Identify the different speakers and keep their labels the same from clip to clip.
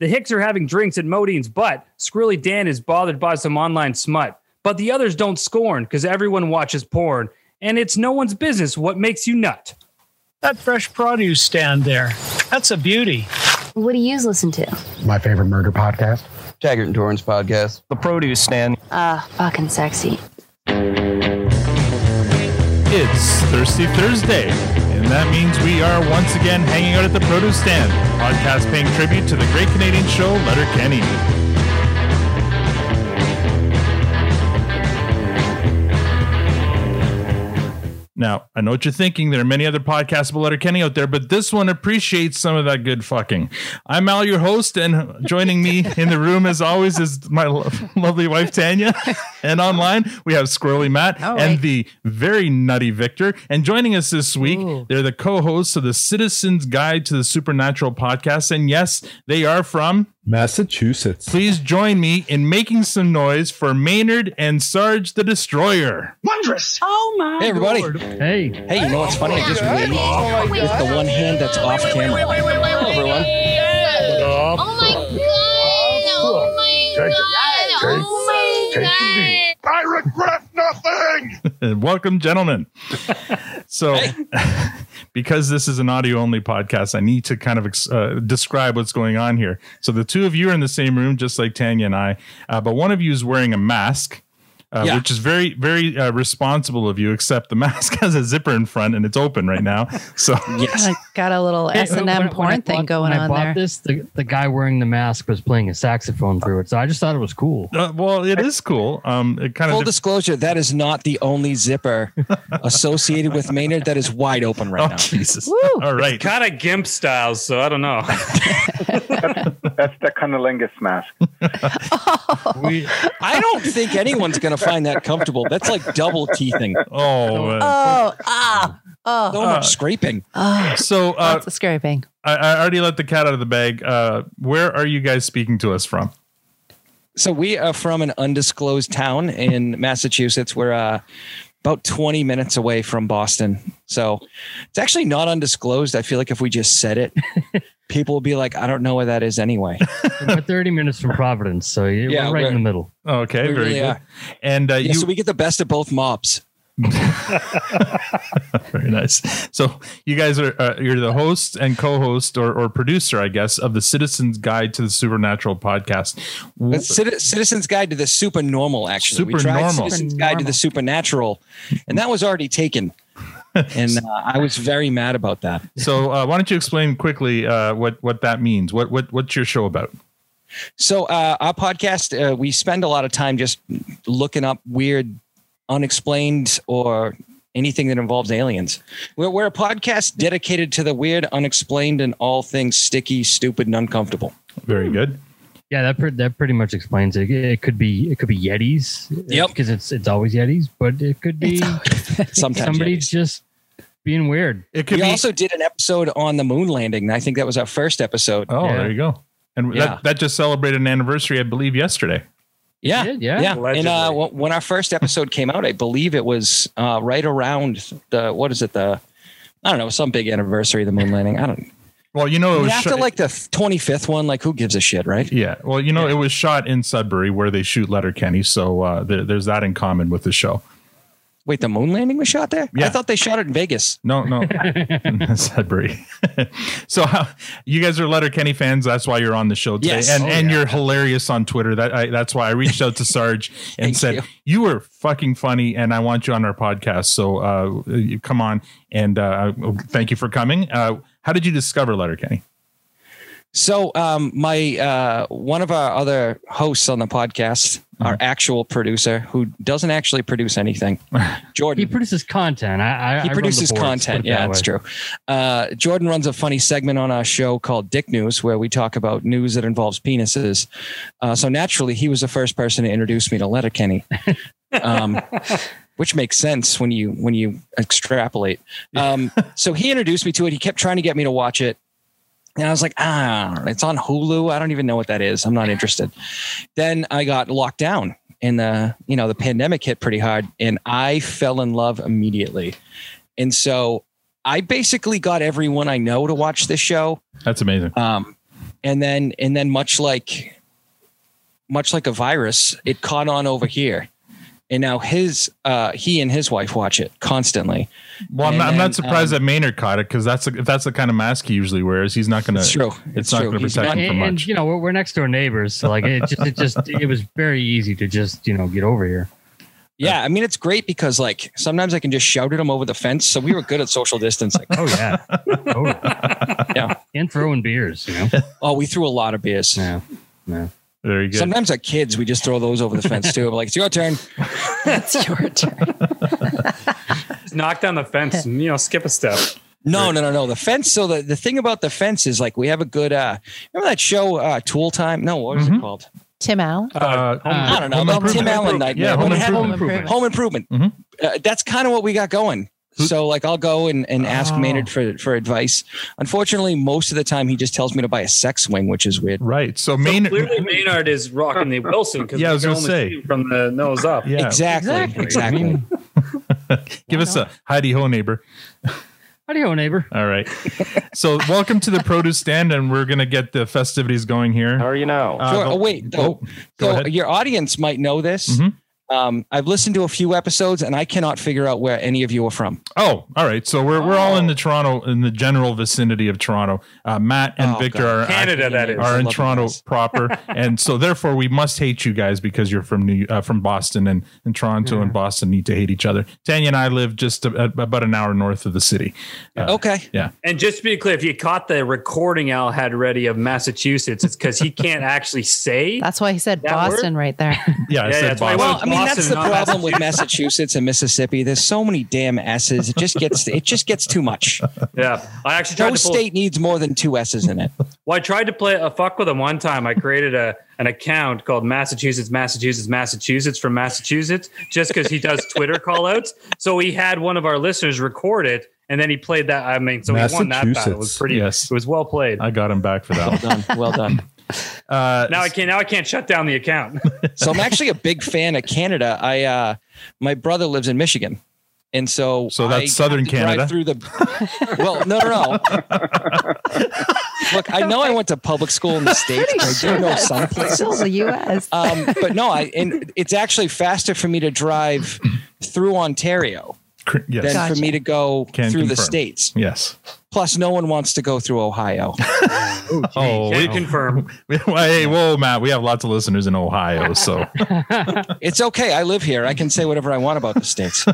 Speaker 1: The Hicks are having drinks at Modine's, but Skrilly Dan is bothered by some online smut. But the others don't scorn because everyone watches porn, and it's no one's business what makes you nut.
Speaker 2: That fresh produce stand there. That's a beauty.
Speaker 3: What do you listen to?
Speaker 4: My favorite murder podcast.
Speaker 5: Taggart and Torrance podcast.
Speaker 6: The produce stand.
Speaker 3: Ah, fucking sexy.
Speaker 7: It's Thirsty Thursday, and that means we are once again hanging out at the produce stand. Podcast paying tribute to the great Canadian show Letterkenny. Now, I know what you're thinking. There are many other podcasts about Letterkenny out there, but this one appreciates some of that good fucking. I'm Al, your host, and joining me in the room, as always, is my lo- lovely wife, Tanya. And online, we have Squirrely Matt
Speaker 8: All
Speaker 7: and
Speaker 8: right.
Speaker 7: the very nutty Victor. And joining us this week, they're the co hosts of the Citizen's Guide to the Supernatural podcast. And yes, they are from.
Speaker 9: Massachusetts.
Speaker 7: Please join me in making some noise for Maynard and Sarge the Destroyer.
Speaker 2: Wondrous.
Speaker 10: Oh my
Speaker 5: Hey, everybody.
Speaker 10: Lord.
Speaker 1: Hey,
Speaker 5: Hey, you know what's funny? I just realized it's the one hand that's off camera. Hello, everyone.
Speaker 3: Oh my god! Oh my god! Oh my god!
Speaker 4: I regret nothing.
Speaker 7: Welcome, gentlemen. So, because this is an audio only podcast, I need to kind of ex- uh, describe what's going on here. So, the two of you are in the same room, just like Tanya and I, uh, but one of you is wearing a mask. Uh,
Speaker 5: Yeah.
Speaker 7: Which is very, very uh, responsible of you. Except the mask has a zipper in front and it's open right now. So
Speaker 5: Yes.
Speaker 8: I got a little S and M porn thing going
Speaker 11: when I
Speaker 8: on
Speaker 11: bought
Speaker 8: there.
Speaker 11: This the, the guy wearing the mask was playing a saxophone through it, so I just thought it was cool.
Speaker 7: Uh, well, it is cool. Um, it kind
Speaker 5: Full
Speaker 7: of
Speaker 5: disclosure, that is not the only zipper associated with Maynard that is wide open
Speaker 7: oh
Speaker 5: right now.
Speaker 7: Jesus!
Speaker 8: Woo.
Speaker 7: All right,
Speaker 1: Kind of gimp styles, so I don't know.
Speaker 9: That's the cunnilingus mask.
Speaker 7: we,
Speaker 5: I don't think anyone's going to find that comfortable. That's like double teething.
Speaker 7: oh, uh,
Speaker 8: Oh, ah,
Speaker 5: So
Speaker 8: oh,
Speaker 7: Uh,
Speaker 5: much scraping.
Speaker 8: oh.
Speaker 7: so uh,
Speaker 8: Lots of scraping.
Speaker 7: I, I already let the cat out of the bag. Uh, where are you guys speaking to us from?
Speaker 5: So we are from an undisclosed town in Massachusetts. We're uh, about 20 minutes away from Boston. So it's actually not undisclosed. I feel like if we just said it, people will be like, I don't know where that is anyway.
Speaker 11: We're 30 minutes from Providence, so you're
Speaker 5: Yeah,
Speaker 11: right
Speaker 5: we're-
Speaker 11: in the middle.
Speaker 7: Okay,
Speaker 5: We
Speaker 7: very
Speaker 5: really
Speaker 7: good.
Speaker 5: are.
Speaker 7: And uh,
Speaker 5: Yeah,
Speaker 7: you
Speaker 5: so we get the best of both mobs.
Speaker 7: very nice. So you guys are uh, you're the host and co-host or, or producer, I guess, of the Citizens Guide to the Supernatural podcast. W-
Speaker 5: But Citi- Citizen's Guide to the Supernormal, actually. we tried
Speaker 7: Supernormal.
Speaker 5: Citizen's Guide to the Supernatural, and that was already taken. And uh, I was very mad about that.
Speaker 7: So uh, why don't you explain quickly uh, what what that means? What what what's your show about?
Speaker 5: So uh, our podcast, uh, we spend a lot of time just looking up weird, unexplained, or anything that involves aliens. We're, we're a podcast dedicated to the weird, unexplained, and all things sticky, stupid, and uncomfortable.
Speaker 11: Hmm.
Speaker 7: Very good.
Speaker 11: Yeah, that pre- that pretty much explains it. It could be it could be Yetis,
Speaker 5: Yep.
Speaker 11: because it's it's always Yetis, but it could be
Speaker 5: Sometimes
Speaker 11: somebody
Speaker 5: it is.
Speaker 11: just being weird.
Speaker 7: It could
Speaker 5: we
Speaker 7: be.
Speaker 5: also did an episode on the moon landing. and I think that was our first episode.
Speaker 7: oh,
Speaker 11: Yeah.
Speaker 7: there you go. And
Speaker 5: Yeah.
Speaker 7: that, that just celebrated an anniversary, I believe, yesterday.
Speaker 5: Yeah.
Speaker 11: It did, yeah.
Speaker 5: yeah. And uh,
Speaker 1: Allegedly.
Speaker 5: w- when our first episode came out, I believe it was uh, right around the what is it the I don't know some big anniversary of the moon landing. I don't.
Speaker 7: Well, you know, Oh, it
Speaker 5: I mean,
Speaker 7: was
Speaker 5: after
Speaker 7: shot-
Speaker 5: like the twenty fifth one, like who gives a shit, right?
Speaker 7: Yeah. Well, you know, it was shot in Sudbury where they shoot Letterkenny. So uh, there, there's that in common with the show.
Speaker 5: Wait, the moon landing was shot there.
Speaker 7: Yeah.
Speaker 5: I thought they shot it in Vegas.
Speaker 7: No, no, Sudbury. so how, you guys are Letterkenny fans. That's why you're on the show today.
Speaker 5: Yes.
Speaker 7: And,
Speaker 5: Oh,
Speaker 7: and you're hilarious on Twitter. That I, That's why I reached out to Sarge and
Speaker 5: Thank
Speaker 7: said,
Speaker 5: you.
Speaker 7: you. were fucking funny and I want you on our podcast. So uh, you come on and uh, thank you for coming. Uh, how did you discover Letterkenny?
Speaker 5: So um, my uh, one of our other hosts on the podcast,
Speaker 7: Mm-hmm.
Speaker 5: our actual producer who doesn't actually produce anything, Jordan.
Speaker 11: He produces content. I, I I
Speaker 5: he
Speaker 11: run the
Speaker 5: produces
Speaker 11: boards,
Speaker 5: content.
Speaker 11: put it
Speaker 5: Yeah,
Speaker 11: that
Speaker 5: that's
Speaker 11: way.
Speaker 5: true. Uh, Jordan runs a funny segment on our show called Dick News, where we talk about news that involves penises. Uh, so naturally, he was the first person to introduce me to Letterkenny, um, which makes sense when you when you extrapolate. Um, so he introduced me to it. He kept trying to get me to watch it. And I was like, ah, it's on Hulu. I don't even know what that is. I'm not interested. then I got locked down and the, you know, the pandemic hit pretty hard and I fell in love immediately. And so I basically got everyone I know to watch this show.
Speaker 7: That's amazing.
Speaker 5: Um, and then and then much like much like a virus, it caught on over here. And now his uh he and his wife watch it constantly.
Speaker 7: Well, I'm
Speaker 5: And
Speaker 7: not, I'm
Speaker 5: then,
Speaker 7: not surprised that
Speaker 5: um,
Speaker 7: Maynard caught it because that's the, if that's the kind of mask he usually wears. He's not gonna.
Speaker 5: It's true.
Speaker 7: It's,
Speaker 5: It's
Speaker 7: not
Speaker 5: true.
Speaker 7: gonna
Speaker 5: He's
Speaker 7: protect
Speaker 5: not-
Speaker 7: him
Speaker 11: and,
Speaker 7: from
Speaker 11: and,
Speaker 7: much.
Speaker 11: you know we're, we're next door neighbors, so like it just it just it was very easy to just you know get over here.
Speaker 5: Yeah, I mean it's great because like sometimes I can just shout at him over the fence. So we were good at social distancing.
Speaker 11: Oh yeah, oh,
Speaker 5: Yeah.
Speaker 11: and throwing beers, you know.
Speaker 5: oh, we threw a lot of beers.
Speaker 11: Yeah.
Speaker 7: Very good.
Speaker 5: Sometimes at kids, we just throw those over the fence too. like it's your turn.
Speaker 8: It's your turn.
Speaker 1: Just knock down the fence and, you know, skip a step.
Speaker 5: No, no, no, no. The fence. So the, the thing about the fence is like we have a good. uh Remember that show, uh Tool Time? No, what was
Speaker 7: Mhm.
Speaker 11: Mm-hmm.
Speaker 5: it called?
Speaker 8: Tim Allen.
Speaker 7: Uh,
Speaker 5: I don't know.
Speaker 7: Home
Speaker 5: the
Speaker 7: Improvement.
Speaker 5: Tim Allen nightmare.
Speaker 7: Yeah,
Speaker 5: but
Speaker 7: Home
Speaker 5: it had-
Speaker 7: Improvement.
Speaker 5: Home Improvement.
Speaker 7: Mhm.
Speaker 5: Uh, that's kind of what we got going. So like I'll go and, and ask
Speaker 7: Oh.
Speaker 5: Maynard for, for advice. Unfortunately, most of the time he just tells me to buy a sex swing, which is weird.
Speaker 7: Right. So,
Speaker 1: So
Speaker 7: Maynard.
Speaker 1: clearly, Maynard is rocking the Wilson because
Speaker 7: Yeah, I was gonna say.
Speaker 1: from the nose up.
Speaker 7: Yeah.
Speaker 5: Exactly. Exactly.
Speaker 11: Exactly. I mean-
Speaker 7: Give us a Heidi Ho neighbor.
Speaker 11: Howdy ho, neighbor.
Speaker 7: All right. so welcome to the produce stand, and we're gonna get the festivities going here.
Speaker 6: How are you now?
Speaker 7: Uh,
Speaker 5: Sure.
Speaker 7: the-
Speaker 5: Oh, wait.
Speaker 7: oh,
Speaker 5: No.
Speaker 7: go
Speaker 5: so
Speaker 7: ahead.
Speaker 5: your audience might know this.
Speaker 7: Mhm.
Speaker 5: Um, I've listened to a few episodes and I cannot figure out where any of you are from.
Speaker 7: oh, all right. So we're we're all in
Speaker 1: Oh.
Speaker 7: the Toronto, in the general vicinity of Toronto. Uh, Matt and
Speaker 5: Oh,
Speaker 7: Victor
Speaker 5: God.
Speaker 7: are
Speaker 1: Canada, that is.
Speaker 7: are
Speaker 5: I
Speaker 7: in
Speaker 5: love you
Speaker 7: Toronto
Speaker 5: guys.
Speaker 7: proper, and so therefore we must hate you guys because you're from New uh, from Boston and and Toronto
Speaker 1: Mm-hmm.
Speaker 7: and Boston need to hate each other. Tanya and I live just a, a- about an hour north of the city. Uh,
Speaker 5: Okay.
Speaker 1: And just to be clear, if you caught the recording Al had ready of Massachusetts, it's because he can't actually say.
Speaker 8: That's why he said
Speaker 1: That
Speaker 8: Boston right there.
Speaker 7: Yeah, I
Speaker 1: Yeah,
Speaker 7: said
Speaker 1: that's why I
Speaker 7: Boston.
Speaker 5: Well, I mean that's
Speaker 1: Boston,
Speaker 5: the
Speaker 1: not
Speaker 5: problem with Massachusetts and Mississippi. There's so many damn S's. It just gets it just gets too much.
Speaker 1: yeah, I actually tried
Speaker 5: No
Speaker 1: to pull,
Speaker 5: state needs more than two S's in it.
Speaker 1: Well, I tried to play a fuck with him one time. I created a an account called Massachusetts, Massachusetts, Massachusetts from Massachusetts, just because he does Twitter call outs. So he had one of our listeners record it, and then he played that. I mean, so he won that battle. It was
Speaker 7: Massachusetts.
Speaker 1: pretty.
Speaker 7: Yes.
Speaker 1: It was well played.
Speaker 7: I got him back for that.
Speaker 5: Well
Speaker 7: one.
Speaker 5: done. Well done.
Speaker 7: Uh,
Speaker 1: Now I can't. Now I can't shut down the account.
Speaker 5: so I'm actually a big fan of Canada. I uh my brother lives in Michigan. And so
Speaker 7: So that's
Speaker 5: I
Speaker 7: southern
Speaker 5: have to drive
Speaker 7: Canada?
Speaker 5: through the Well, no, no, no. Look, I know I went to public school in the states, but I do know some
Speaker 8: It's still
Speaker 5: places.
Speaker 8: the U.S.
Speaker 5: Um, but no, I and it's actually faster for me to drive through Ontario
Speaker 7: cr-
Speaker 5: than
Speaker 7: yes.
Speaker 5: for
Speaker 8: Gotcha.
Speaker 5: me to go
Speaker 7: Can
Speaker 5: through the
Speaker 7: confirm.
Speaker 5: states.
Speaker 7: Yes.
Speaker 5: Plus, no one wants to go through Ohio.
Speaker 7: Oh,
Speaker 1: Can't
Speaker 7: we-
Speaker 1: confirm.
Speaker 7: hey, whoa, Matt, we have lots of listeners in Ohio, so
Speaker 5: It's okay. I live here. I can say whatever I want about the states.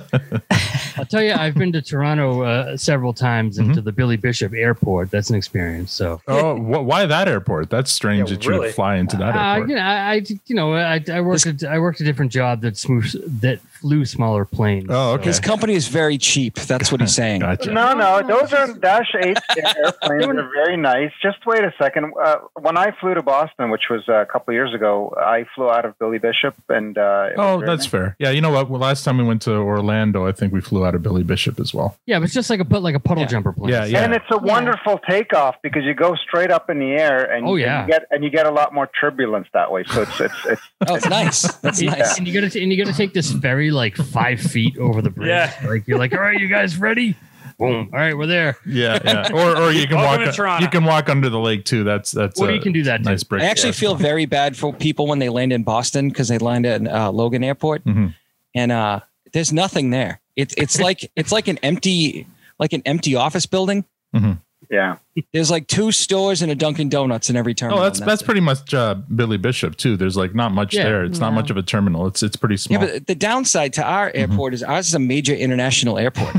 Speaker 11: I'll tell you, I've been to Toronto uh, several times and to the Billy Bishop Airport. That's an experience. So,
Speaker 7: Mm-hmm. oh, wh- why that airport? That's strange
Speaker 1: Yeah,
Speaker 7: that you
Speaker 1: really.
Speaker 7: would fly into that
Speaker 11: uh,
Speaker 7: airport.
Speaker 11: you know, I, I you know, I, I worked at, I worked a different job that smoo- that flew smaller planes.
Speaker 7: Oh, okay.
Speaker 5: His company is very cheap. That's what he's saying.
Speaker 7: Gotcha.
Speaker 9: No, no, those are Dash 8 airplanes. They're very nice. Just wait a second. Uh, when I flew to Boston, which was uh, a couple of years ago, I flew out of Billy Bishop, and uh, it was
Speaker 7: Oh,
Speaker 9: very
Speaker 7: that's
Speaker 9: nice.
Speaker 7: fair. Yeah, you know what? Well, last time we went to Orlando, I think we flew out of Billy Bishop as well.
Speaker 11: Yeah, but it's just like a put like a puddle
Speaker 5: Yeah.
Speaker 11: jumper plane.
Speaker 7: Yeah, yeah.
Speaker 9: And it's a wonderful takeoff because you go straight up in the air, and,
Speaker 11: Oh,
Speaker 9: and
Speaker 11: yeah.
Speaker 9: you get and you get a lot more turbulence that way. So it's it's it's
Speaker 5: Oh, it's nice. That's
Speaker 11: Yeah.
Speaker 5: nice.
Speaker 11: And you gotta and you gotta take this ferry like five feet over the bridge.
Speaker 1: Yeah.
Speaker 11: Like you're like, all right, you guys ready? Boom. All right, we're there.
Speaker 7: yeah, yeah. Or or you can
Speaker 1: Welcome to
Speaker 7: walk
Speaker 1: Toronto.
Speaker 7: you can walk under the lake too. That's that's
Speaker 11: Well,
Speaker 7: a
Speaker 11: you can do that too.
Speaker 7: nice break.
Speaker 5: I actually feel very bad for people when they land in Boston because they land at uh, Logan Airport
Speaker 7: Mhm.
Speaker 5: and uh, there's nothing there. It's it's like it's like an empty like an empty office building.
Speaker 7: Oh,
Speaker 9: yeah.
Speaker 5: There's like two stores and a Dunkin' Donuts in every terminal.
Speaker 7: Oh, that's
Speaker 5: and
Speaker 7: that's
Speaker 5: it.
Speaker 7: pretty much uh, Billy Bishop too. There's like not much
Speaker 11: Yeah.
Speaker 7: there. It's not
Speaker 8: No.
Speaker 7: much of a terminal. It's it's pretty
Speaker 5: Yeah,
Speaker 7: small.
Speaker 5: but the downside to our
Speaker 11: Mm-hmm.
Speaker 5: airport is ours is a major international airport.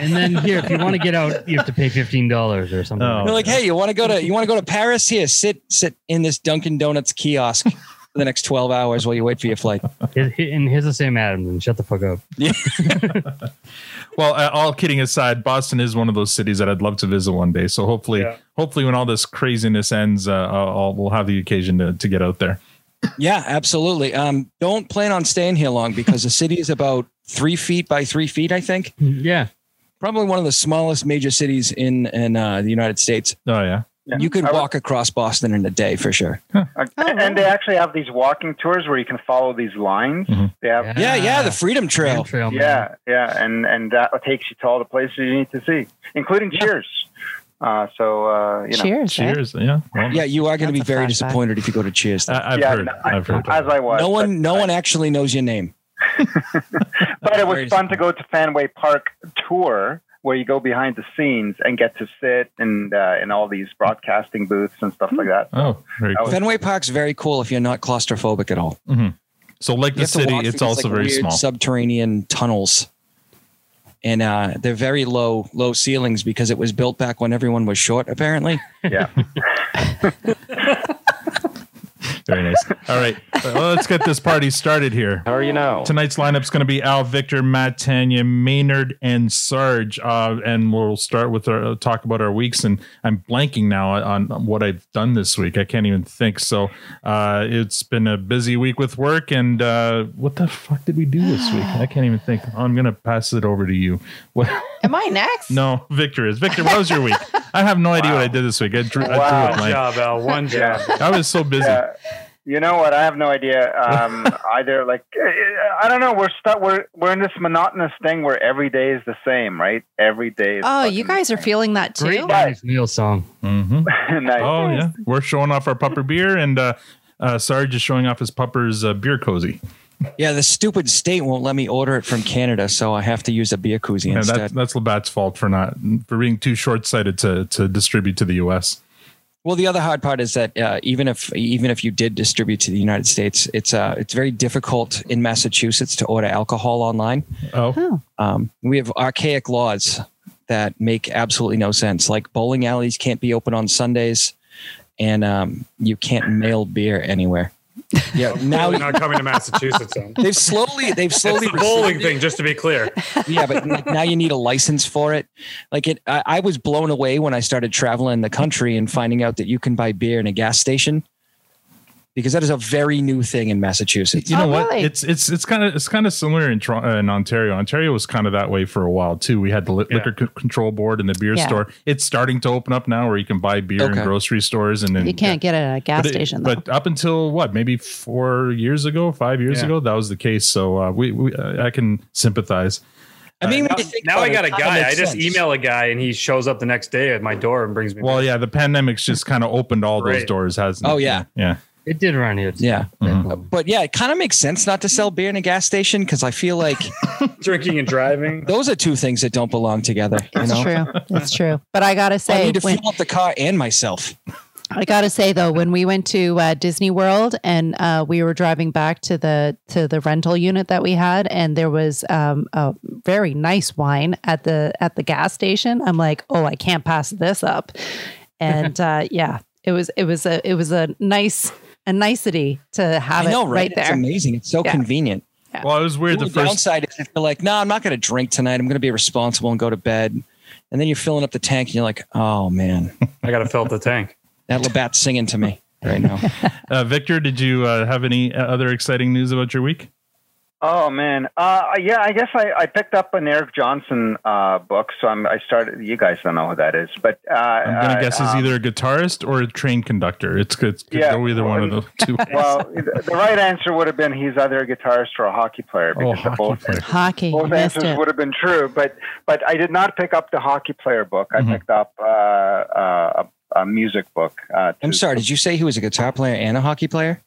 Speaker 11: And then here, if you want to get out, you have to pay fifteen dollars or something.
Speaker 7: Oh.
Speaker 5: They're like, hey, you want to go to you want to go to Paris? Here, sit sit in this Dunkin' Donuts kiosk for the next twelve hours while you wait for your flight.
Speaker 11: Hit- hit- and here's the Sam Adams and shut the fuck up.
Speaker 7: Well, uh, all kidding aside, Boston is one of those cities that I'd love to visit one day. So hopefully,
Speaker 1: Yeah.
Speaker 7: hopefully, when all this craziness ends, uh, I'll, I'll- we'll have the occasion to, to get out there.
Speaker 5: Yeah, absolutely. Um, don't plan on staying here long because the city is about three feet by three feet, I think.
Speaker 7: Mm,
Speaker 11: Yeah.
Speaker 5: Probably one of the smallest major cities in in uh, the United States.
Speaker 7: Oh yeah,
Speaker 9: Yeah.
Speaker 5: You could
Speaker 9: I was-
Speaker 5: walk across Boston in a day for sure.
Speaker 9: Uh, and they actually have these walking tours where you can follow these lines.
Speaker 7: Mhm.
Speaker 9: They have
Speaker 5: Mm-hmm. Yeah, yeah, the Freedom
Speaker 11: Trail. trail
Speaker 5: Trail.
Speaker 11: man.
Speaker 9: yeah, yeah, and and that takes you to all the places you need to see, including Cheers. Uh, so uh, you know,
Speaker 8: Cheers. eh?
Speaker 7: Cheers. Yeah. Well,
Speaker 5: Yeah, you are going to be
Speaker 8: That's a
Speaker 5: very
Speaker 8: flashback.
Speaker 5: disappointed if you go to Cheers. though.
Speaker 7: I, I've
Speaker 9: Yeah,
Speaker 7: heard.
Speaker 9: no,
Speaker 7: I've heard.
Speaker 9: as I was.
Speaker 5: no one, no one actually knows your name.
Speaker 9: but it was
Speaker 5: Very
Speaker 9: fun to go to Fenway Park tour where you go behind the scenes and get to sit and uh, in all these broadcasting booths and stuff like that.
Speaker 7: Oh, very
Speaker 9: I
Speaker 7: cool. Mm-hmm.
Speaker 9: was-
Speaker 5: Fenway Park's very cool if you're not claustrophobic at all.
Speaker 7: So, like
Speaker 5: You
Speaker 7: the
Speaker 5: have to
Speaker 7: city,
Speaker 5: walk through
Speaker 7: it's
Speaker 5: these,
Speaker 7: also
Speaker 5: like,
Speaker 7: very
Speaker 5: weird
Speaker 7: small.
Speaker 5: Subterranean tunnels, and uh, they're very low, low ceilings because it was built back when everyone was short. Apparently,
Speaker 9: Yeah.
Speaker 7: very nice. All right. Well, let's get this party started here.
Speaker 6: How are you
Speaker 1: Oh.
Speaker 6: now?
Speaker 7: Tonight's lineup's going to be Al, Victor, Matt, Tanya, Maynard, and Sarge. Uh, and we'll start with our uh, talk about our weeks. And I'm blanking now on, on what I've done this week. I can't even think. So uh, it's been a busy week with work. And uh, what the fuck did we do this week? I can't even think. I'm going to pass it over to you. What?
Speaker 8: Am I next?
Speaker 7: No, Victor is. Victor, what was your week? I have no idea what I did this week. I drew, I drew
Speaker 9: Wow.
Speaker 7: a
Speaker 1: One
Speaker 7: blank.
Speaker 1: job, Al. One job.
Speaker 9: Yeah.
Speaker 7: I was so busy.
Speaker 9: Yeah. You know what? I have no idea um, either. Like, eh, I don't know. We're stuck. We're we're in this monotonous thing where every day is the same, right? Every day. Is
Speaker 8: Oh,
Speaker 9: fucking
Speaker 8: you guys are
Speaker 9: the
Speaker 8: feeling that
Speaker 11: Great
Speaker 8: too?
Speaker 11: Dennis Neal song.
Speaker 7: hmm
Speaker 9: same. nice.
Speaker 7: Oh yeah, we're showing off our pupper beer, and uh, uh, Sarge is showing off his pupper's uh, beer cozy.
Speaker 5: yeah, the stupid state won't let me order it from Canada, so I have to use a beer koozie
Speaker 7: And
Speaker 5: instead.
Speaker 7: that's that's Labatt's fault for not for being too short sighted to to distribute to the U.S.
Speaker 5: Well, the other hard part is that uh, even if even if you did distribute to the United States, it's uh, it's very difficult in Massachusetts to order alcohol online.
Speaker 7: Oh,
Speaker 5: Um, we have archaic laws that make absolutely no sense. Like bowling alleys can't be open on Sundays, and um, you can't mail beer anywhere. Yeah, now
Speaker 1: Probably not coming to Massachusetts. Then.
Speaker 5: they've slowly they've
Speaker 1: It's
Speaker 5: slowly
Speaker 1: the bowling
Speaker 5: rescinded-
Speaker 1: thing, just to be clear.
Speaker 5: yeah, but like, now you need a license for it. Like it, I, I was blown away when I started traveling the country and finding out that you can buy beer in a gas station, because that is a very new thing in Massachusetts.
Speaker 7: you know
Speaker 8: Oh,
Speaker 7: what?
Speaker 8: really?
Speaker 7: It's it's it's kind of it's kind of similar in Toron- uh, in Ontario. Ontario was kind of that way for a while too. We had the li-
Speaker 1: Yeah.
Speaker 7: liquor c- control board and the beer
Speaker 8: Yeah.
Speaker 7: store. It's starting to open up now, where you can buy beer in
Speaker 5: Okay.
Speaker 7: grocery stores and then
Speaker 8: You can't get it at a gas
Speaker 7: but it-
Speaker 8: station, though.
Speaker 7: But up until what, maybe four years ago, five years
Speaker 1: Yeah.
Speaker 7: ago, that was the case. So uh, we, we uh, I can sympathize. Uh,
Speaker 5: I mean,
Speaker 1: Now,
Speaker 5: when you think
Speaker 1: now I
Speaker 5: about
Speaker 1: got
Speaker 5: it,
Speaker 1: a
Speaker 5: it kinda
Speaker 1: guy. I
Speaker 5: makes
Speaker 1: just
Speaker 5: sense.
Speaker 1: email a guy, and he shows up the next day at my door and brings me.
Speaker 7: Well, yeah, the pandemic's just kind of opened all those
Speaker 1: Right.
Speaker 7: doors, hasn't it?
Speaker 5: Oh, yeah.
Speaker 7: yeah.
Speaker 11: It did around here.
Speaker 5: Yeah,
Speaker 7: Mhm.
Speaker 5: but yeah, it kind of makes sense not to sell beer in a gas station because I feel like
Speaker 1: drinking and driving.
Speaker 5: those are two things that don't belong together. You
Speaker 8: it's
Speaker 5: know,
Speaker 8: true. It's true. But I gotta
Speaker 5: I
Speaker 8: say,
Speaker 5: need to
Speaker 8: when,
Speaker 5: fuel up the car and myself.
Speaker 8: I gotta say though, when we went to uh, Disney World and uh, we were driving back to the to the rental unit that we had, and there was um, a very nice wine at the at the gas station. I'm like, oh, I can't pass this up, and uh, yeah, it was it was a it was a nice a nicety to have
Speaker 5: I know,
Speaker 8: it
Speaker 5: right?
Speaker 8: right,
Speaker 5: It's
Speaker 8: there.
Speaker 5: amazing. It's so
Speaker 8: Yeah.
Speaker 5: convenient.
Speaker 7: Well, it was weird
Speaker 5: the
Speaker 7: the first.
Speaker 5: downside is if you're like, no, I'm not going to drink tonight. I'm going to be responsible and go to bed. And then you're filling up the tank and you're like, oh man,
Speaker 1: I got to fill up the tank.
Speaker 5: that Labatt's singing to me right now.
Speaker 7: Uh, Victor, did you uh, have any uh, other exciting news about your week?
Speaker 9: Oh man, uh, yeah. I guess I, I picked up an Eric Johnson uh, book, so I'm, I started. You guys don't know who that is, but uh,
Speaker 7: I'm gonna
Speaker 9: uh,
Speaker 7: guess he's
Speaker 9: um,
Speaker 7: either a guitarist or a train conductor. It's it's could
Speaker 9: Yeah.
Speaker 7: go either one of those two.
Speaker 9: Well, the the right answer would have been he's either a guitarist or a hockey player
Speaker 7: oh,
Speaker 9: because the
Speaker 7: hockey
Speaker 9: both
Speaker 7: player.
Speaker 8: Hockey, you
Speaker 9: both
Speaker 8: missed
Speaker 9: answers
Speaker 8: it.
Speaker 9: would have been true. But but I did not pick up the hockey player book. I
Speaker 7: Mhm.
Speaker 9: picked up uh, uh, a, a music book. Uh,
Speaker 5: I'm
Speaker 9: to-
Speaker 5: sorry. Did you say he was a guitar player and a hockey player?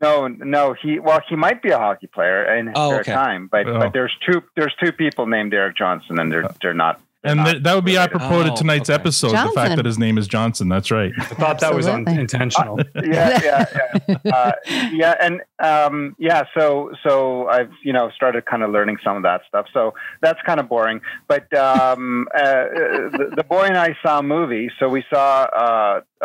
Speaker 9: no, no. He well, he might be a hockey player in his
Speaker 5: Oh,
Speaker 9: spare
Speaker 5: okay.
Speaker 9: time, but
Speaker 7: Oh.
Speaker 9: but there's two there's two people named Eric Johnson, and they're they're not.
Speaker 7: And
Speaker 9: not
Speaker 7: th- that would be
Speaker 9: related.
Speaker 7: apropos to
Speaker 5: Oh,
Speaker 7: tonight's
Speaker 5: okay.
Speaker 7: episode. The fact
Speaker 8: Johnson.
Speaker 7: that his name is Johnson. That's right.
Speaker 1: I thought that was un-
Speaker 8: Absolutely.
Speaker 1: intentional.
Speaker 9: yeah, yeah, yeah. uh, yeah, and um, yeah, so so I've you know started kind of learning some of that stuff. So that's kind of boring. But um, uh, the, the boy and I saw a movie. So we saw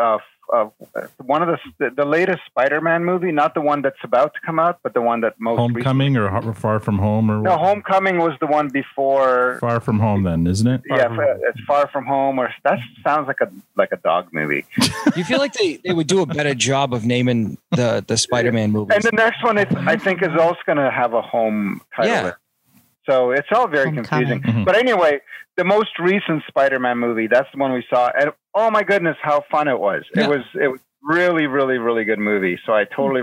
Speaker 9: uh, uh, uh, one of the the latest Spider-Man movie, not the one that's about to come out, but the one that most
Speaker 7: Homecoming or ho- Far From Home or
Speaker 9: Recently, no, Homecoming was the one before.
Speaker 7: Far From Home. Then isn't it?
Speaker 1: Far
Speaker 9: yeah,
Speaker 1: From
Speaker 9: fa- it's far from home, or that sounds like a like a dog movie.
Speaker 5: You feel like they, they would do a better job of naming the, the Spider Man movies.
Speaker 9: And the next one, it, I think, is also going to have a home title.
Speaker 5: Yeah.
Speaker 9: So it's all very
Speaker 8: Homecoming.
Speaker 9: confusing.
Speaker 7: Mm-hmm.
Speaker 9: But anyway, the most recent Spider-Man movie, that's the one we saw, and oh my goodness, how fun it was!
Speaker 5: Yeah.
Speaker 9: It was it was really, really, really good movie. So I totally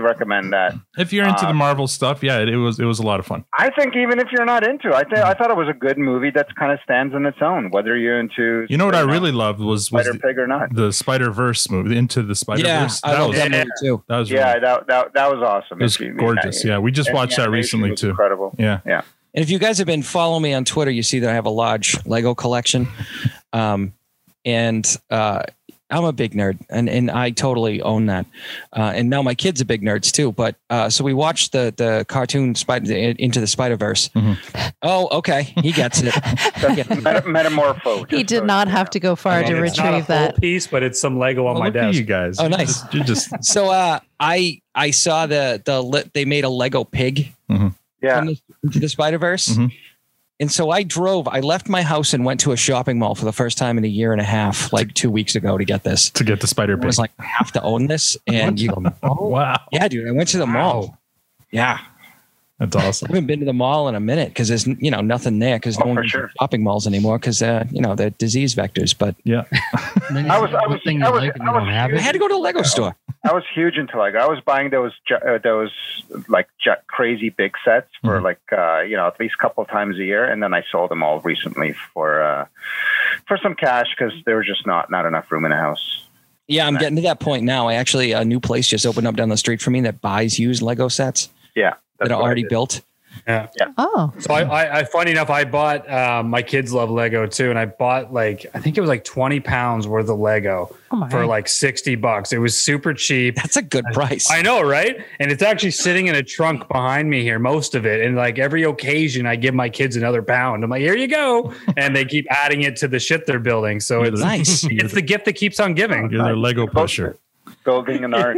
Speaker 9: recommend that.
Speaker 7: If you're into
Speaker 9: Uh,
Speaker 7: the Marvel stuff, yeah, it, it was it was a lot of fun.
Speaker 9: I think even if you're not into, it, I th- I thought it was a good movie that kind of stands on its own, whether you're into
Speaker 7: You know what I really loved was was the,
Speaker 9: Spider Pig or not.
Speaker 7: Spider Verse movie, Into the Spider
Speaker 5: Yeah,
Speaker 7: Verse.
Speaker 5: I
Speaker 7: that
Speaker 5: love
Speaker 7: was
Speaker 5: that movie too.
Speaker 7: that was
Speaker 9: Yeah,
Speaker 7: really,
Speaker 9: that, that that was awesome.
Speaker 7: it was
Speaker 9: If you-
Speaker 7: gorgeous. Yeah, we just
Speaker 9: and the
Speaker 7: watched that
Speaker 9: animation
Speaker 7: recently
Speaker 9: was
Speaker 7: too.
Speaker 9: Incredible.
Speaker 7: Yeah,
Speaker 5: And if you guys have been following me on Twitter, you see that I have a large Lego collection. Um, and uh, I'm a big nerd, and, and I totally own that. Uh, and now my kids are big nerds too. But uh, so we watched the the cartoon Spider Into the Spider Verse.
Speaker 7: Mhm.
Speaker 5: Oh, okay, he gets it. He gets it.
Speaker 9: Meta- metamorpho.
Speaker 8: He
Speaker 9: just
Speaker 8: did
Speaker 9: so-
Speaker 8: not have to go far
Speaker 5: I
Speaker 1: And
Speaker 8: to
Speaker 5: love
Speaker 1: it's not a
Speaker 8: retrieve
Speaker 1: full
Speaker 8: that.
Speaker 1: piece, but it's some Lego on
Speaker 7: Well,
Speaker 1: my
Speaker 7: look at
Speaker 1: desk.
Speaker 7: you guys.
Speaker 5: Oh,
Speaker 7: You're
Speaker 5: nice.
Speaker 7: just- You're just
Speaker 5: So uh, I I saw the the li- they made a Lego pig
Speaker 7: Mm-hmm.
Speaker 9: Yeah.
Speaker 5: from the, into the Spider Verse.
Speaker 7: Mhm.
Speaker 5: And so I drove. I left my house and went to a shopping mall for the first time in a year and a half, like two weeks ago, to get this.
Speaker 7: to get the Spider
Speaker 5: I
Speaker 7: Pig.
Speaker 5: was like, I have to own this. And you,
Speaker 7: wow,
Speaker 5: yeah, dude, I went to the mall. Yeah,
Speaker 7: that's
Speaker 5: I
Speaker 7: awesome.
Speaker 5: haven't been to the mall in a minute because there's you know nothing there because
Speaker 9: Oh,
Speaker 5: no
Speaker 9: for
Speaker 5: one
Speaker 9: sure.
Speaker 5: shopping malls anymore because uh, you know they're disease vectors. But
Speaker 11: And then you
Speaker 9: I was-
Speaker 11: have
Speaker 9: I
Speaker 11: one
Speaker 9: was-
Speaker 11: thing
Speaker 9: I
Speaker 11: you
Speaker 9: was-
Speaker 11: like and
Speaker 9: I
Speaker 11: you don't
Speaker 9: was-
Speaker 11: have
Speaker 5: I had
Speaker 11: it.
Speaker 5: to go to the Lego store.
Speaker 9: I was huge into Lego. I was buying those ju- uh, those like ju- crazy big sets
Speaker 11: Mm-hmm.
Speaker 9: for
Speaker 7: Mhm.
Speaker 9: like uh, you know at least a couple times a year, and then I sold them all recently for uh, for some cash because there was just not not enough room in the house.
Speaker 5: Yeah, I'm getting to that point now. I actually a new place just opened up down the street from me that buys used Lego sets
Speaker 9: Yeah,
Speaker 5: that are
Speaker 9: what I
Speaker 5: already
Speaker 9: did.
Speaker 5: built.
Speaker 8: Oh,
Speaker 1: So I, I, I, funny enough, I bought um, my kids love Lego too, and I bought like I think it was like twenty pounds worth of Lego
Speaker 8: oh my.
Speaker 1: for like sixty bucks. It was super cheap.
Speaker 5: That's a good price.
Speaker 1: I know, right? And it's actually sitting in a trunk behind me here, most of it. And like every occasion, I give my kids another pound. I'm like, here you go, and they keep adding it to the shit they're building. So it's
Speaker 5: nice.
Speaker 1: it's the gift that keeps on giving.
Speaker 7: You're their Lego pusher.
Speaker 9: building an ark.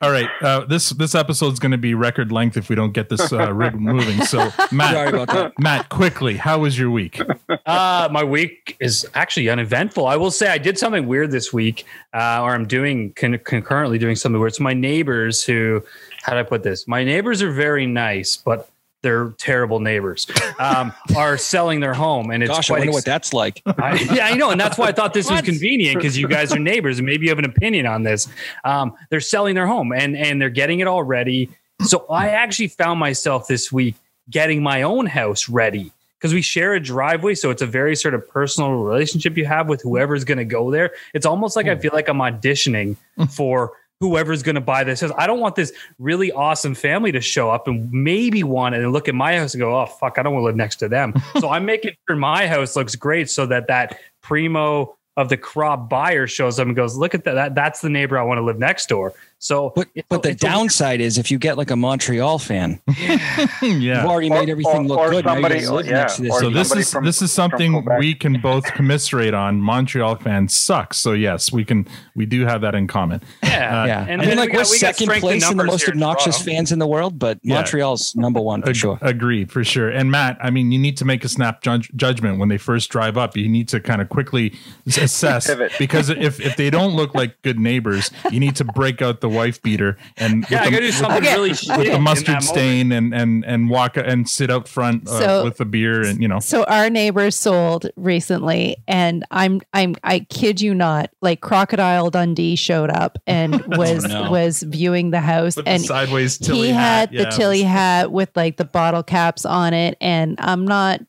Speaker 7: All right, uh, this this episode's going to be record length if we don't get this uh, rig moving. So
Speaker 5: Sorry
Speaker 7: Matt,
Speaker 5: about that.
Speaker 7: Matt, quickly, how was your week?
Speaker 1: Uh, my week is actually uneventful. I will say I did something weird this week, uh, or I'm doing con- concurrently doing something weird. So my neighbors who, how do I put this? My neighbors are very nice, but they're terrible neighbors. Um, are selling their home, and it's
Speaker 5: Gosh, I
Speaker 1: quite
Speaker 5: wonder
Speaker 1: ex-
Speaker 5: what that's like.
Speaker 1: I, yeah, I know, and that's why I thought this was
Speaker 5: What?
Speaker 1: convenient because you guys are neighbors, and maybe you have an opinion on this. Um, they're selling their home, and and they're getting it all ready. So I actually found myself this week getting my own house ready because we share a driveway, so it's a very sort of personal relationship you have with whoever's going to go there. It's almost like I feel like I'm auditioning for. Whoever's going to buy this house, I don't want this really awesome family to show up and maybe want it and look at my house and go, "Oh fuck, I don't want to live next to them." so I'm making sure my house looks great so that that primo of the crop buyer shows up and goes, look at that. that that's the neighbor I want to live next door. So,
Speaker 5: But
Speaker 1: it's a-
Speaker 5: but the
Speaker 1: it's a-
Speaker 5: downside is if you get like a Montreal fan,
Speaker 7: yeah.
Speaker 5: Hmm, you've already
Speaker 9: Or-
Speaker 5: made everything
Speaker 9: or-
Speaker 5: look
Speaker 9: or
Speaker 5: good. Now you
Speaker 9: somebody-
Speaker 5: gotta live
Speaker 9: yeah,
Speaker 5: next to this.
Speaker 9: or
Speaker 7: So this
Speaker 9: somebody
Speaker 7: is
Speaker 9: from-
Speaker 7: this is
Speaker 9: from
Speaker 7: something
Speaker 9: Quebec.
Speaker 7: we can both commiserate on. Montreal fans suck. So yes, we can we do have that in common.
Speaker 1: yeah.
Speaker 7: uh,
Speaker 5: yeah,
Speaker 1: and
Speaker 5: I mean,
Speaker 1: then
Speaker 5: like
Speaker 1: we got-
Speaker 5: we're
Speaker 1: we got
Speaker 5: second
Speaker 1: strength in
Speaker 5: place in the
Speaker 1: numbers
Speaker 5: most
Speaker 1: here in
Speaker 5: obnoxious
Speaker 1: Toronto.
Speaker 5: fans in the world, but
Speaker 7: Yeah.
Speaker 5: Montreal's number one for
Speaker 7: Ag-
Speaker 5: sure.
Speaker 7: Agreed, for sure. And Matt, I mean, you need to make a snap judge- judgment when they first drive up. You need to kind of quickly s- assess
Speaker 9: Pivot.
Speaker 7: because if if they don't look like good neighbors, you need to break out the wife beater and with
Speaker 1: Yeah, I
Speaker 7: the-
Speaker 1: gotta do something
Speaker 8: Okay.
Speaker 1: really
Speaker 8: With
Speaker 1: shit
Speaker 7: with
Speaker 1: in
Speaker 7: the
Speaker 1: that
Speaker 7: mustard
Speaker 1: moment.
Speaker 7: stain and and and walk and sit out front uh,
Speaker 8: So-
Speaker 7: with the beer and you know
Speaker 8: So our neighbors sold recently, and I'm I'm I kid you not, like Crocodile Dundee showed up and was
Speaker 5: no.
Speaker 8: was viewing the house,
Speaker 7: Oh, with
Speaker 8: and
Speaker 7: the sideways tilly
Speaker 8: he
Speaker 7: hat.
Speaker 8: had the Tilly hat with like the bottle caps on it, and I'm not
Speaker 5: Was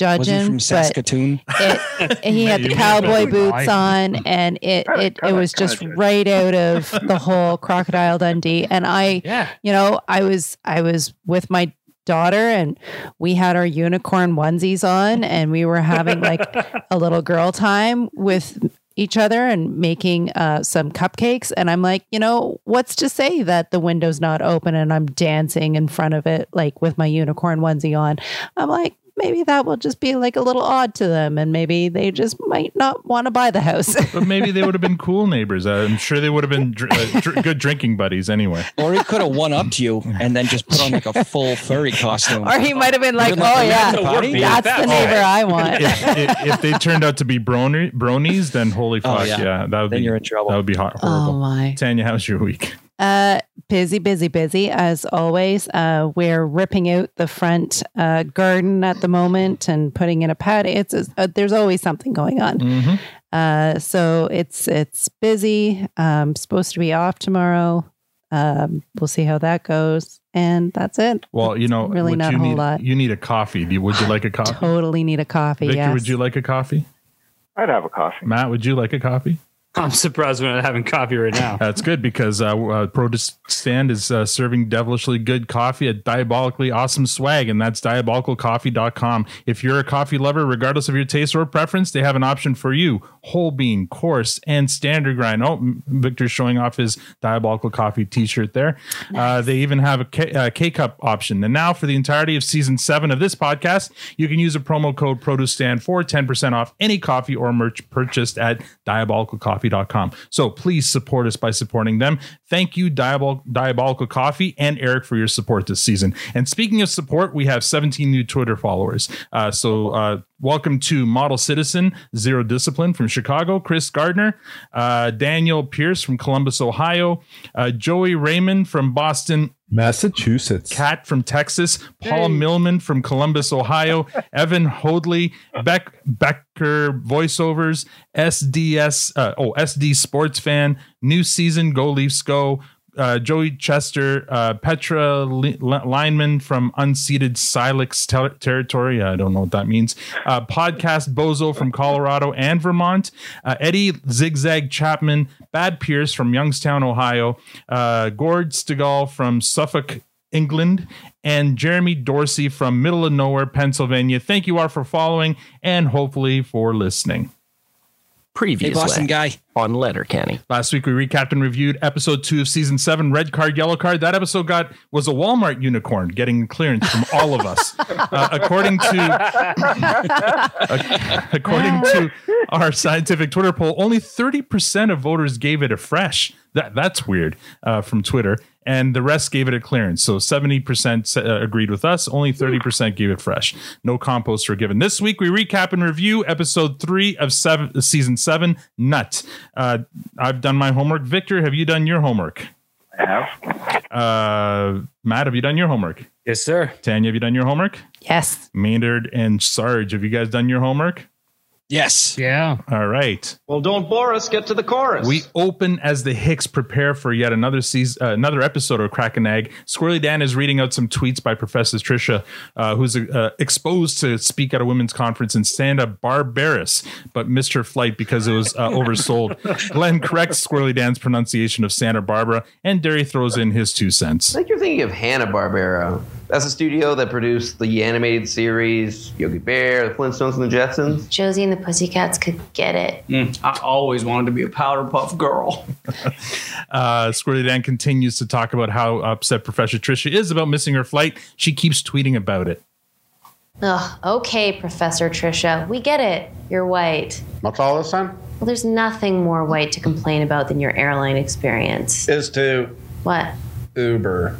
Speaker 5: he
Speaker 8: judging,
Speaker 5: from
Speaker 8: but
Speaker 5: Saskatoon?
Speaker 8: it, he had the
Speaker 7: Maybe.
Speaker 8: cowboy
Speaker 11: Maybe.
Speaker 8: boots on, and it
Speaker 9: Kinda-
Speaker 8: it it
Speaker 9: kinda-
Speaker 8: was just
Speaker 9: kinda judge.
Speaker 8: right out of the whole Crocodile Dundee, and I
Speaker 1: Yeah.
Speaker 8: you know i was i was with my daughter and we had our unicorn onesies on and we were having like a little girl time with each other and making uh, some cupcakes and i'm like you know what's to say that the window's not open and i'm dancing in front of it like with my unicorn onesie on i'm like maybe that will just be like a little odd to them and maybe they just might not want to buy the house
Speaker 7: But maybe they would have been cool neighbors. Uh, I'm sure they would have been dr- uh, dr- good drinking buddies anyway.
Speaker 5: Or he could have won up to you and then just put on like a full furry costume.
Speaker 8: or he might have been like
Speaker 5: You're
Speaker 8: oh
Speaker 5: like, "Are we
Speaker 8: yeah
Speaker 5: at the party?"
Speaker 8: that's the neighbor i want
Speaker 7: If, if, if they turned out to be brony, bronies, then holy
Speaker 5: Oh,
Speaker 7: fuck, yeah.
Speaker 5: yeah.
Speaker 7: that would
Speaker 5: then
Speaker 7: be
Speaker 5: you're
Speaker 7: that
Speaker 5: in trouble.
Speaker 7: would be hor-
Speaker 8: oh
Speaker 7: horrible.
Speaker 8: my
Speaker 7: Tanya, how's your week?
Speaker 8: Uh, busy, busy, busy as always. Uh, we're ripping out the front uh, garden at the moment and putting in a patio. It's uh, there's always something going on.
Speaker 7: Mm-hmm.
Speaker 8: Uh, so it's it's busy. Um, supposed to be off tomorrow. Um, we'll see how that goes, and that's it.
Speaker 7: Well, you know,
Speaker 8: Really
Speaker 7: what
Speaker 8: not a
Speaker 7: you
Speaker 8: whole
Speaker 7: need,
Speaker 8: lot.
Speaker 7: You need a coffee. Do you- Would you like a coffee?
Speaker 8: Totally need a coffee.
Speaker 7: Victor,
Speaker 8: yes.
Speaker 7: would you like a coffee?
Speaker 9: I'd have a coffee.
Speaker 7: Matt, would you like a coffee?
Speaker 1: I'm surprised we're not having coffee right now.
Speaker 7: That's good because uh, uh, Produce Stand is uh, serving devilishly good coffee at diabolically awesome swag, and that's diabolicalcoffee.com. If you're a coffee lover, regardless of your taste or preference, they have an option for you whole bean, coarse, and standard grind. Oh, M- Victor's showing off his Diabolical Coffee t shirt there. Uh, they even have a K uh, K cup option. And now, for the entirety of season seven of this podcast, you can use a promo code Produce Stand for 10% off any coffee or merch purchased at diabolicalcoffee.com. So please support us by supporting them. Thank you, Diabol- Diabolical Coffee and Eric, for your support this season. And speaking of support, we have 17 new Twitter followers. Uh, so uh, welcome to Model Citizen, Zero Discipline from Chicago, Chris Gardner, uh, Daniel Pierce from Columbus, Ohio, uh, Joey Raymond from Boston.
Speaker 6: Massachusetts.
Speaker 7: Kat from Texas, Paul Millman from Columbus, Ohio, Evan Hoadley, Beck Becker voiceovers, SDS, uh, oh SD sports fan, new season, go Leafs go. Uh, Joey Chester, uh, Petra Li- Li- Lineman from unceded Silex ter- territory. I don't know what that means. Uh, podcast Bozo from Colorado and Vermont. Uh, Eddie Zigzag Chapman, Bad Pierce from Youngstown, Ohio. Uh, Gord Stegall from Suffolk, England, and Jeremy Dorsey from middle of nowhere, Pennsylvania. Thank you all for following and hopefully for listening.
Speaker 10: Previously
Speaker 5: Hey, Boston guy.
Speaker 10: on Letterkenny.
Speaker 7: Last week we recapped and reviewed episode two of season seven, Red Card, Yellow Card. That episode got was a Walmart unicorn getting clearance from all of us. Uh, according to according to our scientific Twitter poll, only 30% of voters gave it a fresh. That that's weird uh, from Twitter. And the rest gave it a clearance. So 70% sa- uh, agreed with us. Only 30% gave it fresh. No compost were given. This week, we recap and review episode three of seven, uh, season seven, Nut. Uh, I've done my homework. Victor, have you done your homework?
Speaker 9: I have.
Speaker 7: Uh, Matt, have you done your homework?
Speaker 1: yes, sir.
Speaker 7: Tanya, have you done your homework?
Speaker 8: yes.
Speaker 7: Maynard and Sarge, have you guys done your homework?
Speaker 5: Yes.
Speaker 11: Yeah.
Speaker 7: All right.
Speaker 12: Well, don't bore us. Get to the chorus.
Speaker 7: We open as the Hicks prepare for yet another season, uh, another episode of Crack an Egg. Squirrely Dan is reading out some tweets by Professor Trisha, uh, who's uh, exposed to speak at a women's conference in Santa Barbaris, but missed her flight because it was uh, oversold. Glenn corrects Squirrely Dan's pronunciation of Santa Barbara, and Derry throws in his two cents.
Speaker 12: I think you're thinking of Hanna Barbera. That's a studio that produced the animated series Yogi Bear, The Flintstones, and The Jetsons.
Speaker 3: Josie and the Pussycats could get it.
Speaker 12: Mm, I always wanted to be a Powderpuff Girl.
Speaker 7: Uh, Squirrely Dan continues to talk about how upset Professor Trisha is about missing her flight. She keeps tweeting about it.
Speaker 3: Ugh, okay, Professor Trisha, we get it. You're white.
Speaker 4: What's all this then?
Speaker 3: Well, there's nothing more white to complain about than your airline experience.
Speaker 6: Is to
Speaker 3: What?
Speaker 6: Uber.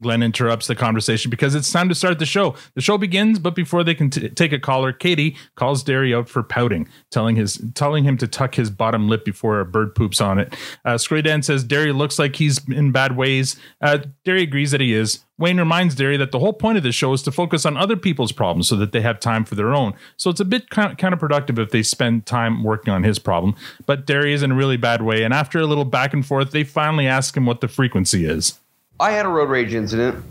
Speaker 7: Glenn interrupts the conversation because it's time to start the show. The show begins, but before they can t- take a caller, Katie calls Derry out for pouting, telling his telling him to tuck his bottom lip before a bird poops on it. Uh, Scraydan says Derry looks like he's in bad ways. Uh, Derry agrees that he is. Wayne reminds Derry that the whole point of this show is to focus on other people's problems so that they have time for their own. So it's a bit coun- counterproductive if they spend time working on his problem. But Derry is in a really bad way, and after a little back and forth, they finally ask him what the frequency is.
Speaker 12: I had a road rage incident.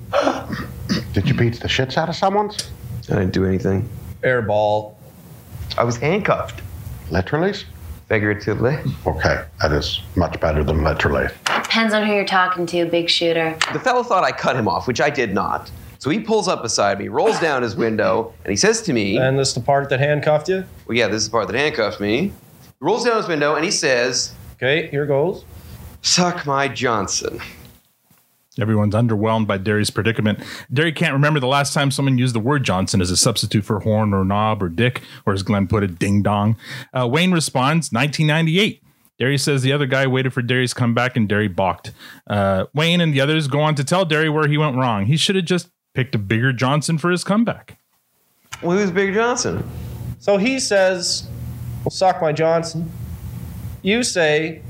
Speaker 4: Did you beat the shits out of someone's?
Speaker 12: I didn't do anything.
Speaker 6: Airball.
Speaker 12: I was handcuffed,
Speaker 4: Literally?
Speaker 12: figuratively.
Speaker 4: Okay, that is much better than literally.
Speaker 3: Depends on who you're talking to, big shooter.
Speaker 12: The fellow thought I cut him off, which I did not. So he pulls up beside me, rolls down his window, and he says to me,
Speaker 6: And this the part that handcuffed you?
Speaker 12: Well, yeah, this is the part that handcuffed me. He rolls down his window and he says,
Speaker 6: Okay, here goes.
Speaker 12: Suck my Johnson.
Speaker 7: Everyone's underwhelmed by Derry's predicament. Derry can't remember the last time someone used the word Johnson as a substitute for horn or knob or dick, or as Glenn put it, ding dong. Uh, Wayne responds, 1998. Derry says the other guy waited for Derry's comeback and Derry balked. Uh, Wayne and the others go on to tell Derry where he went wrong. He should have just picked a bigger Johnson for his comeback.
Speaker 12: Well, who's Big Johnson?
Speaker 6: So he says, Well, suck my Johnson. You say,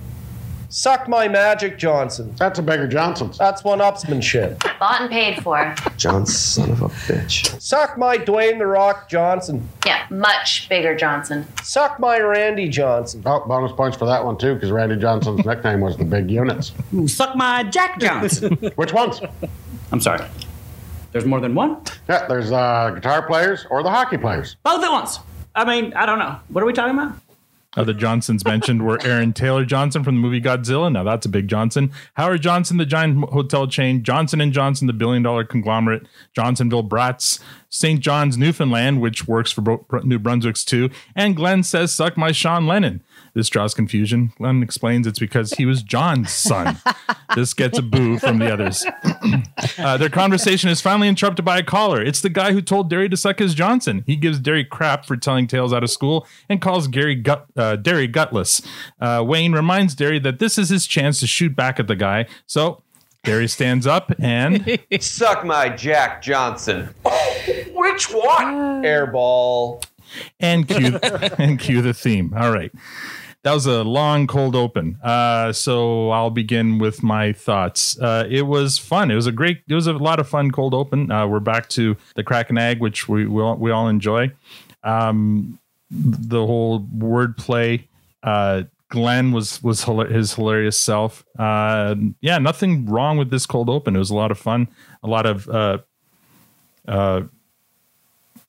Speaker 6: Suck my magic, Johnson.
Speaker 4: That's a beggar Johnson's.
Speaker 6: That's one upsmanship.
Speaker 3: Bought and paid for.
Speaker 12: John, son of a bitch.
Speaker 6: Suck my Dwayne the Rock Johnson.
Speaker 3: Yeah, much bigger Johnson.
Speaker 6: Suck my Randy Johnson.
Speaker 4: Oh, bonus points for that one too, because Randy Johnson's nickname was the Big Units.
Speaker 13: Ooh, suck my Jack Johnson.
Speaker 4: Which ones?
Speaker 13: I'm sorry. There's more than one?
Speaker 4: Yeah, there's uh, guitar players or the hockey players.
Speaker 13: Both at once. I mean, I don't know. What are we talking about?
Speaker 7: Other Uh, Johnsons mentioned were Aaron Taylor Johnson from the movie Godzilla. Now that's a big Johnson. Howard Johnson, the giant hotel chain. Johnson and Johnson, the billion-dollar conglomerate. Johnsonville Brats. St. John's, Newfoundland, which works for Bro- Br- New Brunswick's too. And Glenn says, "Suck my Sean Lennon." This draws confusion. Glenn explains it's because he was John's son. this gets a boo from the others. Uh, their conversation is finally interrupted by a caller. It's the guy who told Derry to suck his Johnson. He gives Derry crap for telling tales out of school and calls Gary gut, uh, Derry gutless. Uh, Wayne reminds Derry that this is his chance to shoot back at the guy. So Derry stands up and
Speaker 12: Suck my Jack Johnson.
Speaker 13: Which one?
Speaker 6: Airball.
Speaker 7: and cue and cue the theme. All right. That was a long cold open. Uh, so I'll begin with my thoughts. Uh, it was fun. It was a great. It was a lot of fun cold open. Uh, we're back to the crack and egg, which we we all, we all enjoy. Um, the whole wordplay. Uh, Glenn was was hila- his hilarious self. Uh, yeah, nothing wrong with this cold open. It was a lot of fun. A lot of uh, uh,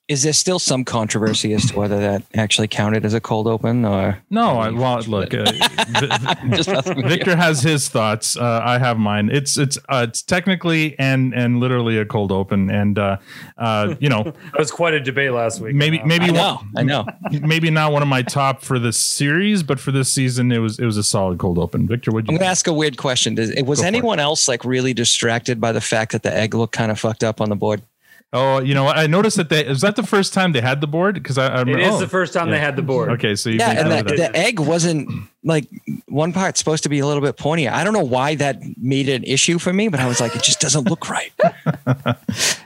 Speaker 5: Is there still some controversy as to whether that actually counted as a cold open or?
Speaker 7: No, I, well, look, uh, Vi-
Speaker 5: Just messing with you.
Speaker 7: Victor has his thoughts. Uh, I have mine. It's it's uh, it's technically and and literally a cold open, and uh, uh, you know
Speaker 1: That was quite a debate last week.
Speaker 7: maybe maybe
Speaker 5: I know.
Speaker 7: one-
Speaker 5: I know.
Speaker 7: maybe not one of my top for the series, but for this season, it was it was a solid cold open. Victor, would
Speaker 5: I'm
Speaker 7: you?
Speaker 5: gonna ask a weird question. Does, was
Speaker 7: Go for it.
Speaker 5: anyone else like really distracted by the fact that the egg looked kind of fucked up on the board?
Speaker 7: Oh, you know, I noticed that they is that the first time they had the board because I, I
Speaker 1: It
Speaker 7: remember,
Speaker 1: is
Speaker 7: oh,
Speaker 1: the first time they
Speaker 7: yeah.
Speaker 1: had the board.
Speaker 7: Okay, so you
Speaker 5: yeah,
Speaker 7: think
Speaker 5: and
Speaker 7: that,
Speaker 5: the, the egg wasn't like one part's supposed to be a little bit pointy. I don't know why that made an issue for me, but I was like, it just doesn't look right.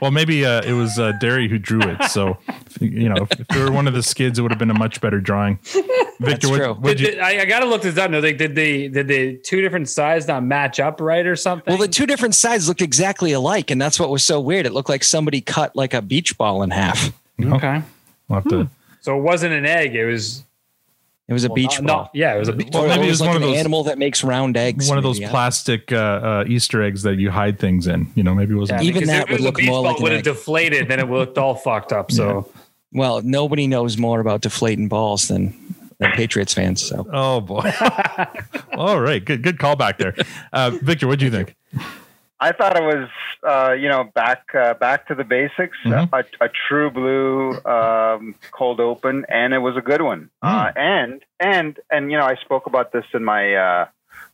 Speaker 7: Well, maybe uh, it was uh, Derry who drew it. So, you know, if it were one of the skids, it would have been a much better drawing. Victor,
Speaker 5: true.
Speaker 7: what, would
Speaker 1: Did,
Speaker 7: you?
Speaker 1: the- I, I gotta look this up. No, like, did the did the two different sides not match up right or something?
Speaker 5: Well, the two different sides looked exactly alike, and that's what was so weird. It looked like somebody cut like a beach ball in half.
Speaker 1: okay. Hmm.
Speaker 7: We'll have to,
Speaker 1: So it wasn't an egg. It was
Speaker 5: It was a
Speaker 1: well,
Speaker 5: beach
Speaker 1: not-
Speaker 5: ball.
Speaker 1: not- yeah, it was a beach.
Speaker 5: Or
Speaker 7: Well,
Speaker 5: it
Speaker 7: maybe
Speaker 5: was
Speaker 7: it's
Speaker 5: like
Speaker 7: one of
Speaker 5: an
Speaker 7: those-
Speaker 5: animal that makes round eggs.
Speaker 7: one of
Speaker 5: maybe,
Speaker 7: those
Speaker 5: yeah.
Speaker 7: plastic uh, uh, Easter eggs that you hide things in. You know, maybe it wasn't.
Speaker 5: Yeah. Even
Speaker 1: because
Speaker 5: that
Speaker 1: if it
Speaker 5: would
Speaker 1: was a
Speaker 5: look
Speaker 1: beach
Speaker 5: more
Speaker 1: ball,
Speaker 5: like
Speaker 1: it would
Speaker 5: an
Speaker 1: have
Speaker 5: egg.
Speaker 1: deflated. Then it looked all fucked up. So
Speaker 5: Well, nobody knows more about deflating balls than, than Patriots fans. So
Speaker 7: Oh boy! All right, good good callback there, uh, Victor. What do you think?
Speaker 9: I thought it was, uh, you know, back uh, back to the basics,
Speaker 7: Mhm.
Speaker 9: a, a true blue um, cold open, and it was a good one. Uh, and and and you know, I spoke about this in my uh,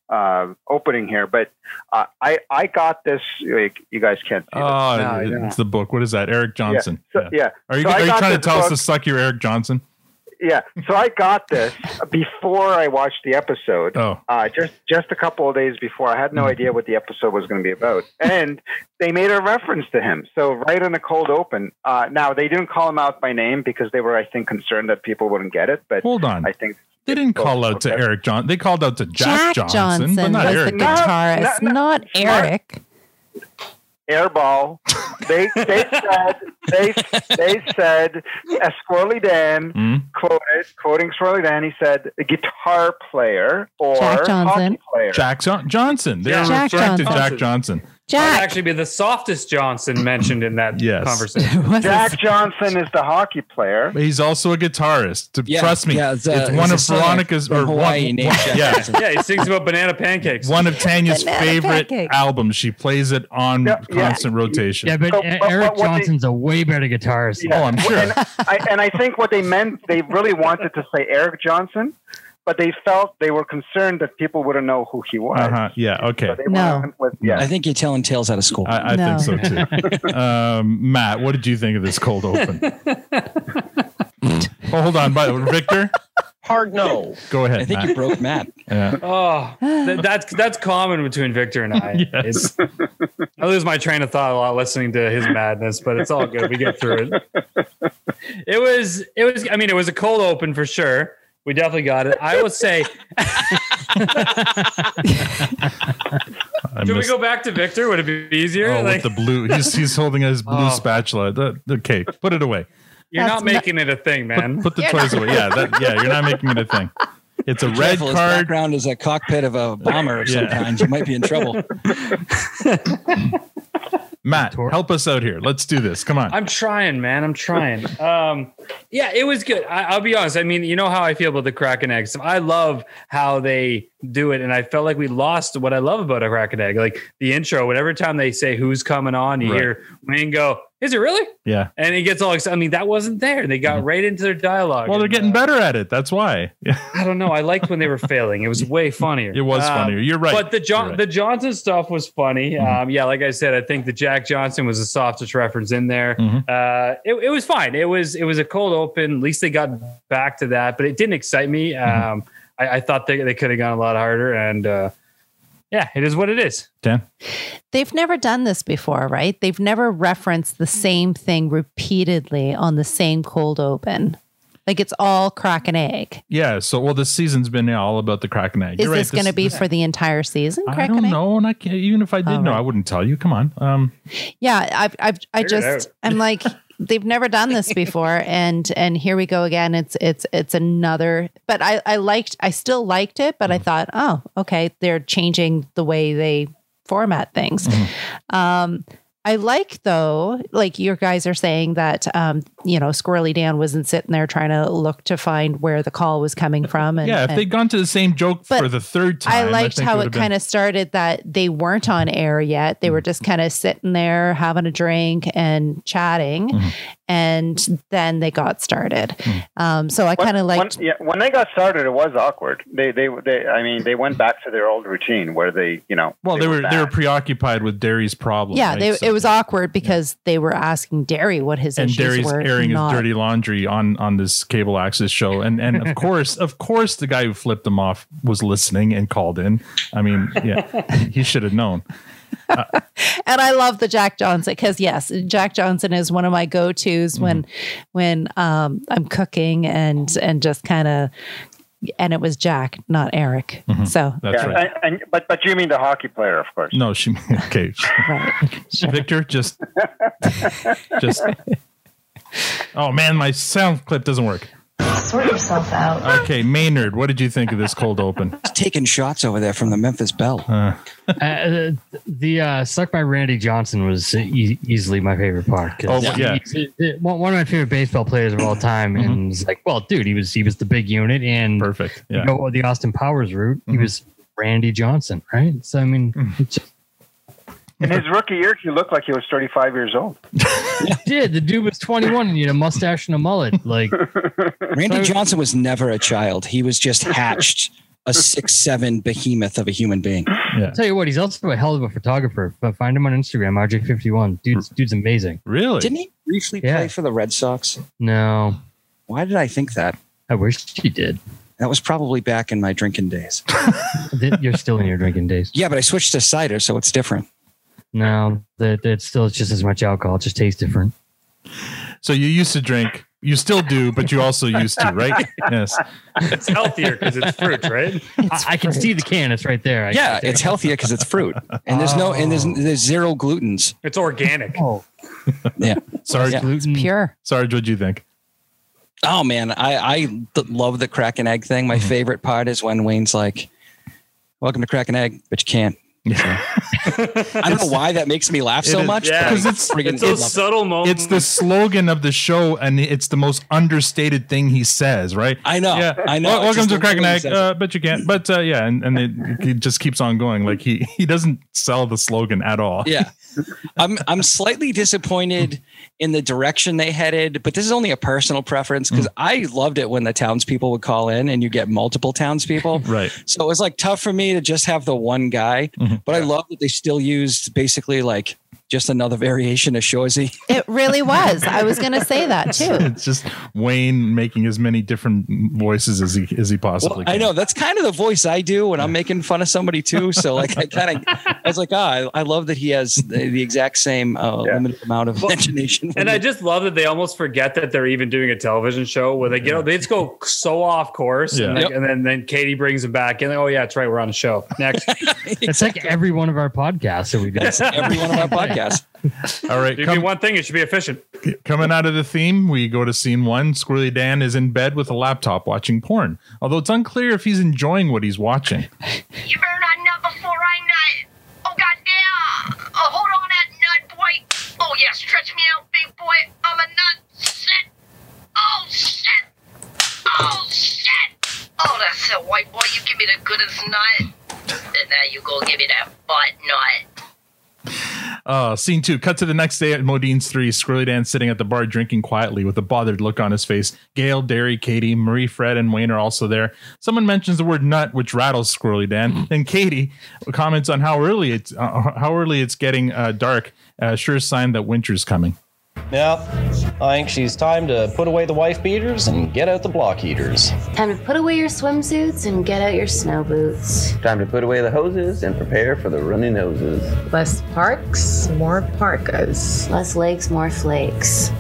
Speaker 9: uh, opening here, but uh, I I got this. Like, you guys can't see
Speaker 7: Oh,
Speaker 9: this. No, you
Speaker 7: it's the book. What is that? Eric
Speaker 9: don't.
Speaker 7: Johnson.
Speaker 9: Yeah.
Speaker 7: Yeah.
Speaker 9: So, yeah.
Speaker 7: Are you,
Speaker 9: So I
Speaker 7: are you
Speaker 9: got
Speaker 7: trying to
Speaker 9: this
Speaker 7: tell us
Speaker 9: book-
Speaker 7: to suck your Eric Johnson?
Speaker 9: Yeah, so I got this before I watched the episode.
Speaker 7: Oh, Mm.
Speaker 9: Uh, just just a couple of days before, I had no idea what the episode was going to be about, and they made a reference to him. So right in the cold open. Uh, now they didn't call him out by name because they were, I think, concerned that people wouldn't get it. But
Speaker 7: hold on.
Speaker 9: I think
Speaker 7: They didn't call out to
Speaker 9: Okay.
Speaker 7: Eric Johnson. They called out to Jack, Johnson, but not
Speaker 8: was
Speaker 7: Eric.
Speaker 8: the
Speaker 9: No,
Speaker 8: guitarist,
Speaker 9: no, no.
Speaker 8: Uh, not Eric.
Speaker 9: airball. They they said they they said uh, Squirrely Dan
Speaker 7: Mm.
Speaker 9: quoted quoting Squirrely Dan. He said guitar player or
Speaker 8: Jack Johnson.
Speaker 9: hockey player.
Speaker 7: Jack Jo- Johnson. They're
Speaker 1: Yeah.
Speaker 8: Jack
Speaker 7: referring to
Speaker 8: Johnson.
Speaker 7: Jack Johnson.
Speaker 1: that'd
Speaker 8: Jack.
Speaker 1: actually be the softest Johnson mentioned in that
Speaker 7: Yes.
Speaker 1: conversation.
Speaker 8: was
Speaker 9: Jack Johnson is the hockey player.
Speaker 7: But he's also a guitarist. To-
Speaker 5: Yeah,
Speaker 7: trust me,
Speaker 5: yeah,
Speaker 7: it's,
Speaker 5: it's, uh, it's
Speaker 7: one
Speaker 5: a
Speaker 7: of
Speaker 5: singer
Speaker 7: Veronica's
Speaker 5: from
Speaker 7: or
Speaker 5: Hawaii
Speaker 7: one,
Speaker 5: named
Speaker 7: one-
Speaker 5: Jack
Speaker 7: yeah,
Speaker 5: Johnson.
Speaker 1: yeah, he sings about banana pancakes.
Speaker 7: one of Tanya's
Speaker 8: Banana
Speaker 7: favorite
Speaker 8: pancake.
Speaker 7: albums. She plays it on
Speaker 9: Yeah, yeah.
Speaker 7: constant rotation.
Speaker 11: Yeah, but
Speaker 9: So,
Speaker 11: E-
Speaker 9: but- but
Speaker 11: Eric
Speaker 9: what they-
Speaker 11: Johnson's a way better guitarist.
Speaker 9: Yeah.
Speaker 7: Oh, I'm sure.
Speaker 9: And I, and I think what they meant, they really wanted to say Eric Johnson, but they felt they were concerned that people wouldn't know who he was.
Speaker 7: Uh-huh. Yeah. Okay.
Speaker 9: So they
Speaker 8: No.
Speaker 9: went with, yeah.
Speaker 5: I think you're telling tales out of school.
Speaker 7: I, I
Speaker 8: No.
Speaker 7: think so too. um, Matt, what did you think of this cold open? oh, hold on, by Victor.
Speaker 6: Hard no.
Speaker 7: Go
Speaker 5: I
Speaker 7: ahead.
Speaker 5: think you
Speaker 7: Matt.
Speaker 5: broke Matt.
Speaker 7: Yeah.
Speaker 1: Oh,
Speaker 6: Ah.
Speaker 1: th- that's that's common between Victor and I.
Speaker 7: Yes.
Speaker 1: It's- I lose my train of thought a lot listening to his madness, but it's all good. We get through it. It was it was. I mean, it was a cold open for sure. We definitely got it. I will say,
Speaker 7: I
Speaker 1: Can we
Speaker 7: missed-
Speaker 1: go back to Victor? Would it be easier?
Speaker 7: oh,
Speaker 1: Like,
Speaker 7: with the blue. He's, he's holding his blue
Speaker 1: Oh.
Speaker 7: spatula. The- okay, put it away.
Speaker 1: you're
Speaker 7: That's
Speaker 1: not making it a thing, man.
Speaker 7: Put the toys away. Yeah, that, yeah. You're not making it a thing. It's a red
Speaker 5: Careful, his
Speaker 7: card.
Speaker 5: background is a cockpit of a bomber of some
Speaker 7: Yeah.
Speaker 5: kind. You might be in trouble.
Speaker 7: Matt, help us out here. Let's do this. Come on.
Speaker 1: I'm trying, man. I'm trying. Um, yeah, it was good. I, I'll be honest. I mean, you know how I feel about the Kraken eggs. I love how they do it, and I felt like we lost what I love about a Kraken egg, like the intro. Whatever time they say who's coming on, you
Speaker 7: Right.
Speaker 1: hear Wayne go, "Is it really?"
Speaker 7: Yeah.
Speaker 1: and he gets all excited. I mean, that wasn't there. They got right into their dialogue.
Speaker 7: Well, they're getting better at it. That's why. Yeah.
Speaker 1: I don't know. I liked when they were failing. It was way funnier. Um,
Speaker 7: It was funnier. You're right.
Speaker 1: But the John
Speaker 7: You're right. Mm-hmm.
Speaker 1: the Johnson stuff was funny. Um, yeah, like I said, I think the Jack Johnson was the softest reference in there.
Speaker 7: Mhm.
Speaker 1: Uh, it, it was fine. It was it was a cold open. At least they got back to that, but it didn't excite me.
Speaker 7: Mm-hmm.
Speaker 1: Um, I, I thought they, they could have gone a lot harder, and uh, yeah, it is what it is.
Speaker 7: Dan.
Speaker 8: They've never done this before, right? They've never referenced the same thing repeatedly on the same cold open. Like it's all crack and egg.
Speaker 7: Yeah. So, well, this season's been all about the Kraken egg.
Speaker 8: Is
Speaker 7: You're right.
Speaker 8: this going to be for the entire season?
Speaker 7: I
Speaker 8: Crack and
Speaker 7: don't
Speaker 8: egg?
Speaker 7: know, and I can't, even if I did
Speaker 8: All
Speaker 7: know,
Speaker 8: right.
Speaker 7: I wouldn't tell you. Come on. Um,
Speaker 8: Yeah, I've, I've I
Speaker 7: Figure it
Speaker 8: just
Speaker 7: out.
Speaker 8: I'm like they've never done this before, and and here we go again. It's it's it's another. But I I liked I still liked it,
Speaker 7: Mm.
Speaker 8: but I thought oh okay they're changing the way they format things.
Speaker 7: Mm-hmm.
Speaker 8: Um, I like though, like your guys are saying that um, you know Squirrely Dan wasn't sitting there trying to look to find where the call was coming from. And
Speaker 7: yeah, if
Speaker 8: and-
Speaker 7: they'd gone to the same joke
Speaker 8: uh, But
Speaker 7: for the third time,
Speaker 8: I liked
Speaker 7: think
Speaker 8: how it
Speaker 7: would've been- Mm-hmm.
Speaker 8: kind of started that they weren't on air yet. They were just kind of sitting there having a drink and chatting,
Speaker 7: Mm-hmm.
Speaker 8: and then they got started. Um, so I kind of liked.
Speaker 9: When, yeah, when they got started, it was awkward. They, they, they. I mean, they went back to their old routine where they, you know,
Speaker 7: Well, they, were they were
Speaker 9: back.
Speaker 7: preoccupied with Derry's problem.
Speaker 8: yeah,
Speaker 7: right?
Speaker 8: they,
Speaker 7: So-
Speaker 8: it was awkward because they were asking Derry what his
Speaker 7: and
Speaker 8: issues
Speaker 7: Derry's
Speaker 8: were.
Speaker 7: airing
Speaker 8: not-
Speaker 7: his dirty laundry on on this cable access show, and and of course, of course, the guy who flipped him off was listening and called in. I mean, yeah, he should have known.
Speaker 8: and I love the Jack Johnson because yes, Jack Johnson is one of my go tos when
Speaker 7: Mm-hmm.
Speaker 8: when um, I'm cooking and and just kind of. And it was Jack, not Eric. So
Speaker 7: Mm-hmm. That's
Speaker 9: Yeah,
Speaker 7: right.
Speaker 9: And, and, but but you mean the hockey player, of course.
Speaker 7: No, she okay. Victor, just just. Oh man, my sound clip doesn't work.
Speaker 3: Sort yourself out.
Speaker 7: Okay, Maynard, what did you think of this cold open?
Speaker 5: Taking shots over there from the Memphis Bell.
Speaker 11: uh, the uh, "Suck by Randy Johnson" was e- easily my favorite part. 'cause
Speaker 7: Oh, yeah.
Speaker 11: he- he- he- one one of my favorite baseball players of all time, and it's like, well, dude, he was he was the big unit and
Speaker 7: Mm-hmm. perfect.
Speaker 11: You
Speaker 7: Yeah. Mm-hmm.
Speaker 11: know, the Austin Powers route, he was Randy Johnson, right? So I mean,
Speaker 7: Mm.
Speaker 11: it's just-
Speaker 9: In his rookie year, he looked like he was 35 years old.
Speaker 11: he did the dude was twenty one and he had a mustache and a mullet, like
Speaker 5: Randy Johnson was never a child. He was just hatched a six seven behemoth of a human being.
Speaker 7: Yeah.
Speaker 11: Tell you what, he's also a hell of a photographer. But find him on Instagram, RJ51. Dude's dude's amazing.
Speaker 7: Really?
Speaker 5: Didn't he briefly
Speaker 11: Yeah.
Speaker 5: play for the Red Sox?
Speaker 11: No,
Speaker 5: Why did I think that?
Speaker 11: I wish he did.
Speaker 5: That was probably back in my drinking days.
Speaker 11: Th- you're still in your drinking days.
Speaker 5: yeah, but I switched to cider, so it's different.
Speaker 11: No, that that's still it's just as much alcohol. It just tastes different.
Speaker 7: So you used to drink. You still do, but you also used to, right? Yes.
Speaker 1: It's healthier because it's fruit, right?
Speaker 11: I, I can see the can. It's right there. I can
Speaker 5: Yeah,
Speaker 11: see it.
Speaker 5: it's healthier because it's fruit, and there's no and there's
Speaker 7: Oh.
Speaker 5: there's zero gluten's.
Speaker 1: It's organic.
Speaker 11: Oh,
Speaker 5: Yeah.
Speaker 7: Sarge,
Speaker 5: Yeah.
Speaker 11: gluten.
Speaker 8: pure.
Speaker 7: Sarge, what'd you think?
Speaker 5: Oh man, I I th- love the crack and egg thing. My
Speaker 7: Mm-hmm.
Speaker 5: favorite part is when Wayne's like, "Welcome to crack and egg," but you can't. I don't know why that makes me laugh so
Speaker 7: It is-
Speaker 5: much.
Speaker 1: yeah.
Speaker 5: but I
Speaker 7: Because it's-
Speaker 5: friggin'
Speaker 1: It's those
Speaker 5: love it.
Speaker 1: subtle moments.
Speaker 7: It's the slogan of the show, and it's the most understated thing he says, right?
Speaker 5: I know.
Speaker 7: Yeah,
Speaker 5: I know.
Speaker 7: Wel-
Speaker 5: It
Speaker 7: welcome
Speaker 5: just
Speaker 7: to Kraken
Speaker 5: literally
Speaker 7: Egg,
Speaker 5: says
Speaker 7: uh, but you can't. But uh, yeah, and, and it, it just keeps on going. Like he he doesn't sell the slogan at all.
Speaker 5: yeah i'm i'm slightly disappointed in the direction they headed but this is only a personal preference
Speaker 7: Hmm.
Speaker 5: because i loved it when the townspeople would call in and you get multiple townspeople
Speaker 7: Right. Mm-hmm.
Speaker 5: so it was like tough for me to just have the one guy but i love that they still used basically like just another variation of Shorzy.
Speaker 8: It really was. I was going to say that too.
Speaker 7: it's just Wayne making as many different voices as he as he possibly
Speaker 5: I
Speaker 7: can.
Speaker 5: know that's kind of the voice I do when I'm making fun of somebody too. So like I kind of, I was like, ah, I, I love that he has the, the exact same uh, limited amount of imagination.
Speaker 1: And I just love that they almost forget that they're even doing a television show where they get they just go so off course,
Speaker 7: Yeah.
Speaker 1: and, like-
Speaker 7: Yep.
Speaker 1: and then then Katie brings them back, and oh yeah, that's right, we're on a show next.
Speaker 11: It's like every one of our podcasts that we do.
Speaker 1: That's every one of our podcasts.
Speaker 7: All right,
Speaker 1: If you do one thing, it should be efficient.
Speaker 7: Coming out of the theme, we go to scene one. Squirrely Dan is in bed with a laptop watching porn, although it's unclear if he's enjoying what he's watching.
Speaker 14: You better not nut before I nut. Oh goddamn! Oh, hold on, that nut boy. Oh yeah, stretch me out, big boy. I'm a nut. Shit. Oh shit. Oh shit. Oh, that's it, white boy. You give me the goodest nut, and now you go give me that butt nut.
Speaker 7: Uh, scene two. Cut to the next day at Modine's three. Squirrely Dan sitting at the bar drinking quietly with a bothered look on his face. Gail, Derry, Katie, Marie, Fred, and Wayne are also there. Someone mentions the word nut, which rattles Squirrely Dan. Then Katie comments on how early it's uh, how early it's getting uh, dark. Uh, sure sign that winter's coming.
Speaker 6: Yep. I think she's time to put away the wife beaters and get out the block heaters.
Speaker 3: Time to put away your swimsuits and get out your snow boots.
Speaker 12: Time to put away the hoses and prepare for the runny noses.
Speaker 3: Less parks, more parkas. Less lakes, more flakes.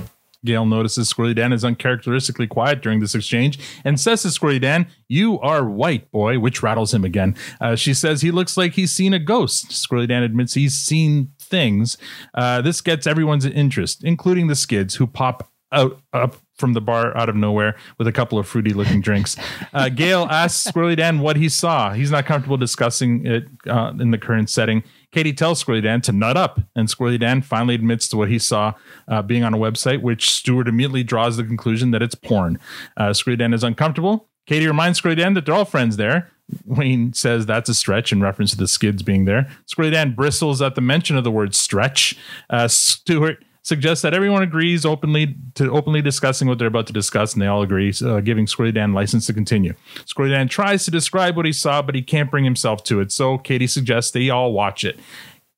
Speaker 7: Gail notices Squirrely Dan is uncharacteristically quiet during this exchange and says to Squirrely Dan, You are white, boy, which rattles him again. Uh, she says he looks like he's seen a ghost. Squirrely Dan admits he's seen things. Uh, this gets everyone's interest, including the skids who pop out up from the bar out of nowhere with a couple of fruity looking drinks. Uh, Gail asks Squirrely Dan what he saw. He's not comfortable discussing it uh, in the current setting. Katie tells Squirrely Dan to nut up, and Squirrely Dan finally admits to what he saw uh, being on a website, which Stewart immediately draws the conclusion that it's porn. Uh, Squirrely Dan is uncomfortable. Katie reminds Squirrely Dan that they're all friends there. Wayne says that's a stretch in reference to the skids being there. Squirrely Dan bristles at the mention of the word stretch. Uh, Stewart suggests that everyone agrees openly to openly discussing what they're about to discuss, and they all agree, uh, giving Squirrely Dan license to continue. Squirrely Dan tries to describe what he saw, but he can't bring himself to it. So Katie suggests they all watch it.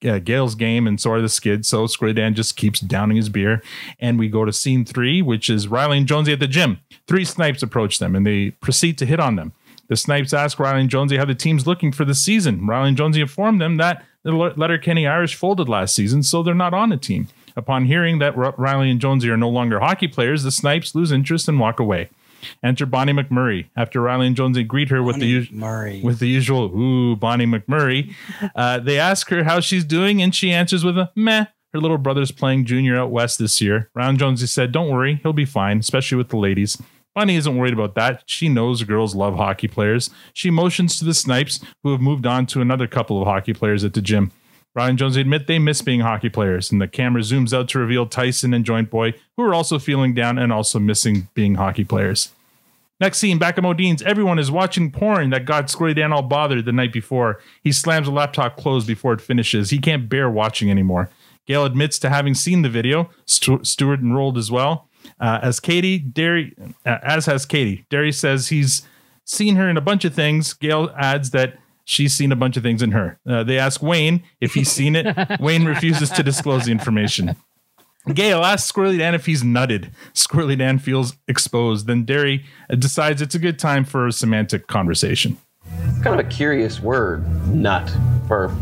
Speaker 7: Uh, Gail's game, and so are the skids. So Squirrely Dan just keeps downing his beer, and we go to scene three, which is Riley and Jonesy at the gym. Three snipes approach them, and they proceed to hit on them. The Snipes ask Riley and Jonesy how the team's looking for the season. Riley and Jonesy inform them that the Le- Letterkenny Irish folded last season, so they're not on a team. Upon hearing that R- Riley and Jonesy are no longer hockey players, the Snipes lose interest and walk away. Enter Bonnie McMurray. After Riley and Jonesy greet her with the usual with the usual "Ooh, Bonnie McMurray," uh, they ask her how she's doing, and she answers with a "Meh." Her little brother's playing junior out west this year. Riley and Jonesy said, "Don't worry, he'll be fine, especially with the ladies." Bonnie isn't worried about that. She knows girls love hockey players. She motions to the Snipes, who have moved on to another couple of hockey players at the gym. Ryan Jones admit they miss being hockey players, and the camera zooms out to reveal Tyson and Joint Boy, who are also feeling down and also missing being hockey players. Next scene, back at Modine's, everyone is watching porn that got Squirrely Dan all bothered the night before. He slams the laptop closed before it finishes. He can't bear watching anymore. Gail admits to having seen the video. Stu- Stewart enrolled as well. Uh, as Katie, Derry, uh, as has Katie, Derry says he's seen her in a bunch of things. Gail adds that she's seen a bunch of things in her. Uh, they ask Wayne if he's seen it. Wayne refuses to disclose the information. Gail asks Squirrely Dan if he's nutted. Squirrely Dan feels exposed. Then Derry uh, decides it's a good time for a semantic conversation.
Speaker 12: It's kind of a curious word, nut, for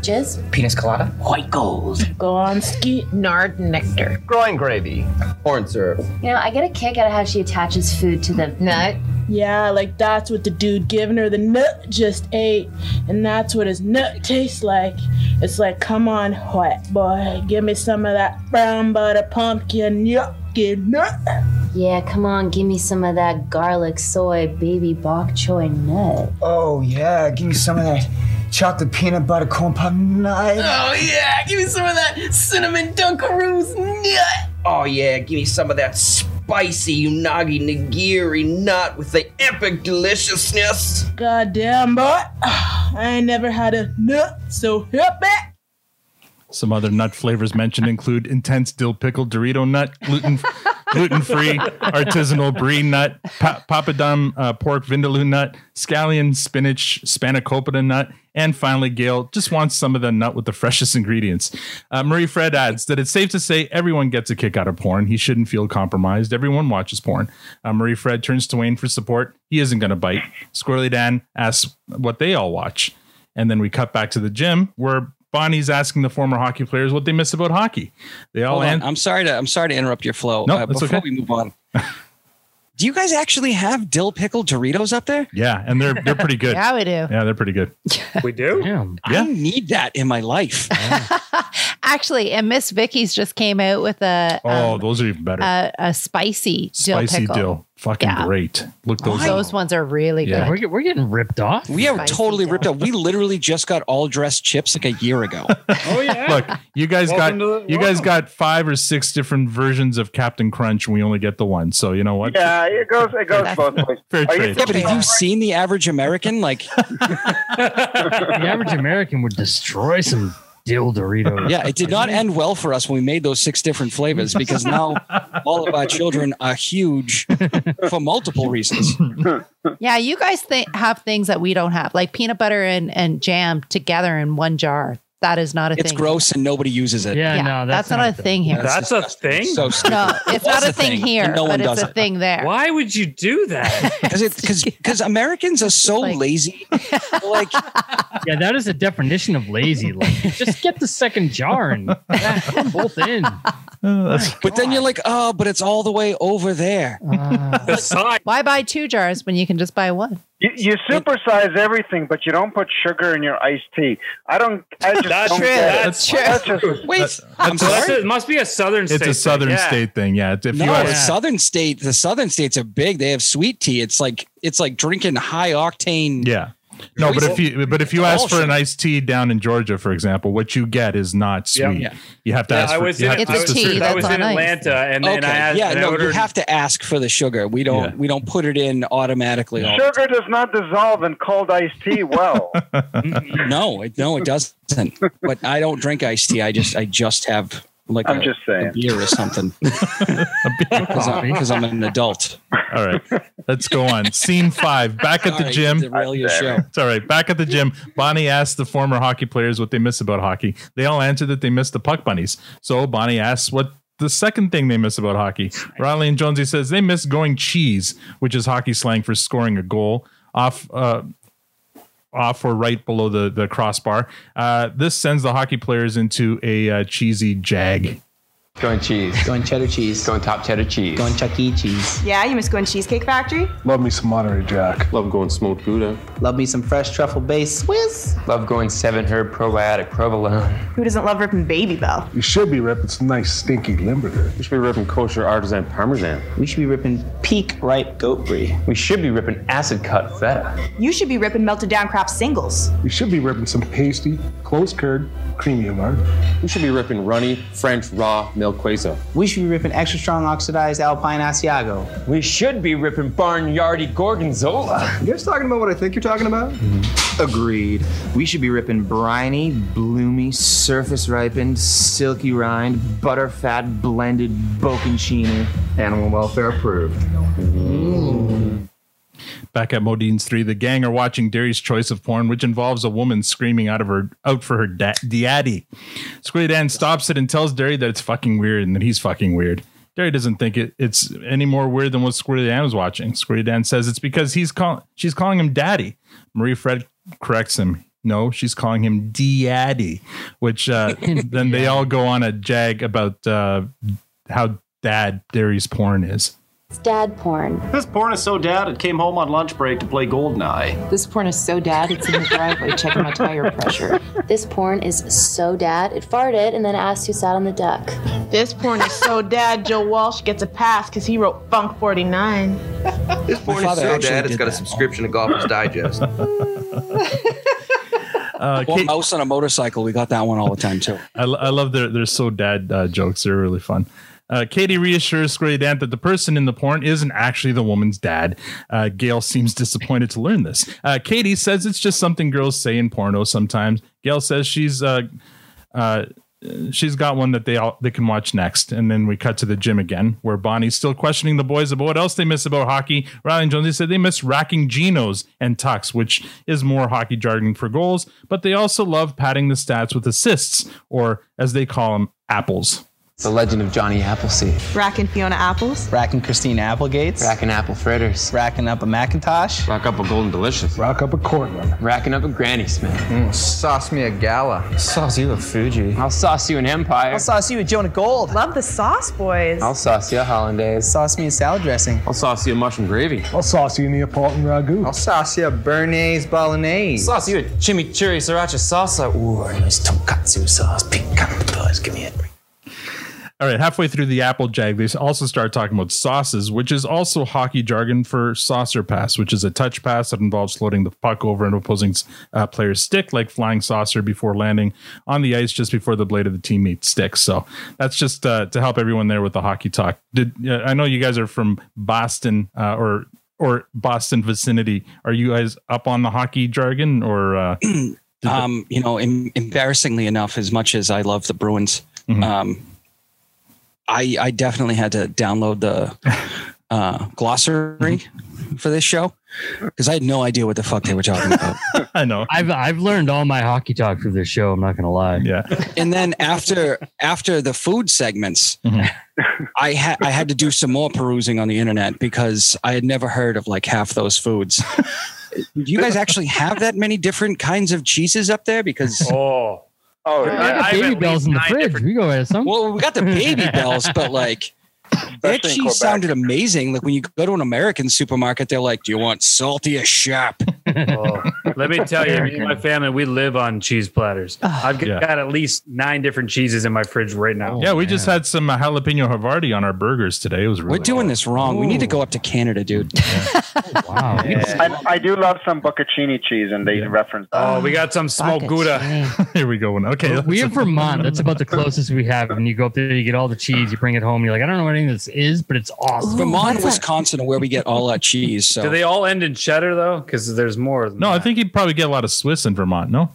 Speaker 15: Jizz,
Speaker 12: penis colada. White gold.
Speaker 15: Gonski, Nard Nectar.
Speaker 12: Groin gravy. Corn syrup.
Speaker 15: You know, I get a kick out of how she attaches food to the nut.
Speaker 16: Yeah, like that's what the dude giving her the nut just ate, and that's what his nut tastes like. It's like, come on, white boy, give me some of that brown butter pumpkin yucky nut.
Speaker 3: Yeah, come on, give me some of that garlic soy baby bok choy nut.
Speaker 17: Oh yeah, give me some of that chocolate peanut butter corn pop nut.
Speaker 13: Oh, yeah. Give me some of that cinnamon Dunkaroos nut.
Speaker 12: Oh yeah, give me some of that spicy unagi nigiri nut with the epic deliciousness.
Speaker 16: Goddamn boy, I ain't never had a nut so happy.
Speaker 7: Some other nut flavors mentioned include intense dill pickle Dorito nut, gluten gluten free artisanal brie nut, pa- papadum uh, pork vindaloo nut, scallion spinach spanakopita nut, and finally Gail just wants some of the nut with the freshest ingredients. Uh, Marie Fred adds that it's safe to say everyone gets a kick out of porn. He shouldn't feel compromised. Everyone watches porn. Uh, Marie Fred turns to Wayne for support. He isn't going to bite. Squirrely Dan asks what they all watch. And then we cut back to the gym where Bonnie's asking the former hockey players what they miss about hockey. They all
Speaker 5: Hold on.
Speaker 7: answer.
Speaker 5: I'm sorry to I'm sorry to interrupt your flow. Uh,
Speaker 7: No, that's
Speaker 5: before
Speaker 7: okay.
Speaker 5: we move on, do you guys actually have dill pickle Doritos up there?
Speaker 7: Yeah, and they're they're pretty good.
Speaker 8: Yeah, we do.
Speaker 7: Yeah, they're pretty good.
Speaker 1: We do.
Speaker 7: Yeah.
Speaker 5: I need that in my life.
Speaker 8: Actually, and Miss Vicky's just came out with a
Speaker 7: Oh,
Speaker 8: um,
Speaker 7: those are even better.
Speaker 8: a, a spicy dill
Speaker 7: Spicy
Speaker 8: pickle.
Speaker 7: dill, fucking
Speaker 8: Yeah.
Speaker 7: great. Look those.
Speaker 8: Those, ones are really
Speaker 7: Yeah.
Speaker 8: good.
Speaker 7: We're
Speaker 11: We're getting ripped off.
Speaker 5: We are
Speaker 8: Spicy
Speaker 5: totally ripped up. We literally just got all dressed chips like a year ago.
Speaker 7: Look, you guys
Speaker 5: Welcome
Speaker 7: got
Speaker 5: to the-
Speaker 7: you guys
Speaker 5: welcome.
Speaker 7: got five or six different versions of Captain Crunch, and we only get the one. So you know what?
Speaker 9: Yeah, it goes it goes both ways.
Speaker 7: Fair
Speaker 9: Are you
Speaker 7: trade.
Speaker 5: yeah, but have you seen the average American? Like,
Speaker 11: The average American would destroy some dill Doritos.
Speaker 5: yeah, it did not end well for us when we made those six different flavors because now all of our children are huge for multiple reasons.
Speaker 8: Yeah, you guys th- have things that we don't have, like peanut butter and, and jam together in one jar. That is not a
Speaker 5: It's
Speaker 8: thing.
Speaker 5: gross and nobody uses it.
Speaker 11: Yeah,
Speaker 8: Yeah,
Speaker 11: no,
Speaker 8: that's, not, a thing here.
Speaker 1: That's a thing.
Speaker 5: So stupid.
Speaker 8: no, it's not
Speaker 5: was
Speaker 8: a thing, here,
Speaker 5: and no
Speaker 8: but
Speaker 5: one
Speaker 8: it's
Speaker 5: does
Speaker 8: a
Speaker 5: it.
Speaker 8: thing there.
Speaker 1: Why would you do that?
Speaker 5: Because because because Americans are so lazy. like,
Speaker 11: Yeah, that is a definition of lazy. Like, just get the second jar and put 'em both in.
Speaker 5: but then you're like, oh, but it's all the way over there.
Speaker 11: Uh,
Speaker 7: Uh.
Speaker 8: Why buy two jars when you can just buy one?
Speaker 9: You, you supersize everything, but you don't put sugar in your iced tea. I don't. I just
Speaker 1: That's
Speaker 9: don't
Speaker 1: true.
Speaker 9: get it.
Speaker 1: That's
Speaker 9: just-
Speaker 5: Wait, I'm
Speaker 1: So that's
Speaker 5: sorry.
Speaker 1: a, it must be a southern
Speaker 7: It's
Speaker 1: state.
Speaker 7: a southern
Speaker 1: thing. Yeah.
Speaker 7: state thing. Yeah, if
Speaker 5: No,
Speaker 7: you
Speaker 5: the
Speaker 7: have,
Speaker 5: southern state. The southern states are big. They have sweet tea. It's like it's like drinking high octane.
Speaker 7: yeah. No, but if you but if you ask for an
Speaker 5: Bullshit.
Speaker 7: iced tea down in Georgia, for example, what you get is not
Speaker 1: Yeah.
Speaker 7: sweet.
Speaker 5: Yeah.
Speaker 7: You have to
Speaker 1: Yeah,
Speaker 7: ask.
Speaker 1: I
Speaker 7: for,
Speaker 1: was
Speaker 7: you
Speaker 1: in,
Speaker 7: have
Speaker 1: I
Speaker 7: to
Speaker 1: was,
Speaker 8: tea,
Speaker 1: I
Speaker 8: that's
Speaker 1: was
Speaker 8: on
Speaker 1: in
Speaker 8: ice.
Speaker 1: Atlanta, and,
Speaker 5: okay.
Speaker 1: and I asked,
Speaker 5: yeah,
Speaker 1: and I
Speaker 5: no, you
Speaker 1: ordered,
Speaker 5: have to ask for the sugar. We don't
Speaker 7: Yeah.
Speaker 5: we don't put it in automatically. all-
Speaker 9: Sugar does not dissolve in cold iced tea
Speaker 1: Oh,
Speaker 9: well.
Speaker 5: No, it, no, it doesn't. but I don't drink iced tea. I just I just have like
Speaker 9: I'm
Speaker 5: a-
Speaker 9: just saying.
Speaker 5: a beer or something because I'm an adult.
Speaker 7: All right, let's go on. Scene five. Back at the
Speaker 5: Sorry,
Speaker 7: gym.
Speaker 5: derail your show.
Speaker 7: It's all right. Back at the gym, Bonnie asks the former hockey players what they miss about hockey. They all answer that they miss the puck bunnies. So Bonnie asks what the second thing they miss about hockey. Riley and Jonesy says they miss going cheese, which is hockey slang for scoring a goal off uh, off or right below the the crossbar. Uh, this sends the hockey players into a uh, cheesy jag.
Speaker 18: Going cheese. Going cheddar cheese. Going top cheddar cheese. Going Chuck E. cheese.
Speaker 19: Yeah, you miss going Cheesecake Factory?
Speaker 18: Love me some Monterey Jack. Love going smoked Gouda. Love me some fresh truffle based Swiss. Love going seven herb probiotic provolone.
Speaker 19: Who doesn't love ripping Baby Bell?
Speaker 18: You should be ripping some nice stinky limburger. We should be ripping kosher artisan parmesan. We should be ripping peak ripe goat brie. We should be ripping acid cut feta.
Speaker 19: You should be ripping melted down crop singles.
Speaker 18: We should be ripping some pasty, close curd, creamy lard.
Speaker 20: We should be ripping runny French raw milk queso.
Speaker 18: We should be ripping extra strong oxidized alpine asiago.
Speaker 20: We should be ripping barnyardy gorgonzola. Mm-hmm.
Speaker 18: You guys talking about what I think you're talking about? Agreed. We should be ripping briny, bloomy, surface ripened, silky rind, butterfat blended bocconcini. Animal welfare approved.
Speaker 7: Back at Modine's three, the gang are watching Derry's choice of porn, which involves a woman screaming out of her out for her da- daddy. Squid Dan stops it and tells Derry that it's fucking weird and that he's fucking weird. Derry doesn't think it, it's any more weird than what Squid Dan was watching. Squid Dan says it's because he's call- she's calling him daddy. Marie Fred corrects him. No, she's calling him daddy, which uh, then they all go on a jag about uh, how dad Derry's porn is.
Speaker 3: It's dad porn.
Speaker 21: This porn is so dad it came home on lunch break to play Goldeneye.
Speaker 15: This porn is so dad, it's in the driveway checking my tire pressure.
Speaker 3: This porn is so dad. It farted and then asked who sat on the duck.
Speaker 16: This porn is so dad Joe Walsh gets a pass because he wrote Funk 49.
Speaker 12: This porn is
Speaker 5: father
Speaker 12: so
Speaker 5: actually
Speaker 12: dad, it's
Speaker 5: did
Speaker 12: got a
Speaker 5: that.
Speaker 12: subscription to Golfers Digest.
Speaker 7: Uh,
Speaker 5: Well, mouse on a motorcycle. We got that one all the time too.
Speaker 7: I, lo- I love their their so dad uh, jokes. They're really fun. Uh, Katie reassures Squirty Dan that the person in the porn isn't actually the woman's dad. Uh, Gail seems disappointed to learn this. Uh, Katie says it's just something girls say in porno sometimes. Gail says she's uh, uh, she's got one that they all they can watch next, and then we cut to the gym again, where Bonnie's still questioning the boys about what else they miss about hockey. Riley and Jonesy said they miss racking genos and tucks, which is more hockey jargon for goals, but they also love padding the stats with assists, or as they call them, apples.
Speaker 2: The legend of Johnny Appleseed.
Speaker 19: Rack and Fiona Apples.
Speaker 2: Racking Christina Applegates. Racking apple fritters. Racking up a Macintosh. Rack up a golden delicious. Rack up a corn rubber. Racking up a Granny Smith. sauce me a gala. Sauce you a Fuji. I'll sauce you an empire. I'll sauce you a Jonah Gold.
Speaker 19: Love the sauce, boys.
Speaker 2: I'll sauce you a hollandaise. Sauce me a salad dressing.
Speaker 20: I'll sauce you a mushroom gravy.
Speaker 2: I'll sauce you a Neapolitan ragu. I'll sauce you a Bernays bolognese.
Speaker 20: Sauce you a chimichurri sriracha salsa. Ooh, a nice tonkatsu sauce. Pecan pies. Give me it.
Speaker 7: All right, halfway through the apple jag, they also start talking about sauces, which is also hockey jargon for saucer pass, which is a touch pass that involves floating the puck over an opposing uh, player's stick, like flying saucer before landing on the ice just before the blade of the teammate sticks. So that's just uh, to help everyone there with the hockey talk. Did uh, I know you guys are from Boston uh, or or Boston vicinity? Are you guys up on the hockey jargon or? Uh, did the-
Speaker 5: Um, you know, em- embarrassingly enough, as much as I love the Bruins,
Speaker 7: Mm-hmm.
Speaker 5: um, I I definitely had to download the uh, glossary
Speaker 7: Mm-hmm.
Speaker 5: for this show because I had no idea what the fuck they were talking about.
Speaker 7: I know.
Speaker 11: I've I've learned all my hockey talk through this show. I'm not gonna lie.
Speaker 7: Yeah.
Speaker 5: and then after after the food segments,
Speaker 7: Mm-hmm.
Speaker 5: I had I had to do some more perusing on the internet because I had never heard of like half those foods. do you guys actually have that many different kinds of cheeses up there? Because
Speaker 1: oh,
Speaker 9: oh,
Speaker 11: We got the baby bells in the fridge. We go ahead some.
Speaker 5: Well, we got the baby bells, but like that
Speaker 11: in
Speaker 5: cheese
Speaker 11: Quebec.
Speaker 5: sounded amazing. Like when you go to an American supermarket, they're like, "Do you want salty or sharp?"
Speaker 1: Oh, Let me tell you, me and my family, we live on cheese platters. I've got,
Speaker 7: Yeah.
Speaker 1: at least nine different cheeses in my fridge right now.
Speaker 7: yeah, we just had some uh, jalapeno havarti on our burgers today. It was really
Speaker 5: We're doing this wrong. We need to go up to Canada, dude.
Speaker 7: wow.
Speaker 9: I, I do love some bocconcini cheese, and they reference.
Speaker 1: Oh, we got some smoked gouda.
Speaker 7: Here we go. Okay,
Speaker 11: we're in Vermont. That's about the closest we have. And you go up there, you get all the cheese, you bring it home. You're like, I don't know what any of this is, but it's awesome.
Speaker 5: Vermont, Wisconsin, are where we get all our cheese. So
Speaker 1: Do they all end in cheddar though? Because there's more. Than
Speaker 7: No, I think you'd probably get a lot of Swiss in Vermont. No,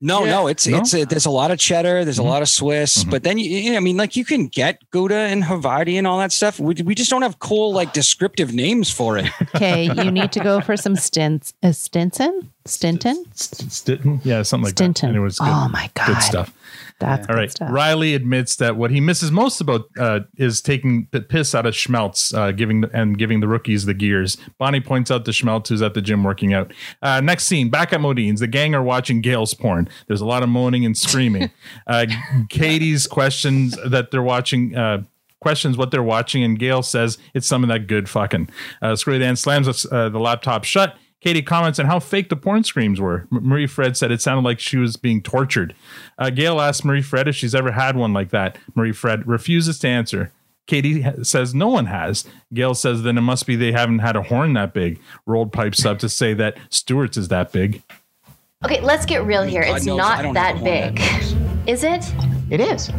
Speaker 5: No, no, it's
Speaker 7: No?
Speaker 5: it's a, there's a lot of cheddar, there's a lot of Swiss, but then you, you know, I mean, like you can get Gouda and Havarti and all that stuff. We, we just don't have cool like descriptive names for it.
Speaker 8: Okay, you need to go for some stints. Uh, Stinson? Stinton?
Speaker 7: Stinton, yeah, something like that.
Speaker 8: Stinton.
Speaker 7: And it was good,
Speaker 8: Oh my
Speaker 7: good
Speaker 8: God.
Speaker 7: stuff.
Speaker 8: That's
Speaker 7: All right. Riley admits that what he misses most about uh, is taking the piss out of Schmelz, uh, giving the, and giving the rookies the gears. Bonnie points out to Schmelz who's at the gym working out. Uh, next scene, back at Modine's, the gang are watching Gail's porn. There's a lot of moaning and screaming. uh, Katie's questions that they're watching. Uh, questions what they're watching, and Gail says it's some of that good fucking. Uh, Screwy Dan slams uh, the laptop shut. Katie comments on how fake the porn screams were. M- Marie Fred said it sounded like she was being tortured. Uh, Gail asks Marie Fred if she's ever had one like that. Marie Fred refuses to answer. Katie ha- says no one has. Gail says then it must be they haven't had a horn that big. Rolled pipes up to say that Stewart's is that big.
Speaker 3: Okay, let's get real here.
Speaker 2: God
Speaker 3: It's
Speaker 2: knows I
Speaker 3: not
Speaker 2: don't
Speaker 3: that
Speaker 2: have one
Speaker 3: big. Is it?
Speaker 2: It is.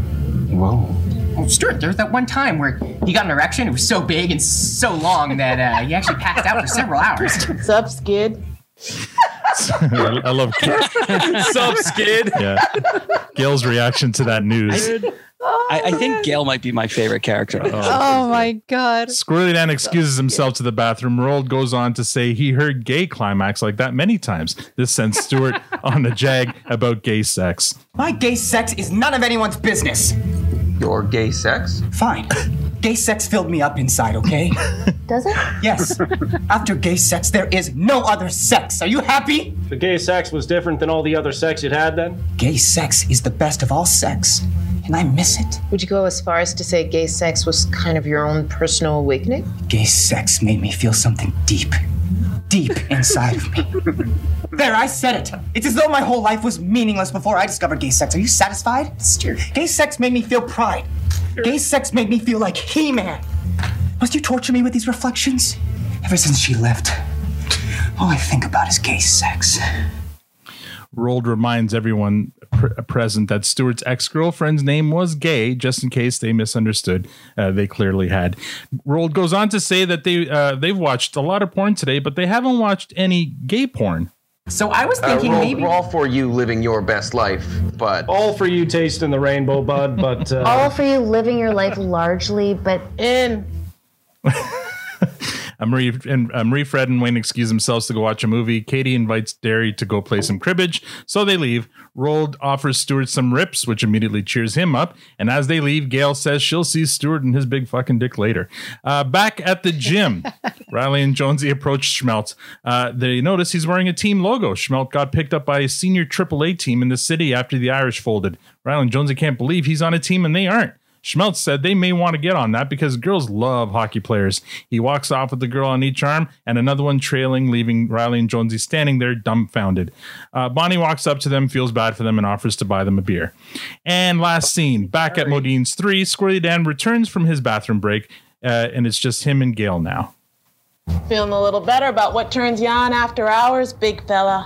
Speaker 2: Whoa. Oh, Stuart, there was that one time where he got an erection. It was so big and so long that uh, he actually passed out for several hours.
Speaker 16: What's up, Skid?
Speaker 7: I, I love
Speaker 1: Sup, skid.
Speaker 7: Yeah. Gail's reaction to that news.
Speaker 5: I, I think Gail might be my favorite character.
Speaker 8: Oh my God.
Speaker 7: Squirrely Dan excuses himself to the bathroom. Rold goes on to say he heard gay climax like that many times. This sends Stuart on the jag about gay sex.
Speaker 2: My gay sex is none of anyone's business.
Speaker 12: Your gay sex?
Speaker 2: Fine. Gay sex filled me up inside, okay?
Speaker 3: Does it?
Speaker 2: Yes. After gay sex, there is no other sex. Are you happy?
Speaker 22: The gay sex was different than all the other sex you'd had then?
Speaker 2: Gay sex is the best of all sex, and I miss it.
Speaker 23: Would you go as far as to say gay sex was kind of your own personal awakening?
Speaker 2: Gay sex made me feel something deep, deep inside of me. There, I said it. It's as though my whole life was meaningless before I discovered gay sex. Are you satisfied? Gay sex made me feel pride. Gay sex made me feel like He Man. Must you torture me with these reflections? Ever since she left, all I think about is gay sex.
Speaker 7: Rold reminds everyone pr- present that Stewart's ex girlfriend's name was Gay, just in case they misunderstood. Uh, they clearly had. Rold goes on to say that they uh, they've watched a lot of porn today, but they haven't watched any gay porn.
Speaker 24: So I was
Speaker 12: Uh,
Speaker 24: thinking
Speaker 12: we're all-
Speaker 24: maybe.
Speaker 12: we're all for you living your best life, but
Speaker 25: all for you tasting the rainbow, bud. But uh,
Speaker 3: All for you living your life largely, but
Speaker 26: in
Speaker 7: Uh, Marie and uh, Marie, Fred, and Wayne excuse themselves to go watch a movie. Katie invites Derry to go play some cribbage, so they leave. Rold offers Stewart some rips, which immediately cheers him up. And as they leave, Gail says she'll see Stewart and his big fucking dick later. Uh, back at the gym, Riley and Jonesy approach Schmelt. Uh, they notice he's wearing a team logo. Schmelt got picked up by a senior AAA team in the city after the Irish folded. Riley and Jonesy can't believe he's on a team and they aren't. Schmelz said they may want to get on that because girls love hockey players. He walks off with the girl on each arm and another one trailing, leaving Riley and Jonesy standing there dumbfounded. Uh, Bonnie walks up to them, feels bad for them, and offers to buy them a beer. And last scene, back at Modine's 3, Squirrely Dan returns from his bathroom break, uh, and it's just him and Gail now.
Speaker 16: Feeling a little better about what turns you on after hours, big fella.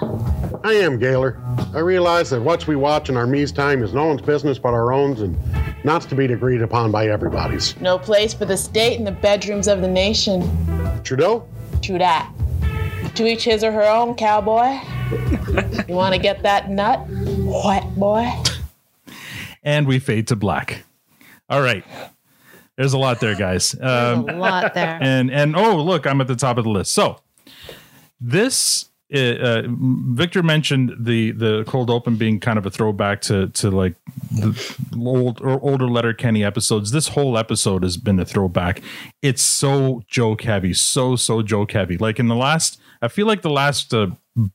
Speaker 4: I am, Gaylor. I realize that what we watch in our me's time is no one's business but our own and not to be agreed upon by everybody's.
Speaker 16: No place for the state in the bedrooms of the nation.
Speaker 4: Trudeau?
Speaker 16: True that. To each his or her own, cowboy. you want to get that nut? What, boy?
Speaker 7: And we fade to black. All right. There's a lot there, guys. Um,
Speaker 27: a lot there.
Speaker 7: and and oh look i'm at the top of the list so this uh, uh, victor mentioned the the cold open being kind of a throwback to to like the old or older letter kenny episodes this whole episode has been a throwback it's so joke heavy so so joke heavy like in the last i feel like the last uh,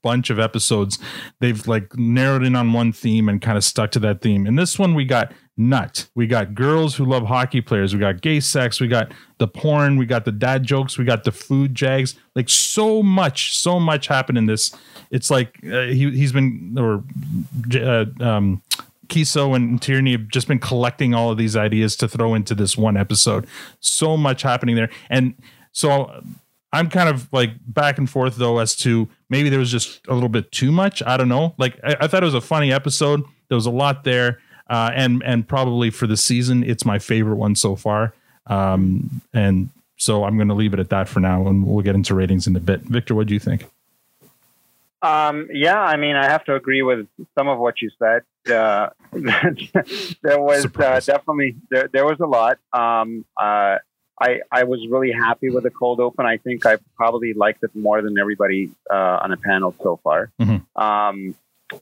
Speaker 7: bunch of episodes they've like narrowed in on one theme and kind of stuck to that theme in this one we got nut. We got girls who love hockey players. We got gay sex. We got the porn. We got the dad jokes. We got the food jags. Like so much, so much happened in this. It's like uh, he he's been or uh, um, Kiso and Tierney have just been collecting all of these ideas to throw into this one episode. So much happening there, and so. I'm kind of like back and forth though as to maybe there was just a little bit too much. I don't know. Like I, I thought it was a funny episode. There was a lot there uh, and and probably for the season, it's my favorite one so far. Um, and so I'm going to leave it at that for now, and we'll get into ratings in a bit. Victor, what do you think?
Speaker 10: Um, yeah, I mean, I have to agree with some of what you said. Uh, there was uh, definitely there, there was a lot. Um, uh, I I was really happy with the cold open. I think I probably liked it more than everybody uh, on the panel so far. Um,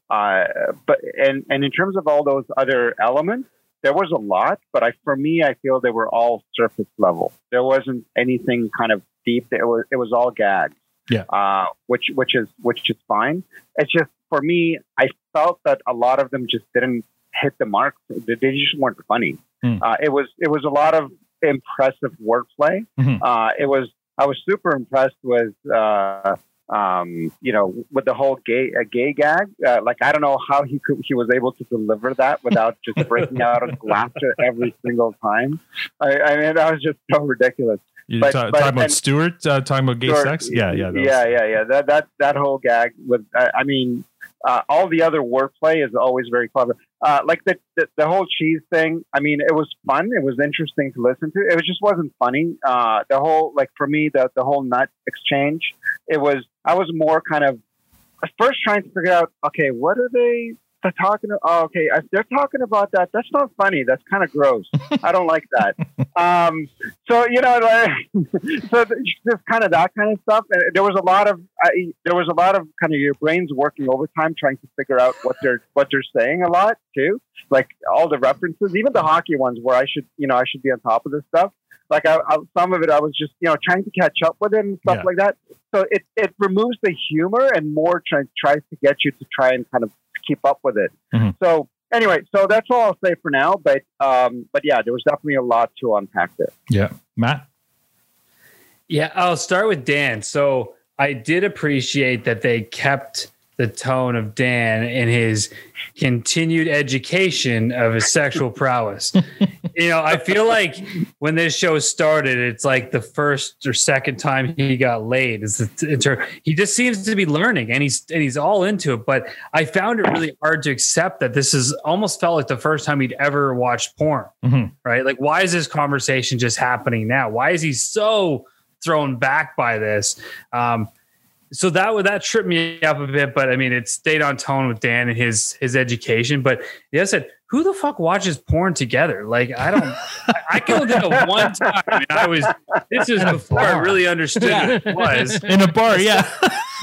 Speaker 10: uh, but and and in terms of all those other elements, there was a lot. But I, for me, I feel they were all surface level. There wasn't anything kind of deep. It was it was all gags.
Speaker 7: Yeah.
Speaker 10: Uh, which which is which is fine. It's just for me, I felt that a lot of them just didn't hit the mark. They they just weren't funny.
Speaker 1: Hmm.
Speaker 10: Uh, it was it was a lot of impressive wordplay.
Speaker 1: Hmm.
Speaker 7: Hmm.
Speaker 9: Mhm.
Speaker 10: Uh, it was I was super impressed with uh, um, you know with the whole gay uh, gay gag. Uh, like I don't know how he could, he was able to deliver that without just breaking out in laughter every single time. I, I mean that was just so ridiculous.
Speaker 7: You
Speaker 10: But-
Speaker 7: ta-
Speaker 10: but-
Speaker 7: talking about
Speaker 10: and-
Speaker 7: Stewart? Uh, talking about gay
Speaker 10: Sure.
Speaker 7: sex? Yeah, yeah, that was-
Speaker 10: yeah, yeah, yeah. That that that whole gag with. I, I mean, uh, all the other wordplay is always very clever. Uh, like the, the the whole cheese thing. I mean, it was fun. It was interesting to listen to. It was, just wasn't funny. Uh, the whole like for me, the the whole nut exchange. It was. I was more kind of at first trying to figure out. Okay, what are they? They're talking. Oh, okay, if they're talking about that. That's not funny. That's kind of gross. I don't like that. Um, so you know, like, so th- just kind of that kind of stuff. And there was a lot of I, there was a lot of kind of your brains working overtime trying to figure out what they're what they're saying a lot too. Like all the references, even the hockey ones, where I should you know I should be on top of this stuff. Like I, I, some of it, I was just you know trying to catch up with it and stuff
Speaker 9: Yeah.
Speaker 10: like that. So it it removes the humor and more try, tries to get you to try and kind of keep up with it.
Speaker 1: Mm-hmm.
Speaker 10: So anyway, so that's all I'll say for now. But um, but yeah, there was definitely a lot to unpack there.
Speaker 7: Yeah, Matt.
Speaker 1: Yeah, I'll start with Dan. So I did appreciate that they kept the tone of Dan in his continued education of his sexual prowess. you know, I feel like when this show started, it's like the first or second time he got laid. Is it- it's her- he just seems to be learning, and he's and he's all into it. But I found it really hard to accept that this is almost felt like the first time he'd ever watched porn
Speaker 11: Mm-hmm.
Speaker 1: right? Like, why is this conversation just happening now? Why is he so thrown back by this? Um, so that would that tripped me up a bit, but I mean it stayed on tone with Dan and his his education. But the other said, who the fuck watches porn together? Like I don't I, I can only think of one time and I was this is before I really understood what it was.
Speaker 7: in a bar. Yeah,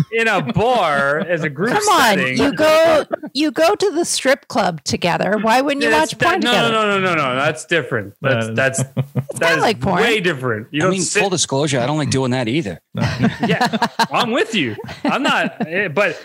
Speaker 1: In a bar as a group
Speaker 8: Come on,
Speaker 1: setting.
Speaker 8: you go you go to the strip club together. Why wouldn't you
Speaker 1: That's-
Speaker 8: watch porn
Speaker 1: that- no,
Speaker 8: together?
Speaker 1: no, no, no, no, no. That's different. That's that's that's
Speaker 8: like porn.
Speaker 1: way different. You
Speaker 5: Uh, I
Speaker 1: don't
Speaker 5: mean,
Speaker 1: sit
Speaker 5: full disclosure, I don't like doing that either.
Speaker 1: I'm with you. I'm not, eh, but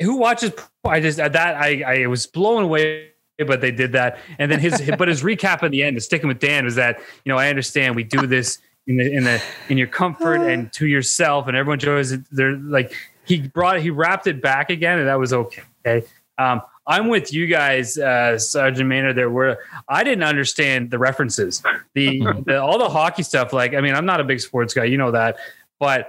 Speaker 1: who watches? p- I just that I I was blown away. But they did that, and then his but his recap at the end, sticking with Dan, was that you know I understand we do this in the in the in your comfort and to yourself, and everyone enjoys it. They're like he brought he wrapped it back again, and that was okay. Um, I'm with you guys, uh, Sergeant Maynard. There were I didn't understand the references, the, the all the hockey stuff. Like I mean, I'm not a big sports guy, you know that, but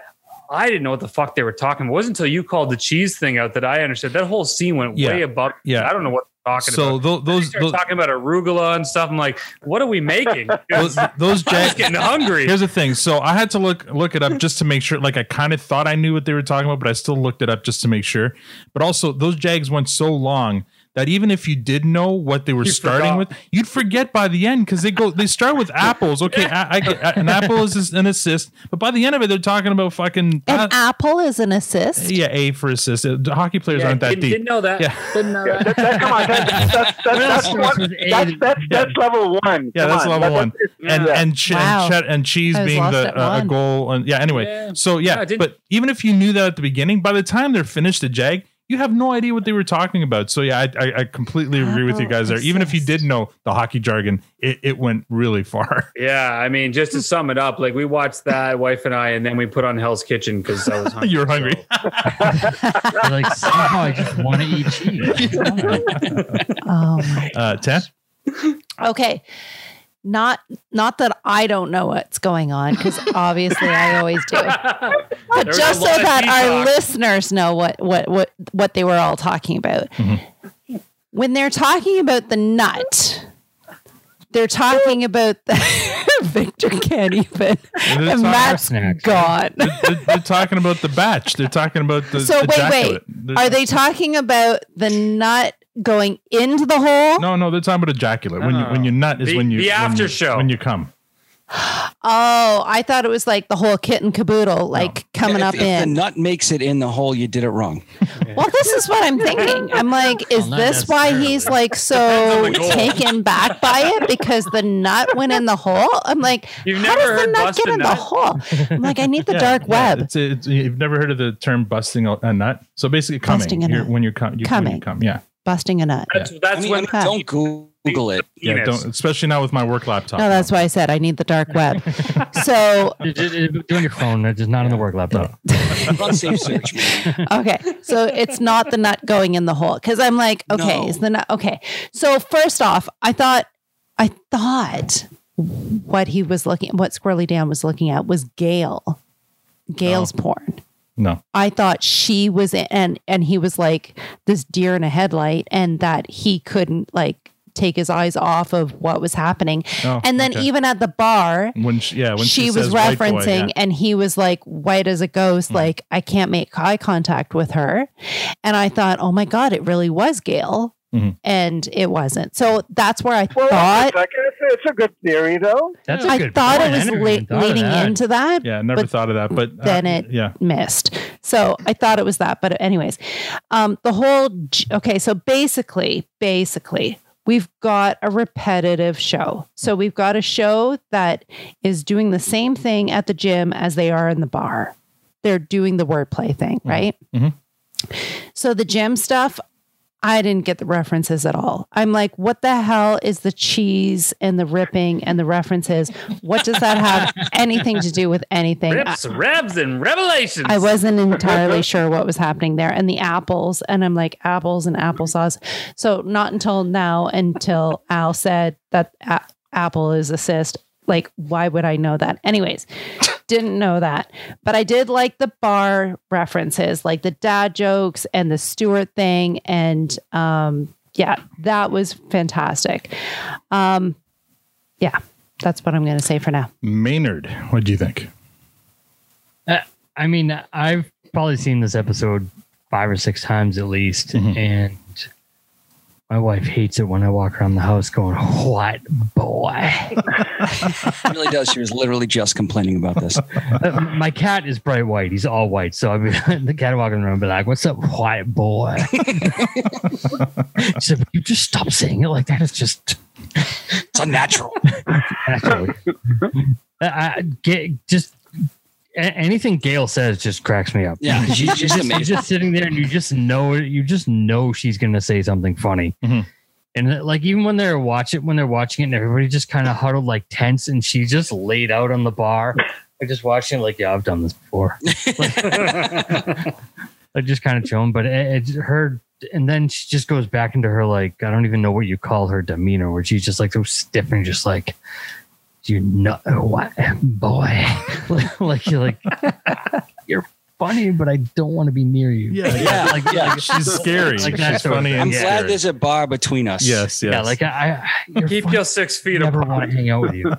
Speaker 1: I didn't know what the fuck they were talking. about. It wasn't until you called the cheese thing out that I understood. That whole scene went
Speaker 7: Yeah.
Speaker 1: way above.
Speaker 7: Yeah.
Speaker 1: I don't know what they're talking
Speaker 7: So
Speaker 1: about.
Speaker 7: tho-
Speaker 1: Then they
Speaker 7: those-
Speaker 1: start
Speaker 7: those-
Speaker 1: talking about arugula and stuff. I'm like, what are we making?
Speaker 7: those, those
Speaker 1: I'm just getting hungry.
Speaker 7: Here's the thing. So I had to look look it up just to make sure. Like I kind of thought I knew what they were talking about, but I still looked it up just to make sure. But also, those jags went so long that even if you did know what they were starting
Speaker 1: forgot.
Speaker 7: with, you'd forget by the end because they go they start with apples. Okay, I, I get- an apple is an assist, but by the end of it, they're talking about fucking
Speaker 1: Uh,
Speaker 7: uh,
Speaker 8: An apple is an assist.
Speaker 7: yeah, a for assist. Uh, Hockey players
Speaker 8: Yeah,
Speaker 7: aren't that
Speaker 8: didn't-
Speaker 7: deep.
Speaker 8: didn't know that.
Speaker 7: Yeah.
Speaker 8: Didn't know that.
Speaker 9: Come on, that's, that's, that's, that's, one-
Speaker 7: eh?
Speaker 9: that's, that's, that's level one.
Speaker 7: Yeah,
Speaker 9: Come
Speaker 7: that's
Speaker 9: on.
Speaker 7: level one. And and, ch-
Speaker 9: Wow.
Speaker 7: and, ch- and cheese
Speaker 9: I was
Speaker 7: being
Speaker 9: lost
Speaker 7: the
Speaker 9: at
Speaker 7: uh, a
Speaker 9: one.
Speaker 7: goal. And yeah, anyway. So yeah, but even if you knew that at the beginning, by the time they're finished the jag, you have no idea what they were talking about. So yeah, I, I, I completely agree with you guys there. Even if you did know the hockey jargon, it, it went really far.
Speaker 1: Yeah, I mean, just to sum it up, like we watched that, wife and I, and then we put on Hell's Kitchen because I was hungry.
Speaker 7: You're hungry.
Speaker 1: like somehow I just want to eat
Speaker 8: Oh my
Speaker 7: Uh, Ten.
Speaker 8: Okay. Not not that I don't know what's going on because obviously I always do. But
Speaker 13: There's
Speaker 8: just
Speaker 13: a
Speaker 8: so
Speaker 13: lot of
Speaker 8: that our
Speaker 13: detox.
Speaker 8: listeners know what what what what they were all talking about. When they're talking about the nut, they're talking about the Victor can't even.
Speaker 7: They're
Speaker 8: And
Speaker 7: talking-
Speaker 8: Matt's gone.
Speaker 7: They're, they're- they're talking about the batch. They're talking about the
Speaker 8: so wait, wait.
Speaker 7: ejaculate. They're-
Speaker 8: Are they talking about the nut going into the hole?
Speaker 7: No, no, they're talking about ejaculate. When you when you nut is
Speaker 1: The-
Speaker 7: when you
Speaker 1: the after
Speaker 7: when,
Speaker 1: show.
Speaker 7: when you come.
Speaker 8: Oh, I thought it was like the whole kit and caboodle, like coming
Speaker 5: Yeah,
Speaker 8: up
Speaker 5: if, If the
Speaker 8: in.
Speaker 5: nut makes it in the hole, you did it wrong.
Speaker 8: Well, this is what I'm thinking. I'm like, is
Speaker 5: not
Speaker 8: this why he's like so taken back by it because the nut went in the hole? I'm like,
Speaker 1: You've
Speaker 8: how
Speaker 1: never
Speaker 8: does the
Speaker 1: heard
Speaker 8: nut
Speaker 1: bust
Speaker 8: get
Speaker 1: a
Speaker 8: in the
Speaker 1: nut?
Speaker 8: hole? I'm like, I need the
Speaker 7: Yeah,
Speaker 8: dark
Speaker 7: yeah,
Speaker 8: web.
Speaker 7: It's, it's, you've never heard of the term busting a, a nut? So basically, coming
Speaker 8: Busting a
Speaker 7: You're-
Speaker 8: nut.
Speaker 7: when you're com- you, When
Speaker 8: Coming.
Speaker 7: you come. Yeah,
Speaker 8: Busting a nut.
Speaker 1: that's
Speaker 5: when don't Google it.
Speaker 7: yeah. Don't, especially not with my work laptop.
Speaker 8: No, that's why I said I need the dark web. So,
Speaker 11: Doing your phone, that's just not on the work laptop.
Speaker 5: Run safe search.
Speaker 8: okay. So it's not the nut going in the hole. Cause I'm like, okay, is the nut okay. So first off, I thought I thought what he was looking what Squirrely Dan was looking at was Gail. Gail's
Speaker 7: Oh.
Speaker 8: porn.
Speaker 7: No.
Speaker 8: I thought she was in, and and he was like this deer in a headlight and that he couldn't like take his eyes off of what was happening.
Speaker 7: Oh,
Speaker 8: and then
Speaker 7: okay.
Speaker 8: even at the bar,
Speaker 7: When she, yeah, when she,
Speaker 8: she, was
Speaker 7: says white boy,
Speaker 8: referencing
Speaker 7: yeah. Mm.
Speaker 8: and he was like white as a ghost like i can't make eye contact with her and i thought oh my god it really was gail
Speaker 7: Mhm.
Speaker 8: and it wasn't so that's where i
Speaker 9: Well,
Speaker 8: thought
Speaker 9: it's a- it's, a good theory, though.
Speaker 8: I thought it was le- leading into that
Speaker 7: Yeah, I never
Speaker 8: but
Speaker 7: thought of that, but uh,
Speaker 8: then it
Speaker 7: yeah.
Speaker 8: missed so i thought it was that but anyways um the whole j- okay so basically basically we've got a repetitive show so we've got a show that is doing the same thing at the gym as they are in the bar they're doing the wordplay thing right
Speaker 7: Mhm.
Speaker 8: so the gym stuff I didn't get the references at all. I'm like, what the hell is the cheese and the ripping and the references? What does that have anything to do with anything?
Speaker 1: Rips,
Speaker 8: I-
Speaker 1: revs, and revelations.
Speaker 8: I wasn't entirely sure what was happening there. And the apples, and I'm like, apples and applesauce. So, not until now, until Al said that a- apple is assist. Like, why would I know that? Anyways, didn't know that. But I did like the bar references, like the dad jokes and the Stewart thing. And um, yeah, that was fantastic. Um, yeah, that's what I'm going to say for now.
Speaker 7: Maynard, what do you think?
Speaker 11: Uh, I mean, I've probably seen this episode five or six times at least, and my wife hates it when I walk around the house going, "What boy?"
Speaker 5: She really does. She was literally just complaining about this.
Speaker 11: Uh, my cat is bright white. He's all white. So I mean, the cat walking around be like, "What's up, white boy?" she said, "Will "You just stop saying it like that. It's just it's
Speaker 5: unnatural."
Speaker 11: Naturally, I, I get just. a- Anything Gail says just cracks me up.
Speaker 5: Yeah, she's
Speaker 11: You're
Speaker 5: just amazing.
Speaker 11: You're just sitting there, and you just know you just know she's gonna say something funny.
Speaker 5: Mm-hmm.
Speaker 11: And uh, like even when they're watching when they're watching it and everybody just kind of huddled like tense and she just laid out on the bar. I just watching it like, yeah, I've done this before. I just kind of chilling, but it, it, her and then she just goes back into her like I don't even know what you call her demeanor where she's just like so stiff and just like you know what boy like, like you're like you're funny but I don't want to be near you like, like- like that sort of thing.
Speaker 5: I'm
Speaker 11: Yeah.
Speaker 5: glad there's a bar between us.
Speaker 7: Yes, yes.
Speaker 11: Yeah, like I, I keep your
Speaker 1: six feet
Speaker 11: never want to hang out with you.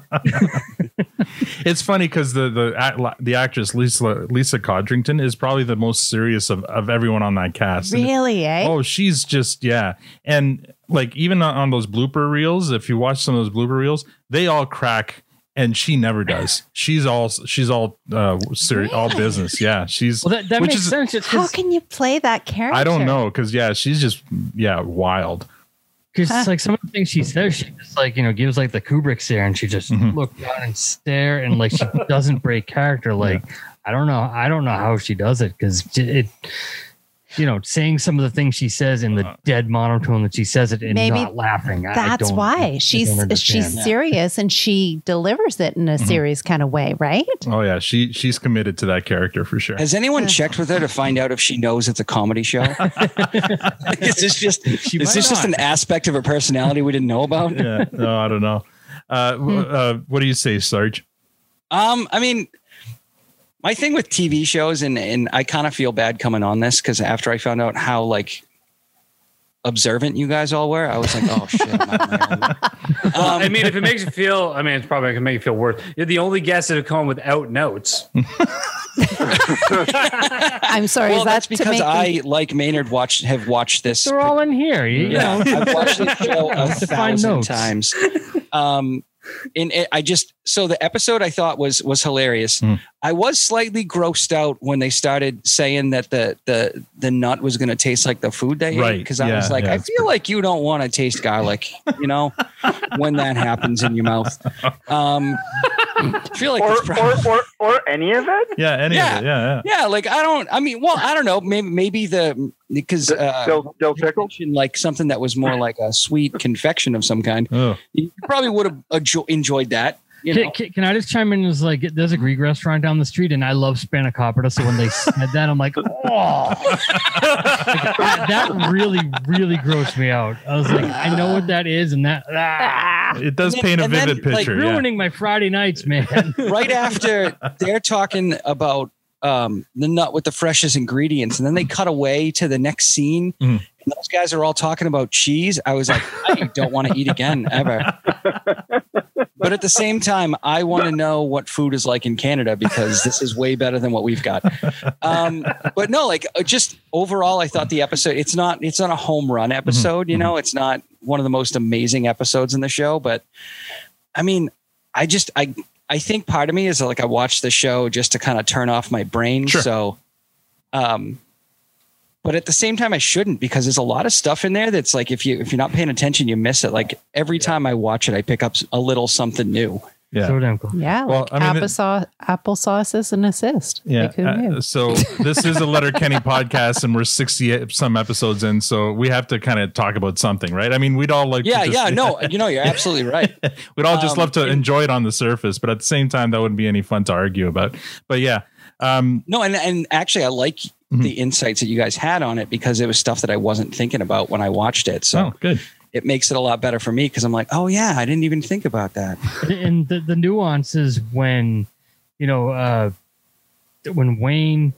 Speaker 7: it's funny because the the act- the actress Lisa Lisa Codrington is probably the most serious of, of everyone on that cast. And-
Speaker 8: Really, eh?
Speaker 7: Oh, she's just yeah, and like even on, on those blooper reels, if you watch some of those blooper reels, they all crack, and she never does. She's all she's all uh, serious, all business. Yeah, she's which is
Speaker 6: How can you play that character?
Speaker 7: I don't know because yeah, she's just yeah wild.
Speaker 11: Because like some of the things she says, she just like you know gives like the Kubrick stare, and she just
Speaker 7: Mm-hmm.
Speaker 11: look down and stare, and like she doesn't break character. Like I don't know, I don't know how she does it because it, you know, saying some of the things she says in
Speaker 7: Uh-huh.
Speaker 11: the dead monotone that she says it and
Speaker 8: Maybe
Speaker 11: not laughing. I- I
Speaker 8: That's
Speaker 11: don't- I
Speaker 8: why
Speaker 11: don't
Speaker 8: she's she's
Speaker 11: understand.
Speaker 8: serious and she delivers it
Speaker 1: Mm-hmm.
Speaker 8: in a serious kind of way, right?
Speaker 7: Oh yeah, she she's committed to that character for sure.
Speaker 5: Has anyone checked with her to find out if she knows it's a comedy show? is this just is
Speaker 7: might
Speaker 5: this just
Speaker 7: not.
Speaker 5: an aspect of her personality we didn't know about?
Speaker 7: yeah, no, I don't know. Uh, w-
Speaker 8: Hmm.
Speaker 7: uh, what do you say, Sarge?
Speaker 5: Um, I mean, my thing with TV shows, and and I kind of feel bad coming on this because after I found out how like observant you guys all were, I was like, oh shit. am I on my own?
Speaker 1: Well, I mean, if it makes you feel, I mean, it's probably gonna make you feel worse. You're the only guest that have come without notes.
Speaker 8: I'm sorry.
Speaker 5: well,
Speaker 8: is that
Speaker 5: that's
Speaker 8: to
Speaker 5: because
Speaker 8: make
Speaker 5: I,
Speaker 8: me-
Speaker 5: like Maynard, watched have watched this.
Speaker 11: They're all in here. You, you
Speaker 5: Yeah,
Speaker 11: know,
Speaker 5: I've watched this show a
Speaker 11: To find
Speaker 5: thousand
Speaker 11: notes.
Speaker 5: times. Um, and it, I just so the episode I thought was was hilarious.
Speaker 11: Hmm.
Speaker 5: I was slightly grossed out when they started saying that the the the nut was going to taste like the food they ate
Speaker 7: Right,
Speaker 5: because I
Speaker 7: yeah,
Speaker 5: was like,
Speaker 7: yeah,
Speaker 5: I
Speaker 7: it's
Speaker 5: feel like you don't want to taste garlic, you know, when that happens in your mouth. Um, I feel like it's
Speaker 9: or, or, or, or any of it?
Speaker 7: Yeah, any
Speaker 5: Yeah.
Speaker 7: of it. Yeah, yeah.
Speaker 5: yeah, like I don't. I mean, well, I don't know. Maybe maybe the because uh,
Speaker 9: dill-
Speaker 5: mentioned, like something that was more like a sweet confection of some kind.
Speaker 7: Oh.
Speaker 5: You probably would have adjo- enjoyed that. You
Speaker 11: Can,
Speaker 5: know,
Speaker 11: can, can I just chime in? Is like there's a Greek restaurant down the street, and I love spanakopita. So when they said that, I'm like, oh, Like, that, that really, really grossed me out. I was like, I know what that is, and that ah.
Speaker 7: It does And then- paint a and then, vivid like, picture, yeah.
Speaker 11: ruining my Friday nights, man.
Speaker 5: right after they're talking about um, the nut with the freshest ingredients, and then they cut away to the next scene.
Speaker 3: Mm.
Speaker 5: And those guys are all talking about cheese. I was like, I don't want to eat again ever. But at the same time, I want to know what food is like in Canada because this is way better than what we've got. Um, but no, like uh, just overall, I thought the episode it's not it's not a home run episode. You know, it's not one of the most amazing episodes in the show, but I mean, I just I I think part of me is like I watch the show just to kind of turn off my brain. So, um, but at the same time, I shouldn't because there's a lot of stuff in there that's like if you if you're not paying attention, you miss it. Like every time I watch it, I pick up s- a little something new.
Speaker 7: Yeah.
Speaker 11: So damn cool.
Speaker 8: Yeah,
Speaker 7: Well,
Speaker 8: like
Speaker 7: I mean, it-
Speaker 8: applesauce, applesauce is an assist. Like, who
Speaker 7: uh,
Speaker 8: knew?
Speaker 7: so this is a Letter Kenny podcast, and we're sixty some episodes in, so we have to kind of talk about something, right? I mean, we'd all like, to
Speaker 5: yeah,
Speaker 7: just-
Speaker 5: yeah, no, you know, you're absolutely right.
Speaker 7: we'd all just
Speaker 5: Um,
Speaker 7: love to enjoy it on the surface, but at the same time, that wouldn't be any fun to argue about. But yeah, um, Mm-hmm.
Speaker 5: No, and and actually, I like the insights that you guys had on it because it was stuff that I wasn't thinking about when I watched it. So
Speaker 7: Oh, good.
Speaker 5: It makes it a lot better for me because I'm like, oh yeah, I didn't even think about that.
Speaker 11: and the, the nuances when you know uh when wayne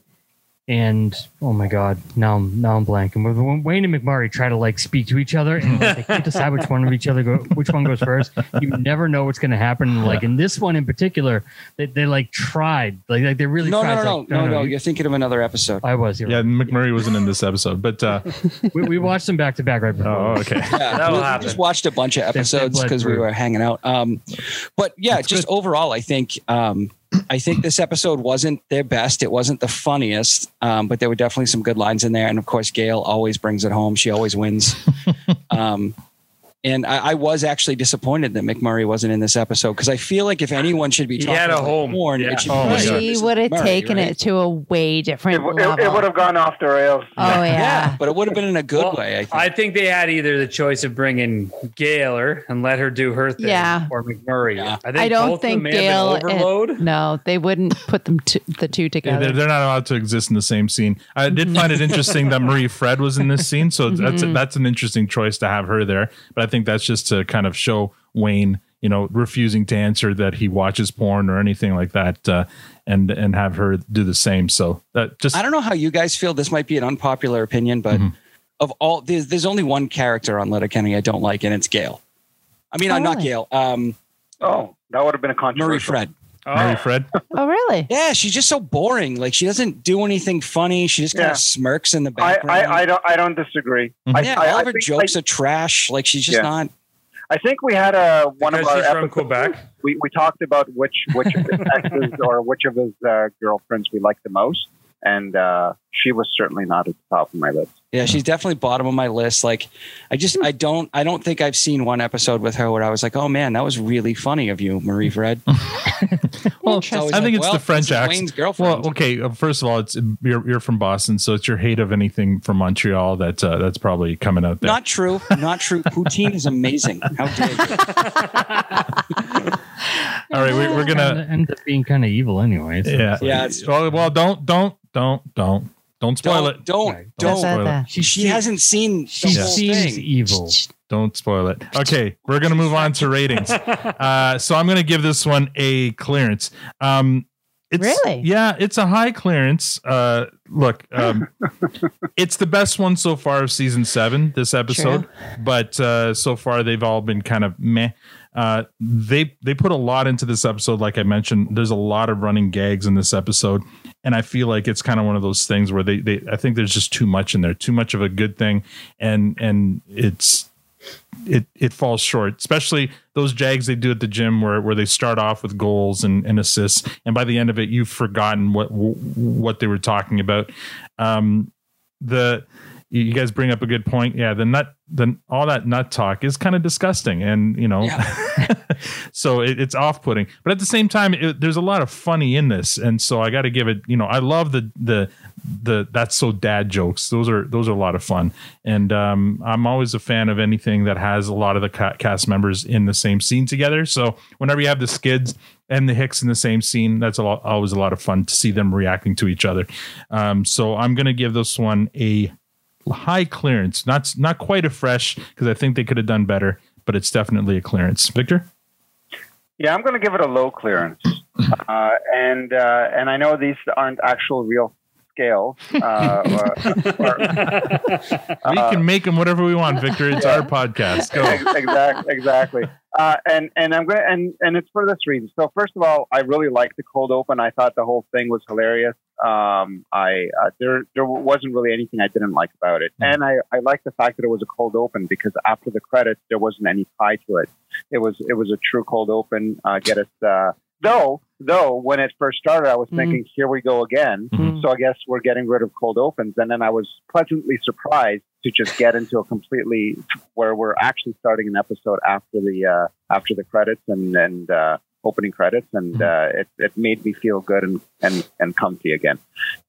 Speaker 11: and oh my god, now I'm now I'm blanking. But When Wayne and McMurray try to like speak to each other, and like, they can't decide which one of each other go, which one goes first. You never know what's going to happen. Like in this one in particular, they, they like tried, like, like they really
Speaker 5: No, no,
Speaker 11: tried.
Speaker 5: no,
Speaker 11: It's
Speaker 5: no,
Speaker 11: like,
Speaker 5: no, no, You're thinking of another episode.
Speaker 11: I was.
Speaker 7: Yeah, McMurray wasn't in this episode, but uh,
Speaker 11: we, we watched them back to back right before.
Speaker 7: Oh, okay.
Speaker 5: Yeah, we- we just watched a bunch of
Speaker 11: They- they
Speaker 5: episodes
Speaker 11: bled
Speaker 5: because we
Speaker 11: through.
Speaker 5: were hanging out. Um, but yeah, just overall, I think um, I think this episode wasn't their best. It wasn't the funniest, um, but there were definitely some good lines in there. And of course, Gail always brings it home. She always wins. um, and I, I was actually disappointed that McMurray wasn't in this episode because I feel like if anyone should be
Speaker 1: He
Speaker 5: talking
Speaker 1: had a
Speaker 5: about
Speaker 1: home.
Speaker 5: porn,
Speaker 1: Yeah.
Speaker 5: it should
Speaker 1: Oh
Speaker 5: be
Speaker 1: my God.
Speaker 8: He would have
Speaker 5: Murray,
Speaker 8: taken
Speaker 5: right?
Speaker 8: it to a way different level.
Speaker 10: It, it would have gone off the rails.
Speaker 8: oh yeah.
Speaker 5: but it would have been in a good way. I think.
Speaker 1: I think they had either the choice of bringing Gaylor and let her do her thing,
Speaker 8: Yeah.
Speaker 1: or McMurray. I,
Speaker 8: I
Speaker 1: both
Speaker 8: don't
Speaker 1: of them
Speaker 8: think
Speaker 1: may have
Speaker 8: Gail.
Speaker 1: been
Speaker 8: and-
Speaker 1: overload.
Speaker 8: no, they wouldn't put them to, the two
Speaker 7: Yeah,
Speaker 8: together.
Speaker 7: they're, they're not allowed to exist in the same scene. I did find it interesting that Marie Fred was in this scene, so that's
Speaker 8: Mhm.
Speaker 7: that's an interesting choice to have her there. But I think that's just to kind of show Wayne, you know, refusing to answer that he watches porn or anything like that, uh, and and have her do the same. So that just
Speaker 5: I don't know how you guys feel. This might be an unpopular opinion, but of all there's, there's only one character on Letterkenny I don't like, and it's Gail. I mean, I'm not
Speaker 10: Oh.
Speaker 5: Gail. Um,
Speaker 10: Oh, that would have been a
Speaker 5: Marie
Speaker 10: controversial.
Speaker 5: Fred.
Speaker 7: Marie Fred.
Speaker 8: oh, really?
Speaker 5: Yeah, she's just so boring. Like she doesn't do anything funny. She just kind
Speaker 10: Yeah.
Speaker 5: of smirks in the
Speaker 10: I,
Speaker 5: background. Mm-hmm.
Speaker 10: I, I don't I don't disagree. I,
Speaker 5: yeah,
Speaker 10: I,
Speaker 5: all
Speaker 10: I
Speaker 5: of her
Speaker 10: think-
Speaker 5: jokes
Speaker 10: I-
Speaker 5: are trash. Like she's just
Speaker 10: Yeah.
Speaker 5: not.
Speaker 10: I think we had a one of
Speaker 1: Because
Speaker 10: our
Speaker 1: she's from
Speaker 10: episodes, We, we talked about which which of his exes or which of his uh, girlfriends we liked the most, and uh, she was certainly not at the top of my list.
Speaker 5: Yeah, she's definitely bottom of my list. Like, I just
Speaker 7: Hmm.
Speaker 5: I don't I don't think I've seen one episode with her where I was like, oh man, that was really funny of you, Marie Fred.
Speaker 7: Well,
Speaker 5: It's always
Speaker 7: I think
Speaker 5: like,
Speaker 7: it's
Speaker 5: well,
Speaker 7: the French
Speaker 5: this is
Speaker 7: accent.
Speaker 5: Wayne's girlfriend.
Speaker 7: Well, okay. uh, First of all, it's you're, you're from Boston, so it's your hate of anything from Montreal that uh, that's probably coming out there.
Speaker 5: Not true. Not true. Poutine is amazing. How dare you?
Speaker 7: all right, we're, we're gonna
Speaker 11: end up being kind of evil anyway. so
Speaker 7: yeah
Speaker 11: it's
Speaker 7: yeah.
Speaker 11: like-
Speaker 7: Well, well, don't don't don't don't don't spoil
Speaker 5: Don't-
Speaker 7: it.
Speaker 5: don't, don't.
Speaker 7: spoil it.
Speaker 5: She, hasn't seen the
Speaker 7: she
Speaker 5: whole
Speaker 7: seems
Speaker 5: thing.
Speaker 11: evil.
Speaker 7: Don't spoil it. Okay, we're gonna move on to ratings. Uh, so I'm gonna give this one a clearance. Um, it's,
Speaker 8: Really?
Speaker 7: Yeah, it's a high clearance. Uh, look, um, it's the best one so far of season seven. This episode, but uh, so far they've all been kind of meh. Uh, they they put a lot into this episode, like I mentioned. There's a lot of running gags in this episode, and I feel like it's kind of one of those things where they they I think there's just too much in there, too much of a good thing, and and it's it it falls short, especially those jags they do at the gym where where they start off with goals and, and assists, and by the end of it, you've forgotten what what they were talking about. Um, the you guys bring up a good point. Yeah, the nut, the all that nut talk is kind of disgusting, and you know, so it, it's off putting. But at the same time, it, there's a lot of funny in this, and so I got to give it. You know, I love the the the that's so dad jokes. Those are those are a lot of fun, and um, I'm always a fan of anything that has a lot of the ca- cast members in the same scene together. So whenever you have the skids and the Hicks in the same scene, that's a lot, always a lot of fun to see them reacting to each other. Um, so I'm gonna give this one a high clearance. Not not quite a fresh because I think they could have done better, but it's definitely a clearance. Victor.
Speaker 10: Yeah, I'm going to give it a low clearance, uh, and uh, and I know these aren't actual real scales. Uh, or, or,
Speaker 7: We can make them whatever we want, Victor. It's our podcast. Go.
Speaker 10: exactly, exactly. Uh, and and I'm gonna and and it's for this reason. So first of all, I really liked the cold open. I thought the whole thing was hilarious. Um, I uh, there there wasn't really anything I didn't like about it, and I I liked the fact that it was a cold open because after the credits there wasn't any tie to it. It was it was a true cold open. Uh, get us uh, though though when it first started, I was thinking here we go again. So I guess we're getting rid of cold opens, and then I was pleasantly surprised to just get into a completely where we're actually starting an episode after the uh, after the credits and and uh, opening credits, and uh, it it made me feel good and and and comfy again.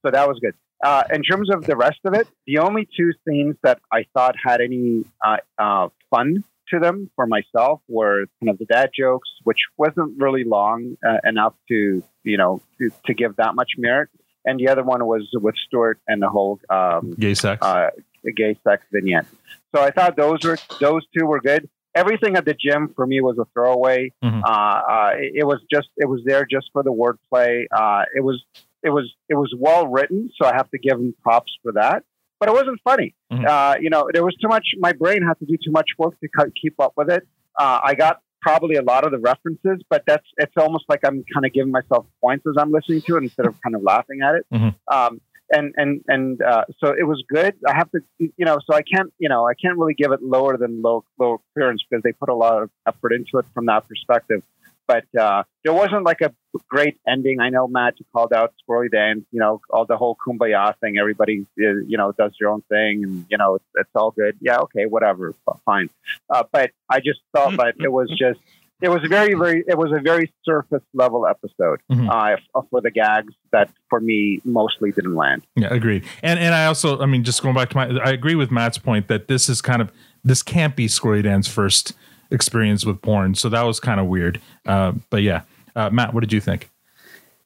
Speaker 10: So that was good. Uh, in terms of the rest of it, the only two scenes that I thought had any uh, uh, fun to them for myself were kind of the dad jokes, which wasn't really long uh, enough to you know to, to give that much merit. And the other one was with Stuart and the whole um,
Speaker 7: Gay sex.
Speaker 10: uh, gay sex vignette. So I thought those were those two were good. Everything at the gym for me was a throwaway.
Speaker 7: Mhm.
Speaker 10: Uh, uh, it, it was just it was there just for the wordplay. Uh, it was it was it was well written, so I have to give him props for that. But it wasn't funny. Uh, you know, there was too much. My brain had to do too much work to co- keep up with it. Uh, I got probably a lot of the references, but that's it's almost like I'm kind of giving myself points as I'm listening to it instead of kind of laughing at it. Um, and and and uh, so it was good. I have to, you know, so I can't, you know, I can't really give it lower than low low clearance because they put a lot of effort into it from that perspective. But uh, there wasn't like a great ending. I know Matt you called out Squirrely Dan, you know, all the whole kumbaya thing. Everybody, uh, you know, does their own thing, and you know, it's, it's all good. Yeah, okay, whatever, f- fine. Uh, but I just thought that it was just. It was very, very. It was a very surface level episode
Speaker 7: Mm-hmm.
Speaker 10: uh, f- for the gags that, for me, mostly didn't land.
Speaker 7: Yeah, agreed. And and I also, I mean, just going back to my, I agree with Matt's point that this is kind of this can't be Squirrely Dan's first experience with porn, so that was kind of weird. Uh, but yeah, uh, Matt, what did you think?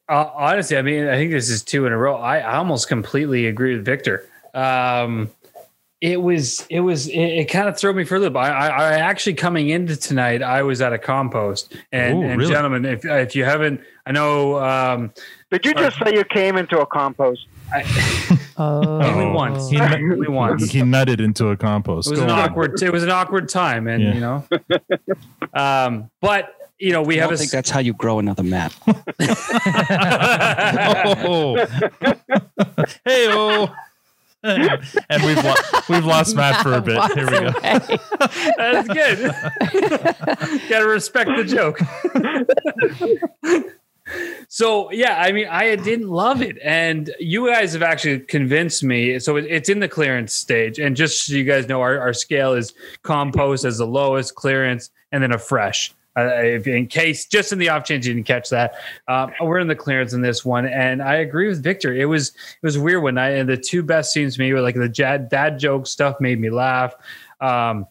Speaker 1: Uh, honestly, I mean, I think this is two in a row. I, I almost completely agree with Victor. Um, it was, it was, it, it kind of threw me for a loop. I, I, I actually coming into tonight, I was at a compost. And,
Speaker 10: Ooh,
Speaker 1: and
Speaker 10: really?
Speaker 1: gentlemen, if if you haven't, I know. Um,
Speaker 10: Did you just say you came into a compost?
Speaker 8: Oh,
Speaker 7: Oh.
Speaker 1: only once,
Speaker 7: He, nut-
Speaker 1: only once.
Speaker 7: he nutted into a compost.
Speaker 1: It was
Speaker 7: Go
Speaker 1: an
Speaker 7: on.
Speaker 1: awkward. It was an awkward time, and
Speaker 7: Yeah.
Speaker 1: you know, um, but you know, we
Speaker 5: I
Speaker 1: have
Speaker 5: don't
Speaker 1: a
Speaker 5: think that's how you grow another map.
Speaker 1: Oh.
Speaker 7: hey oh and we've lo- we've lost Matt for a bit. Here we go.
Speaker 1: That's good. Gotta respect the joke. so yeah, I mean, I didn't love it, and you guys have actually convinced me. So it- it's in the clearance stage, and just so you guys know, our, our scale is compost as the lowest clearance, and then a fresh. Uh, if, in case, just in the off chance you didn't catch that, um, we're in the clearance in this one, and I agree with Victor. It was it was a weird one. I, and the two best scenes to me were like the dad, dad joke stuff made me laugh. Um,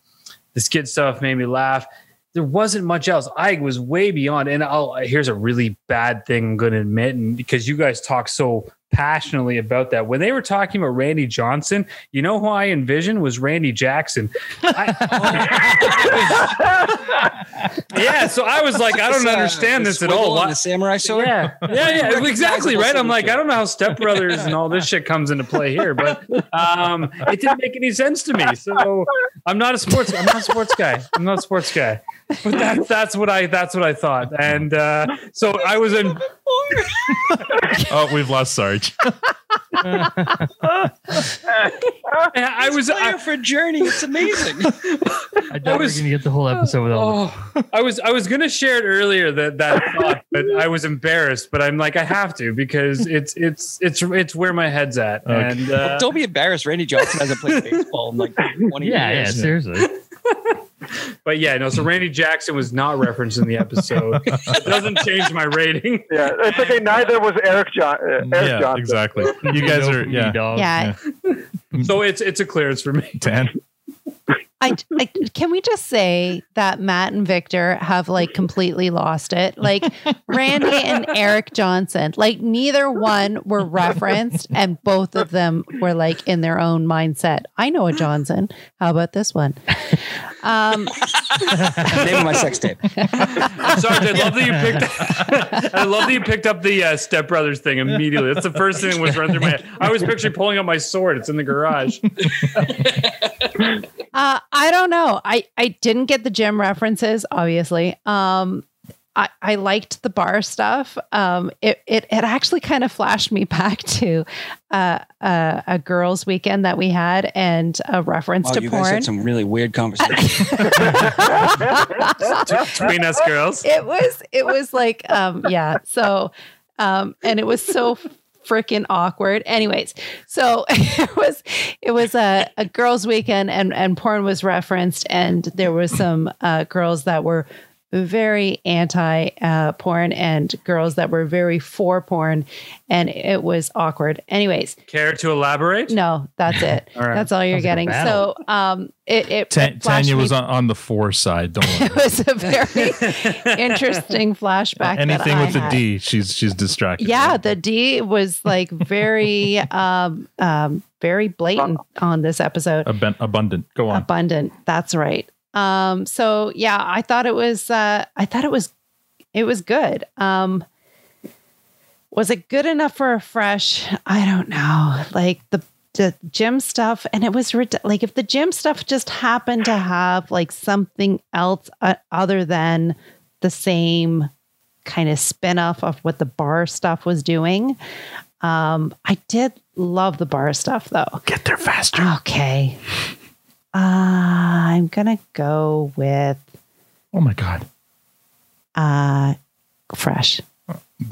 Speaker 1: the skid stuff made me laugh. There wasn't much else. I was way beyond. And I'll, here's a really bad thing I'm going to admit, and because you guys talk so passionately about that. When they were talking about Randy Johnson, you know who I envisioned was Randy Jackson. I, yeah, so I was like, I don't understand this at all.
Speaker 5: uh, Squiggle and
Speaker 1: Why-
Speaker 5: the samurai sword.
Speaker 1: Yeah, yeah, yeah, exactly right. I'm like, I don't know how Step Brothers and all this shit comes into play here, but um, it didn't make any sense to me. So I'm not a sports. I'm not a sports guy. I'm not a sports guy. But that's that's what I that's what I thought. And uh, so I was in.
Speaker 7: Oh, we've lost Sarge.
Speaker 1: I was I,
Speaker 5: for Journey. It's amazing.
Speaker 28: I doubt we're gonna get the whole episode with all.
Speaker 1: I was I was gonna share it earlier that that thought, but I was embarrassed. But I'm like I have to because it's it's it's it's where my head's at.
Speaker 5: Okay.
Speaker 1: And uh,
Speaker 5: don't be embarrassed. Randy Johnson hasn't played baseball in like 20
Speaker 1: Yeah, yeah,
Speaker 5: years.
Speaker 1: seriously. But yeah, no. So Randy Jackson was not referenced in the episode. it doesn't change my rating.
Speaker 10: Yeah, it's okay. Neither was Eric, John, uh, Eric
Speaker 7: Yeah,
Speaker 10: Johnson.
Speaker 7: exactly. You guys are yeah.
Speaker 8: Yeah.
Speaker 1: So it's it's a clearance for me.
Speaker 7: Dan.
Speaker 8: I, I can we just say that Matt and Victor have like completely lost it. Like Randy and Eric Johnson, like neither one were referenced, and both of them were like in their own mindset. I know a Johnson. How about this one? Um,
Speaker 5: Name of my sex tape.
Speaker 1: Sarge, I love that you picked. I love that you picked up the uh, Step Brothers thing immediately. That's the first thing that was running through my head. I was picturing pulling out my sword. It's in the garage.
Speaker 8: Uh, I don't know. I I didn't get the gym references, obviously. Um, I I liked the bar stuff. Um, it it it actually kind of flashed me back to uh, uh, a girls' weekend that we had and a reference
Speaker 5: Wow,
Speaker 8: to
Speaker 5: you
Speaker 8: porn.
Speaker 5: guys had some really weird conversations.
Speaker 1: Between us girls.
Speaker 8: It was it was like um yeah. So um and it was so freaking awkward. Anyways, so it was it was a, a girls weekend and and porn was referenced and there were some uh girls that were very anti uh, porn and girls that were very for porn and it was awkward. Anyways,
Speaker 1: Care to elaborate?
Speaker 8: no, that's it.
Speaker 7: All right.
Speaker 8: That's all you're
Speaker 7: Sounds like a
Speaker 8: getting.
Speaker 7: battle.
Speaker 8: So um it it
Speaker 7: Tan-
Speaker 8: flashed
Speaker 7: Tanya
Speaker 8: me
Speaker 7: was on, on the four side. Don't worry.
Speaker 8: it was a very interesting flashback.
Speaker 7: Anything
Speaker 8: that
Speaker 7: with
Speaker 8: I
Speaker 7: a
Speaker 8: had.
Speaker 7: D, she's she's distracted.
Speaker 8: Yeah, the D was like very, um, um, very blatant on this episode.
Speaker 7: Aben- abundant. Go
Speaker 8: Um,
Speaker 7: on.
Speaker 8: Abundant. That's right. Um, so yeah, I thought it was. Uh, I thought it was. It was good. Um, was it good enough for a fresh? I don't know. Like the the gym stuff, and it was rid- like if the gym stuff just happened to have like something else uh, other than the same kind of spin off of what the bar stuff was doing. Um, I did love the bar stuff though.
Speaker 7: Get there faster.
Speaker 8: Okay. Uh, I'm gonna go with.
Speaker 7: Oh my god.
Speaker 8: Uh, fresh.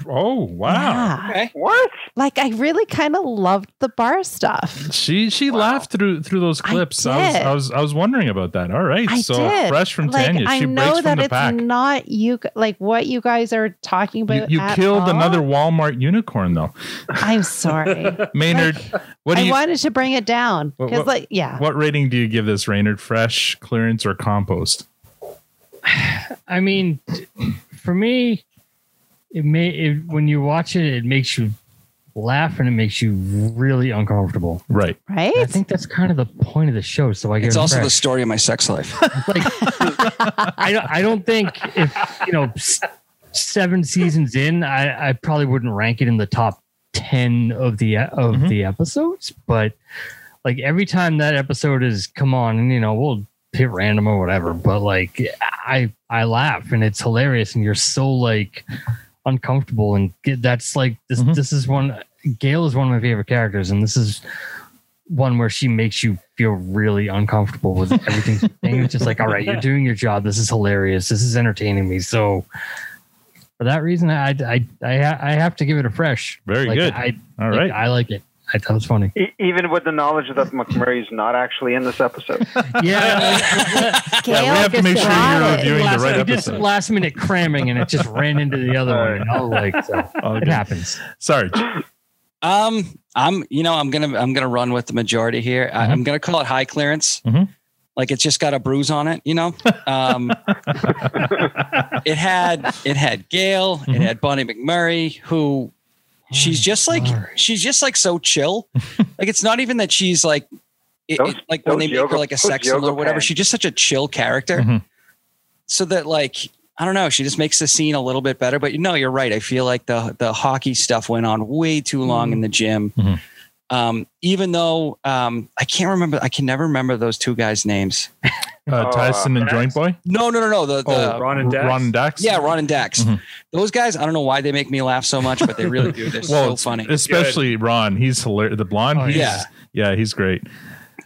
Speaker 7: Oh wow.
Speaker 8: What? Like I really kind of loved the bar stuff.
Speaker 7: She she laughed through through those clips. I, was
Speaker 8: did.
Speaker 7: I was I was wondering about that. All right.
Speaker 8: I
Speaker 7: so
Speaker 8: did.
Speaker 7: fresh from
Speaker 8: like,
Speaker 7: Tanya.
Speaker 8: I
Speaker 7: She
Speaker 8: know
Speaker 7: breaks
Speaker 8: that
Speaker 7: from the
Speaker 8: it's
Speaker 7: pack.
Speaker 8: not you. g- Like what you guys are talking
Speaker 7: You,
Speaker 8: about.
Speaker 7: you
Speaker 8: at
Speaker 7: killed
Speaker 8: all.
Speaker 7: another Walmart unicorn though.
Speaker 8: I'm sorry.
Speaker 7: Maynard, what do
Speaker 8: I
Speaker 7: you
Speaker 8: wanted to bring it down
Speaker 7: What-
Speaker 8: because,
Speaker 7: what-
Speaker 8: like, yeah,
Speaker 7: What rating do you give this, Raynard? Fresh, clearance, or compost?
Speaker 11: I mean, for me, it may it, when you watch it, it makes you laugh and it makes you really uncomfortable.
Speaker 7: Right.
Speaker 8: Right.
Speaker 11: I think that's kind of the point of the show. So I give
Speaker 5: It's
Speaker 11: it
Speaker 5: also the
Speaker 11: fresh.
Speaker 5: story of my sex life.
Speaker 11: I don't, I don't think if you know s- seven seasons in, I, I probably wouldn't rank it in the top ten of the of the episodes. But like every time that episode is come on, and you know we'll hit random or whatever. But like I I laugh and it's hilarious, and you're so like uncomfortable and get, that's like this. This is one. Gail is one of my favorite characters, and this is one where she makes you feel really uncomfortable with everything. she's saying. it's just like, all right, you're doing your job. This is hilarious. This is entertaining me. So for that reason, I I I, ha- I have to give it a fresh.
Speaker 7: Very
Speaker 11: Like,
Speaker 7: good.
Speaker 11: I,
Speaker 7: All
Speaker 11: like,
Speaker 7: right.
Speaker 11: I like it. I thought it was funny.
Speaker 9: E- even with the knowledge that McMurray's not actually in this episode.
Speaker 11: Yeah.
Speaker 7: we have to make sure you're reviewing the
Speaker 11: Last-
Speaker 7: right
Speaker 11: we did some
Speaker 7: episode.
Speaker 11: last minute cramming, and it just ran into the other one. And I was like, so
Speaker 7: All
Speaker 11: it
Speaker 7: good.
Speaker 11: happens.
Speaker 7: Sarge.
Speaker 5: Um, I'm you know I'm gonna I'm gonna run with the majority here. I, I'm gonna call it high clearance.
Speaker 7: Mm-hmm.
Speaker 5: Like it's just got a bruise on it, you know. Um, it had it had Gail, it had Bonnie McMurray, who she's just like she's just like so chill. like it's not even that she's like it,
Speaker 9: Those-
Speaker 5: it- like when
Speaker 9: those
Speaker 5: they make
Speaker 9: yoga-
Speaker 5: her like a
Speaker 9: those
Speaker 5: sex symbol or
Speaker 9: yoga
Speaker 5: whatever.
Speaker 9: pants.
Speaker 5: She's just such a chill character. So that like I don't know, she just makes the scene a little bit better. But no, you're right. I feel like the the hockey stuff went on way too long in the gym. Um, even though um, I can't remember, I can never remember those two guys' names.
Speaker 7: Uh, Tyson and Joint Boy.
Speaker 5: No, no, no, no. The, the
Speaker 7: Oh, Ron and Dax? Ron and Dax? Mm-hmm.
Speaker 5: Yeah, Ron and Dax. Those guys, I don't know why they make me laugh so much, but they really do. They're so
Speaker 7: it's-
Speaker 5: funny.
Speaker 7: Especially Ron. He's hilarious. The blonde.
Speaker 5: Oh,
Speaker 7: he's-
Speaker 5: yeah.
Speaker 7: Yeah, he's great.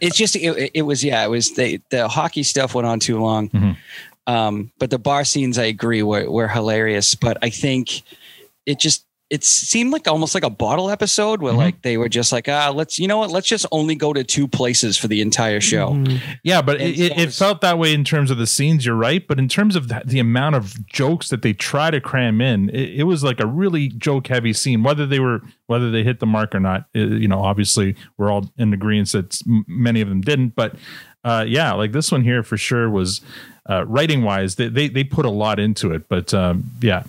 Speaker 5: it's just it, it was yeah it was they, the hockey stuff went on too long
Speaker 7: Mm-hmm.
Speaker 5: um but the bar scenes i agree were, were hilarious but i think it just it seemed like almost like a bottle episode
Speaker 7: Mm-hmm.
Speaker 5: where like they were just like ah let's you know what let's just only go to two places for the entire show
Speaker 7: Yeah, but it, it, it felt that way in terms of the scenes. You're right, but in terms of the, the amount of jokes that they try to cram in, it, it was like a really joke heavy scene. Whether they were whether they hit the mark or not, uh, you know, obviously we're all in agreement that s- m- many of them didn't. But uh, yeah, like this one here for sure was uh, writing wise, they, they they put a lot into it. But um, yeah,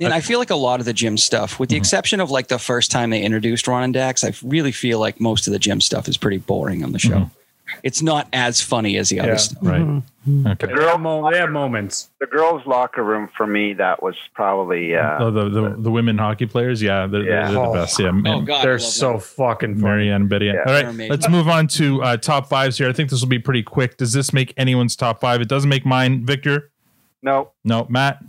Speaker 7: Mm-hmm.
Speaker 5: and i feel like a lot of the gym stuff with the exception of like the first time they introduced ron and dax i really feel like most of the gym stuff is pretty boring on the show it's not as funny as the other stuff
Speaker 7: Mm-hmm. right
Speaker 10: Mm-hmm.
Speaker 11: Mm-hmm.
Speaker 7: Mm-hmm.
Speaker 1: They have, mo- they have moments.
Speaker 9: the girls' locker room for me, that was probably uh,
Speaker 7: Oh, the, the the women hockey players, yeah, they're, they're-
Speaker 9: Yeah.
Speaker 7: they're the best. Yeah,
Speaker 1: Oh, God, They're I love so that. fucking funny.
Speaker 7: Marianne and Betty.
Speaker 1: Yeah.
Speaker 7: All
Speaker 1: They're
Speaker 7: right,
Speaker 1: amazing.
Speaker 7: let's move on to uh, top fives here. I think this will be pretty quick. Does this make anyone's top five? It doesn't make mine. Victor,
Speaker 9: no,
Speaker 7: no. Matt,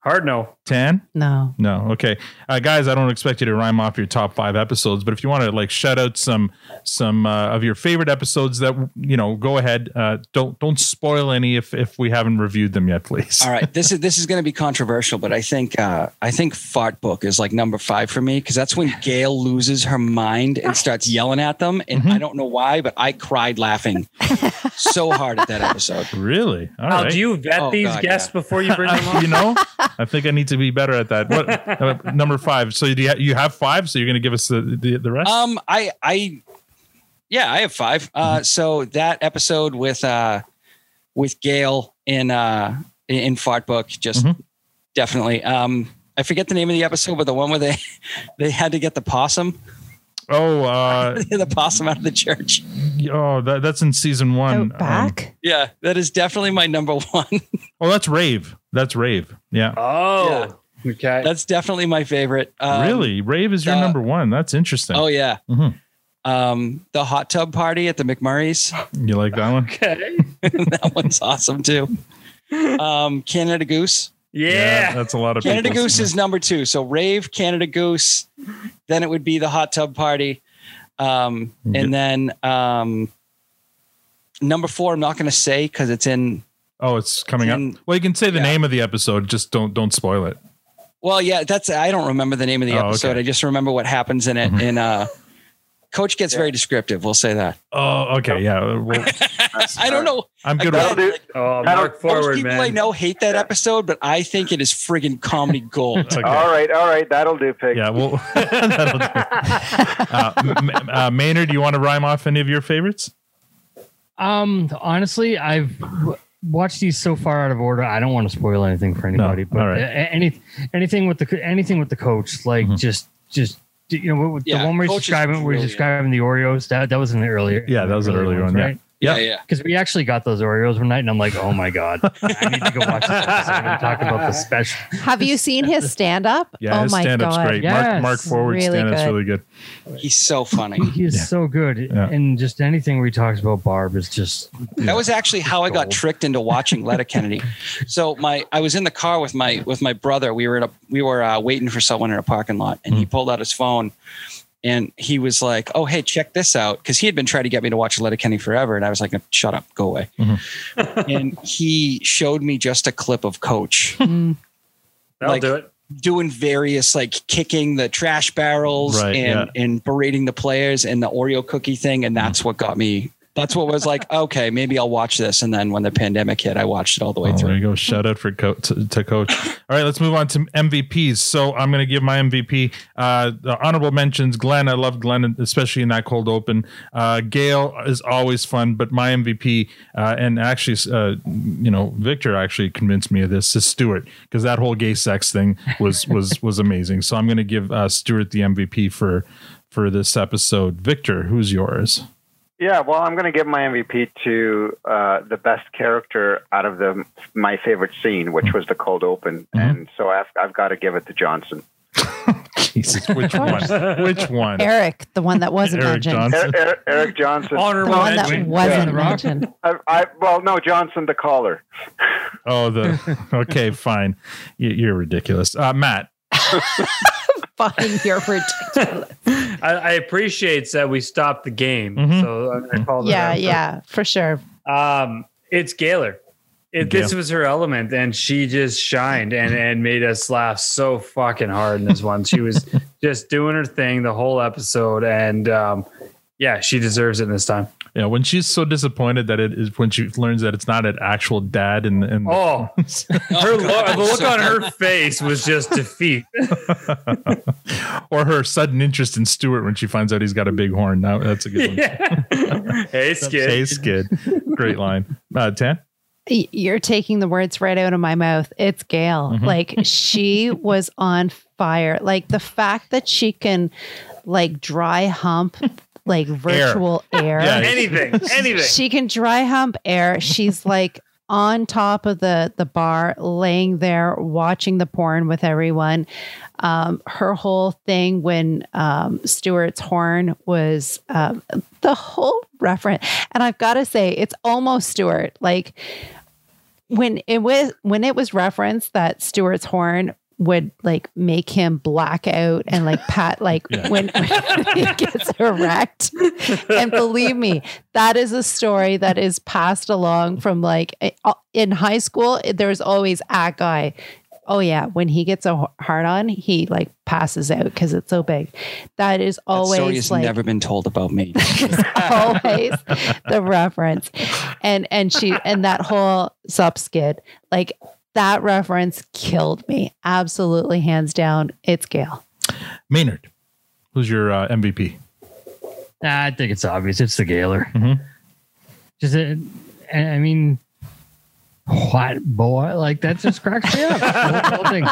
Speaker 1: hard no.
Speaker 7: Tan,
Speaker 8: no,
Speaker 7: no. Okay, uh, guys, I don't expect you to rhyme off your top five episodes, but if you want to like shout out some some uh, of your favorite episodes, that you know, go ahead. Uh, don't don't spoil any if if we haven't reviewed them yet, please.
Speaker 5: All right, this is this is going to be controversial, but I think uh, I think Fart Book is like number five for me because that's when Gail loses her mind and starts yelling at them, and
Speaker 7: Mm-hmm.
Speaker 5: I don't know why, but I cried laughing so hard at that episode.
Speaker 7: Really? All
Speaker 1: Al,
Speaker 7: right.
Speaker 1: do you vet
Speaker 5: Oh,
Speaker 1: these
Speaker 5: God,
Speaker 1: guests
Speaker 5: yeah.
Speaker 1: before you bring them on?
Speaker 7: you know, I think I need to be better at that. What uh, number five? So do you, ha- you have five? So you're going to give us the the, the rest?
Speaker 5: Um, I I yeah, I have five.
Speaker 7: Mm-hmm.
Speaker 5: Uh, so that episode with uh with Gail in uh in- in Fart Book just
Speaker 7: Mm-hmm.
Speaker 5: definitely. Um, I forget the name of the episode, but the one where they they had to get the possum,
Speaker 7: oh, uh,
Speaker 5: the possum out of the church.
Speaker 7: oh, that, that's in season one. Um, back.
Speaker 5: Yeah, that is definitely my number one.
Speaker 7: oh, that's rave. That's rave. Yeah.
Speaker 1: Oh,
Speaker 5: Yeah.
Speaker 1: Okay.
Speaker 5: That's definitely my favorite. Um,
Speaker 7: really? Rave is your
Speaker 5: the-
Speaker 7: number one. That's interesting.
Speaker 5: Oh yeah.
Speaker 7: Mhm.
Speaker 5: Um, the hot tub party at the McMurray's.
Speaker 7: You like that one?
Speaker 1: Okay.
Speaker 5: that one's awesome too. Um, Canada Goose.
Speaker 1: Yeah.
Speaker 7: That's a lot of
Speaker 5: Canada
Speaker 7: people.
Speaker 5: Goose is number two. So rave, Canada Goose, then it would be the hot tub party, um,
Speaker 7: Mm-hmm.
Speaker 5: and then um, number four. I'm not going to say because it's in.
Speaker 7: Oh, it's coming up. Well, you can say the name of the episode. Just don't don't spoil it.
Speaker 5: Well, yeah, that's. I don't remember the name of the
Speaker 7: Oh, okay. Mm-hmm.
Speaker 5: episode. I just remember what happens in it. And uh, Coach gets very descriptive. We'll say that.
Speaker 7: Oh, okay, yeah. Well,
Speaker 5: I don't know.
Speaker 7: I'm good
Speaker 5: Again,
Speaker 7: with it.
Speaker 1: Oh,
Speaker 5: I don't-
Speaker 1: mark
Speaker 5: Most
Speaker 1: forward,
Speaker 5: people
Speaker 1: man.
Speaker 5: I know hate that episode, but I think it is friggin' comedy gold.
Speaker 9: All right, all right, that'll do, Pig.
Speaker 7: Yeah, well, that'll do. Uh, M- uh, Maynard, do you want to rhyme off any of your favorites?
Speaker 11: Um, honestly, I've w- watched these so far out of order. I don't want to spoil anything for anybody, but
Speaker 7: all right.
Speaker 11: a- any anything with the co- anything with the coach, like
Speaker 7: Mm-hmm.
Speaker 11: just just you know, with
Speaker 5: Yeah,
Speaker 11: the one we're
Speaker 5: coach is
Speaker 11: describing, we're
Speaker 5: brilliant.
Speaker 11: describing the Oreos. That that was in the earlier.
Speaker 7: Yeah, that was an earlier one, yeah.
Speaker 5: Yeah, yeah.
Speaker 11: Because we actually got those Oreos one night, and I'm like, oh my god, I need to go watch this episode and talk about the special.
Speaker 8: Have you seen his Oh stand up?
Speaker 7: Yeah, his stand-up's great. Mark, Mark Forward's stand-up's really good.
Speaker 5: He's so funny.
Speaker 11: He is so good, and just anything where he talks about Barb is just
Speaker 5: That was actually how I got tricked into watching Letta Kennedy. So my, I was in the car with my with my brother. We were in a, we were uh, waiting for someone in a parking lot, and
Speaker 7: Mm.
Speaker 5: he pulled out his phone, and he was like, "Oh, hey, check this out," because he had been trying to get me to watch Letta Kennedy forever, and I was like, "Shut up, go away."
Speaker 7: Mm-hmm.
Speaker 5: and he showed me just a clip of Coach.
Speaker 1: That'll
Speaker 5: like,
Speaker 1: do it.
Speaker 5: Doing various like kicking the trash barrels
Speaker 7: Right,
Speaker 5: and and berating the players and the Oreo cookie thing, and that's what got me. That's what was like, okay, maybe I'll watch this. And then when the pandemic hit, I watched it all the way
Speaker 7: Oh,
Speaker 5: through.
Speaker 7: there you go. Shout out for co- to, to coach. All right, let's move on to MVPs. So I'm going to give my MVP. Uh, the honorable mentions: Glenn. I love Glenn, especially in that cold open. Uh, Gail is always fun, but my MVP uh, and actually, uh, you know, Victor actually convinced me of this is Stewart because that whole gay sex thing was was was amazing. So I'm going to give uh, Stewart the MVP for for this episode. Victor, who's yours?
Speaker 9: Yeah, well, I'm going to give my MVP to uh, the best character out of the my favorite scene, which was the cold open,
Speaker 7: Mm-hmm.
Speaker 9: and so I've, I've got to give it to Johnson.
Speaker 7: Jesus, which one? Which one?
Speaker 8: Eric, the one that wasn't
Speaker 7: Eric
Speaker 8: mentioned.
Speaker 7: Johnson.
Speaker 9: Er- Er- Eric Johnson,
Speaker 8: The one that wasn't mentioned.
Speaker 9: I, I, well, no, Johnson, the caller.
Speaker 7: Oh, the okay, fine. You, you're ridiculous, uh, Matt.
Speaker 8: Fine, you're ridiculous.
Speaker 1: I, I appreciate that we stopped the game.
Speaker 7: Mm-hmm.
Speaker 1: So I'm gonna call that
Speaker 8: yeah,
Speaker 1: out.
Speaker 8: yeah, for sure.
Speaker 1: Um, it's Gaylor. It, this
Speaker 7: Gail.
Speaker 1: was her element, and she just shined and and made us laugh so fucking hard in this one. She was just doing her thing the whole episode, and um, yeah, she deserves it this time.
Speaker 7: Yeah, when she's so disappointed that it is when she learns that it's not an actual dad, and and
Speaker 1: Oh, her look, the look on her face was just defeat.
Speaker 7: or her sudden interest in Stuart when she finds out he's got a big horn. Now that's a good one.
Speaker 1: Yeah. hey, skid.
Speaker 7: Hey, skid, great line. Uh, Tan,
Speaker 8: Y- You're taking the words right out of my mouth. It's Gail.
Speaker 1: Mm-hmm.
Speaker 7: Mhm.
Speaker 8: Like she was on fire. Like the fact that she can like dry hump like virtual air.
Speaker 7: Yeah.
Speaker 1: Anything, anything.
Speaker 8: She can dry hump air. She's like on top of the the bar, laying there watching the porn with everyone. Um, her whole thing when um, Stuart's horn was um, the whole reference, and I've got to say, it's almost Stuart. Like when it was when it was referenced that Stuart's horn would like make him black out and like pat like when, when he gets erect and believe me that is a story that is passed along from like eh, uh, in high school eh, there's always a guy oh yeah when he gets a hard on he like passes out because it's so big that is
Speaker 5: That story
Speaker 8: always
Speaker 5: has
Speaker 8: like
Speaker 5: never been told about me.
Speaker 8: always the reference and and she and that whole sup skid like that reference killed me absolutely hands down it's gail
Speaker 7: Maynard, who's your uh, MVP?
Speaker 11: Nah, I think it's obvious. It's the Gaylor. Just, uh, I I mean, what boy? Like that just cracks me up. The whole thing.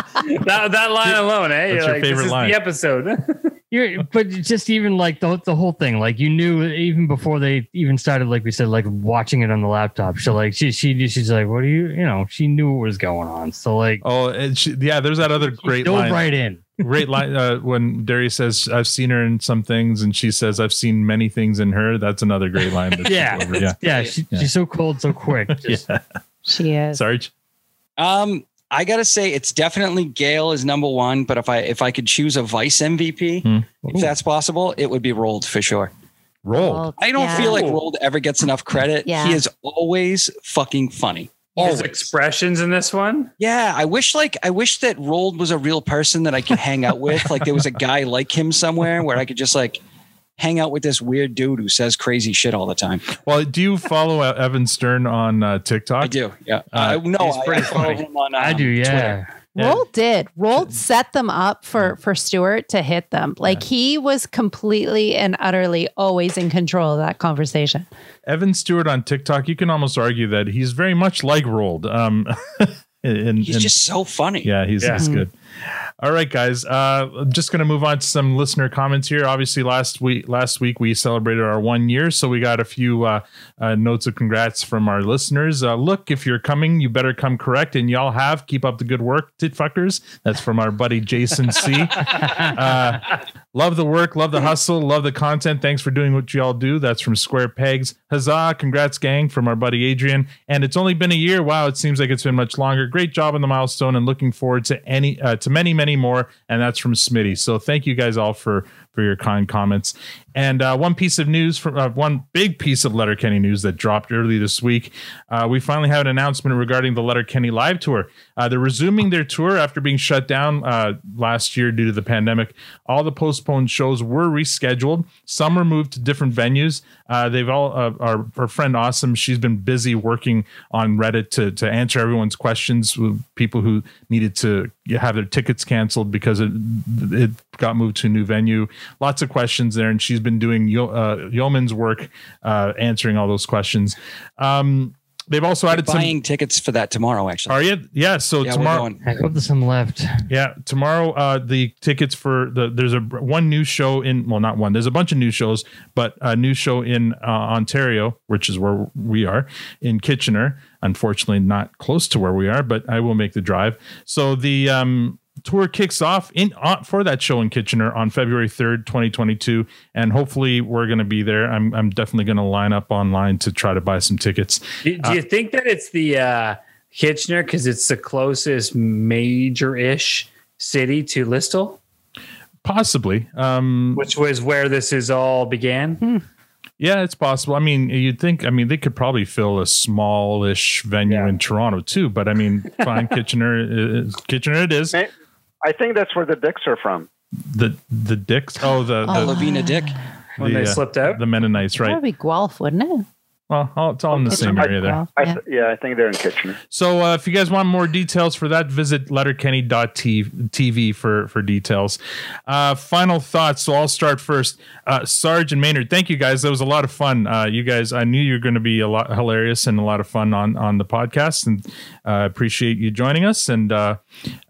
Speaker 1: that, that line alone,
Speaker 7: What's
Speaker 1: eh? You're
Speaker 7: your
Speaker 1: like, this
Speaker 7: favorite
Speaker 1: is
Speaker 7: line?
Speaker 1: The episode.
Speaker 11: You're, but just even like the the whole thing, like you knew even before they even started, like we said, like watching it on the laptop. So like she she she's like, what do you you know? She knew what was going on. So like,
Speaker 7: oh and she, yeah, there's that other great
Speaker 11: dove
Speaker 7: line.
Speaker 11: right in.
Speaker 7: great line uh, when Derry says, "I've seen her in some things," and she says, "I've seen many things in her." That's another great line. that she
Speaker 11: yeah,
Speaker 7: delivered.
Speaker 11: yeah, she, She's so cold, so quick. Just,
Speaker 7: yeah.
Speaker 8: She is.
Speaker 7: Sarge.
Speaker 5: Um, I gotta say, it's definitely Gail is number one. But if I if I could choose a vice MVP, if that's possible, it would be Rolled for sure.
Speaker 7: Rolled.
Speaker 8: Rold,
Speaker 5: I don't
Speaker 8: yeah.
Speaker 5: feel like Rolled ever gets enough credit.
Speaker 8: Yeah.
Speaker 5: He is always fucking funny.
Speaker 1: His
Speaker 5: Always.
Speaker 1: expressions in this one.
Speaker 5: Yeah, I wish like I wish that Rold was a real person that I could hang out with. Like there was a guy like him somewhere where I could just like hang out with this weird dude who says crazy shit all the time.
Speaker 7: Well, do you follow uh, Evan Stern on uh, TikTok? I
Speaker 5: do. Yeah. Uh, no, I, I follow him on. um,
Speaker 11: I do. Yeah.
Speaker 8: Roll did. Roll set them up for for Stewart to hit them. Like he was completely and utterly always in control of that conversation.
Speaker 7: Evan Stewart on TikTok. You can almost argue that he's very much like Rolled. Um, and,
Speaker 5: He's
Speaker 7: and-
Speaker 5: just so funny.
Speaker 7: Yeah, he's,
Speaker 5: Yeah.
Speaker 7: he's
Speaker 5: Mhm.
Speaker 7: good. All right, guys. Uh, I'm just gonna move on to some listener comments here. Obviously, last week last week we celebrated our one year, so we got a few uh, uh, notes of congrats from our listeners. Uh, look, if you're coming, you better come correct, and y'all have. Keep up the good work, tit fuckers. That's from our buddy Jason C. uh, love the work, love the hustle, love the content. Thanks for doing what y'all do. That's from Square Pegs. Huzzah! Congrats, gang, from our buddy Adrian. And it's only been a year. Wow, it seems like it's been much longer. Great job on the milestone, and looking forward to any uh, to many, many more. And that's from Smitty. So thank you guys all for for your kind comments. And uh, one piece of news from uh, one big piece of Letterkenny news that dropped early this week. Uh, we finally have an announcement regarding the Letterkenny live tour. Uh, they're resuming their tour after being shut down uh, last year due to the pandemic. All the postponed shows were rescheduled. Some were moved to different venues. Uh, they've all uh, our, our friend Awesome. She's been busy working on Reddit to to answer everyone's questions with people who needed to have their tickets canceled because it it got moved to a new venue. Lots of questions there, and she's been doing yo- uh, yeoman's work uh, answering all those questions. Um, they've also added some
Speaker 5: Buying tickets for that tomorrow, actually.
Speaker 7: Are you? Yeah. So
Speaker 5: Yeah, we're
Speaker 7: tomorrow,
Speaker 5: going.
Speaker 11: I hope there's some left.
Speaker 7: yeah, tomorrow uh, the tickets for the there's a one new show in well not one there's a bunch of new shows but a new show in uh, Ontario which is where we are in Kitchener unfortunately not close to where we are but I will make the drive so the um, tour kicks off in on, for that show in Kitchener on February third 2022 and hopefully we're gonna be there I'm I'm definitely gonna line up online to try to buy some tickets Uh,
Speaker 1: Do, do you think that it's the uh, Kitchener because it's the closest major-ish city to Listel,
Speaker 7: possibly um,
Speaker 1: which was where this is all began?
Speaker 7: Yeah, it's possible. I mean, you'd think. I mean, they could probably fill a smallish venue in Toronto too. But I mean, fine, Kitchener, uh, Kitchener, it is
Speaker 9: I think that's where the dicks are from.
Speaker 7: the the dicks. Oh, the, the
Speaker 5: Oh, Lavina Dick.
Speaker 1: when they slipped
Speaker 7: out, the Mennonites,
Speaker 8: That
Speaker 7: right?
Speaker 8: would be Guelph, wouldn't it?
Speaker 7: Well, all- Oh, it's all in the same area there.
Speaker 9: I th- yeah, I think they're in Kitchener.
Speaker 7: So uh, if you guys want more details for that, visit letterkenny.tv for, for details. Uh, final thoughts. So I'll start first. Uh, Sarge and Maynard, thank you guys. That was a lot of fun. Uh, you guys, I knew you were going to be a lot hilarious and a lot of fun on, on the podcast and uh, appreciate you joining us and uh,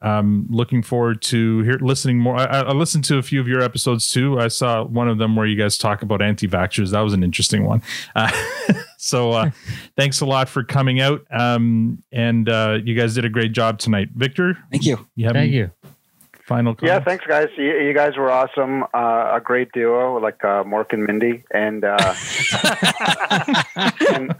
Speaker 7: um, looking forward to hear, listening more. I, I- I listened to a few of your episodes too. I saw one of them where you guys talk about anti-vaxxers. That was an interesting one. Uh, so uh, thanks a lot for coming out. Um, and uh, you guys did a great job tonight, Victor.
Speaker 5: Thank you.
Speaker 7: you have
Speaker 11: Thank
Speaker 7: any
Speaker 11: you.
Speaker 7: Final comment.
Speaker 9: Yeah, thanks, guys. You, you guys were awesome. Uh, a great duo, like uh, Mork and Mindy, and uh, and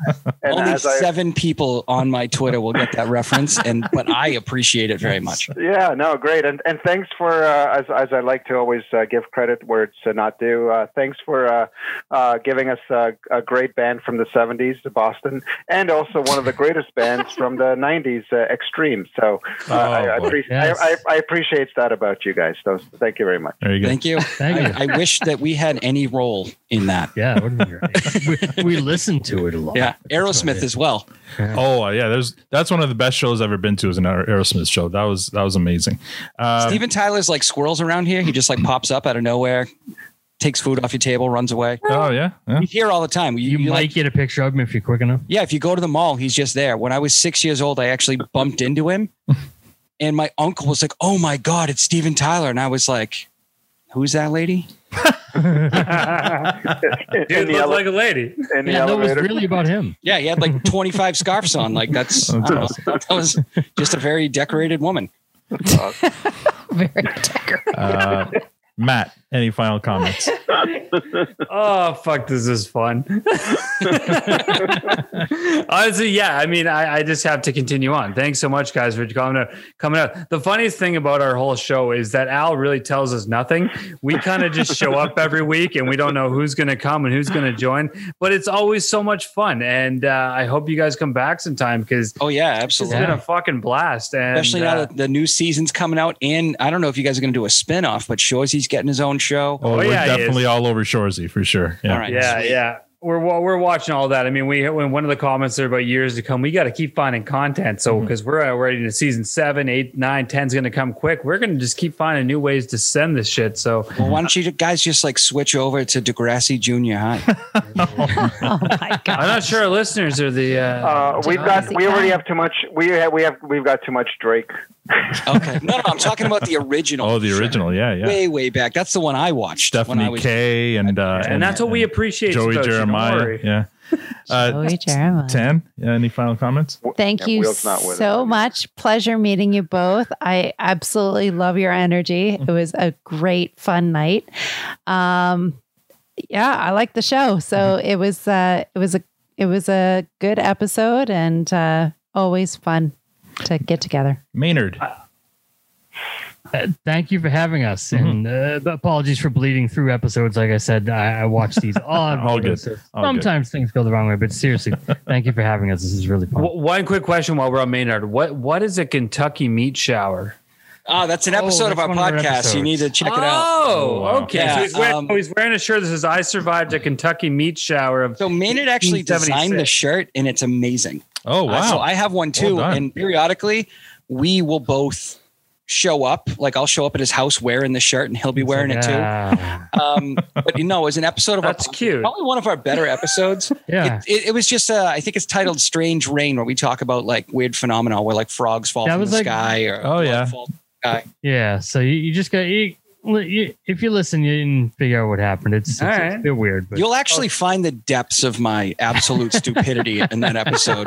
Speaker 5: Only
Speaker 9: as I-
Speaker 5: seven people on my Twitter will get that reference, and but I appreciate it very much.
Speaker 9: yeah, no, great, and and thanks for uh, as as I like to always uh, give credit where it's uh, not due. Uh, thanks for uh, uh, giving us uh, a great band from the '70s, the Boston, and also one of the greatest bands from the '90s, uh, Extreme. So uh, I, I,
Speaker 5: Oh, boy.
Speaker 9: appreciate
Speaker 5: Yes.
Speaker 9: I, I, I appreciate that about you guys. So thank you very much.
Speaker 7: There you
Speaker 5: Thank you. I, I wish that we had any role in that.
Speaker 11: Yeah, it would be great. we, we listened to it a lot.
Speaker 5: Yeah, Aerosmith as well.
Speaker 7: Oh uh, yeah, there's that's one of the best shows I've ever been to is an Aer- Aerosmith show. That was that was amazing. Uh,
Speaker 5: Steven Tyler's like squirrels around here. He just like pops up out of nowhere, takes food off your table, runs away.
Speaker 7: Oh yeah, yeah.
Speaker 5: You hear all the time. You,
Speaker 11: You,
Speaker 5: you,
Speaker 11: might
Speaker 5: like,
Speaker 11: get a picture of him if you're quick enough.
Speaker 5: yeah, if you go to the mall, he's just there. When I was six years old, I actually bumped into him, and my uncle was like, "Oh my god, it's Steven Tyler," and I was like, Who's that lady?
Speaker 1: Dude looks like a lady.
Speaker 9: In
Speaker 5: the Yeah, that was elevator. really
Speaker 11: about him.
Speaker 5: Yeah, he had like 25 scarves on. Like that's
Speaker 7: Oh,
Speaker 5: I don't know, that was just a very decorated woman.
Speaker 8: very
Speaker 7: Uh, Matt, any final comments?
Speaker 1: oh fuck this is fun honestly yeah i mean I, I just have to continue on thanks so much guys for coming out coming out the funniest thing about our whole show is that al really tells us nothing we kind of just show up every week and we don't know who's going to come and who's going to join but it's always so much fun and uh, i hope you guys come back sometime because
Speaker 5: Oh yeah,
Speaker 1: it's
Speaker 5: absolutely.
Speaker 1: been a fucking blast and
Speaker 5: Especially now
Speaker 1: uh,
Speaker 5: that the new season's coming out, and I don't know if you guys are going to do a spin-off, but Shorzy's getting his own show.
Speaker 7: Oh, we're
Speaker 1: yeah, he is.
Speaker 7: definitely all over Shorzy for sure. Yeah.
Speaker 5: All right.
Speaker 1: Yeah,
Speaker 5: sweet.
Speaker 1: yeah. We're wa- we're watching all that. I mean, we when one of the comments there about years to come, we got to keep finding content. So
Speaker 5: Mm-hmm.
Speaker 1: because we're already into season seven, eight, nine, ten's going to come quick. We're going to just keep finding new ways to send this shit. So
Speaker 5: Well, why don't you guys just like switch over to Degrassi Junior High?
Speaker 1: I'm not sure our listeners are the. Uh,
Speaker 9: Uh, we've got. We already have too much. We have. We have. We've got too much Drake.
Speaker 5: okay, no, no, I'm talking about the original.
Speaker 7: Oh, the original. Yeah, yeah.
Speaker 5: Way, way back. That's the one I watched when I
Speaker 7: Stephanie
Speaker 5: was.
Speaker 7: K and uh,
Speaker 1: and that's what we appreciate.
Speaker 7: Joey
Speaker 1: about you, don't
Speaker 7: Jeremiah.
Speaker 1: worry.
Speaker 7: Yeah. Uh,
Speaker 8: Joey Jeremiah.
Speaker 7: Tan, yeah, any final comments?
Speaker 8: Thank you so much. Pleasure meeting you both. I absolutely love your energy. It was a great fun night. Um yeah, I like the show. So it was uh it was a it was a good episode and uh always fun to get together.
Speaker 7: Maynard.
Speaker 11: Uh, thank you for having us,
Speaker 7: Mm-hmm.
Speaker 11: and uh, apologies for bleeding through episodes. Like I said, I, I watch these all. out of
Speaker 7: All
Speaker 11: order,
Speaker 7: good.
Speaker 11: so
Speaker 7: All good.
Speaker 11: sometimes things go the wrong way, but seriously, thank you for having us. This is really fun.
Speaker 1: W- one quick question while we're on Maynard. What what is a Kentucky meat shower?
Speaker 5: Oh, that's an episode
Speaker 11: that's
Speaker 5: of our
Speaker 11: one of our
Speaker 5: podcast. You
Speaker 11: episodes.
Speaker 5: need to check it out.
Speaker 1: Oh,
Speaker 7: Oh, wow.
Speaker 1: okay.
Speaker 5: Yeah,
Speaker 1: so he's, wearing,
Speaker 5: um,
Speaker 1: oh, he's wearing a shirt that says "I survived a Kentucky meat shower." Of
Speaker 5: So Maynard actually designed the
Speaker 1: 1976.
Speaker 5: shirt, and it's amazing.
Speaker 7: Oh
Speaker 5: Uh, so
Speaker 7: wow.
Speaker 5: I have one too,
Speaker 7: Well done.
Speaker 5: and periodically we will both show up. Like I'll show up at his house wearing the shirt, and he'll be wearing it too.
Speaker 11: Yeah.
Speaker 5: Um, but you know, it was an episode of
Speaker 1: That's
Speaker 5: our,
Speaker 1: cute.
Speaker 5: probably one of our better episodes.
Speaker 11: Yeah.
Speaker 5: It, it, it was just uh, I think it's titled "Strange Rain," where we talk about like weird phenomena where like frogs fall
Speaker 11: That
Speaker 5: from
Speaker 11: was
Speaker 5: the
Speaker 11: like-
Speaker 5: sky or
Speaker 7: Oh, yeah.
Speaker 5: fall from the sky.
Speaker 11: Yeah, so you, you just got you, you, if you listen, you can figure out what happened. It's, it's,
Speaker 1: All
Speaker 11: it's
Speaker 1: right.
Speaker 11: a bit weird, but
Speaker 7: oh.
Speaker 5: You'll actually find the depths of my absolute stupidity in that episode.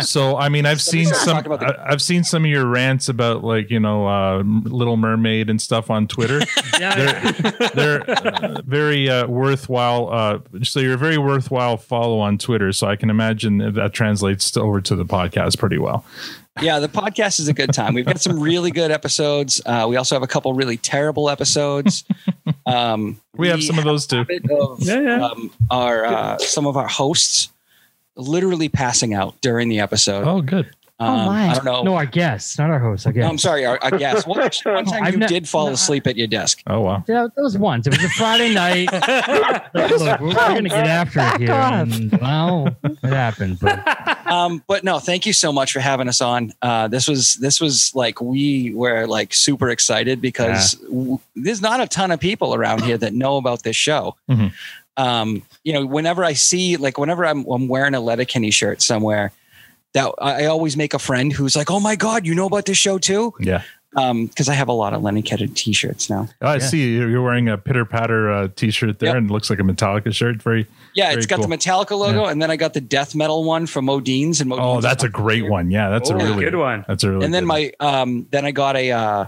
Speaker 7: So I mean, I've
Speaker 5: So
Speaker 7: seen
Speaker 5: we started
Speaker 7: some.
Speaker 5: talking about
Speaker 7: I- I've seen some of your rants about like you know, uh, Little Mermaid and stuff on Twitter.
Speaker 10: Oh,
Speaker 11: yeah,
Speaker 7: They're uh, very uh, worthwhile. Uh, so you're a very worthwhile follow on Twitter. So I can imagine that, that translates to, over to the podcast pretty well.
Speaker 5: yeah, the podcast is a good time. We've got some really good episodes. Uh, we also have a couple really terrible episodes. Um,
Speaker 7: We have some of those too.
Speaker 5: habit of
Speaker 1: Yeah, yeah.
Speaker 5: Um, our uh, some of our hosts literally passing out during the episode.
Speaker 7: Oh, good.
Speaker 5: Um,
Speaker 8: my.
Speaker 5: I don't know.
Speaker 11: no, our guests, not our hosts. I
Speaker 5: No,
Speaker 11: guess
Speaker 5: I'm sorry. I, I guess one, one time
Speaker 11: I've
Speaker 5: you
Speaker 11: ne-
Speaker 5: did fall
Speaker 11: no, I-
Speaker 5: asleep at your desk.
Speaker 7: Oh wow.
Speaker 11: Yeah, that was once. It was a Friday night. Look, look, we're, we're gonna get after it here. And, well, it happened, but
Speaker 5: Um, but no, thank you so much for having us on. Uh, this was this was like we were like super excited because w- there's not a ton of people around here that know about this show.
Speaker 7: Mhm.
Speaker 5: Um, you know, whenever I see like whenever I'm I'm wearing a Letterkenny shirt somewhere, that I I always make a friend who's like, "Oh my god, you know about this show too?"
Speaker 7: Yeah.
Speaker 5: Um, because I have a lot of Lenny Ketted t-shirts now.
Speaker 7: I
Speaker 11: Yeah.
Speaker 7: see you're you're wearing a pitter patter uh, t-shirt there,
Speaker 5: Yep.
Speaker 7: and it looks like a Metallica shirt. Very.
Speaker 5: Yeah,
Speaker 7: Very
Speaker 5: it's got
Speaker 7: cool.
Speaker 5: the Metallica logo, and then I got the death metal one from Modine's and Modine's
Speaker 7: Oh, that's a great one. Yeah, that's a
Speaker 1: Oh,
Speaker 7: really
Speaker 1: good one.
Speaker 7: That's a really.
Speaker 5: and then
Speaker 7: good
Speaker 5: my um then I got a uh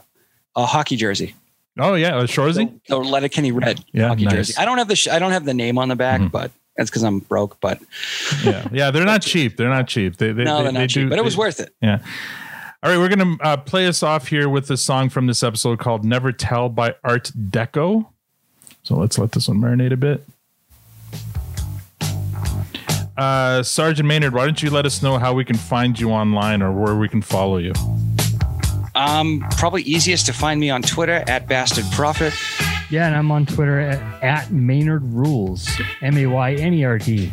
Speaker 5: a hockey jersey.
Speaker 7: one. Oh yeah, a Shorzy.
Speaker 5: The Letterkenny red
Speaker 7: Yeah,
Speaker 5: hockey
Speaker 7: nice.
Speaker 5: jersey. I don't have the sh- I don't have the name on the back,
Speaker 7: Mhm.
Speaker 5: but that's because I'm broke. But
Speaker 7: Yeah, yeah. They're not cheap. They're not cheap. They, they,
Speaker 5: no,
Speaker 7: they,
Speaker 5: they're not
Speaker 7: they
Speaker 5: cheap.
Speaker 7: do-
Speaker 5: but it was
Speaker 7: they-
Speaker 5: worth it.
Speaker 7: All right, we're going to uh, play us off here with a song from this episode called Never Tell by Art Deco. So let's let this one marinate a bit. Uh, Sergeant Maynard, why don't you let us know how we can find you online or where we can follow you?
Speaker 5: Um, probably easiest to find me on Twitter at Bastard Prophet.
Speaker 11: yeah, and I'm on Twitter at, at Maynard Rules, M A Y N E R D.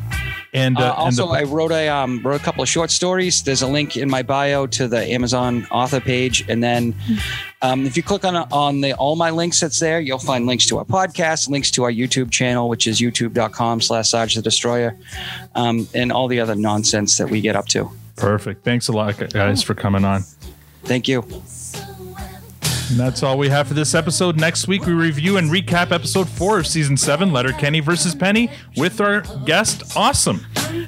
Speaker 7: And,
Speaker 5: Uh,
Speaker 7: uh, and the-
Speaker 5: also, I wrote a um, wrote a couple of short stories. There's a link in my bio to the Amazon author page, and then um, if you click on on the all my links that's there, you'll find links to our podcast, links to our YouTube channel, which is youtube.com/slash Sarge the Destroyer, um, and all the other nonsense that we get up to.
Speaker 7: perfect. Thanks a lot, guys, for coming on.
Speaker 5: Thank you.
Speaker 7: And that's all we have for this episode. Next week, we review and recap episode four of season seven, Letter Kenny versus Penny, with our guest, Awesome.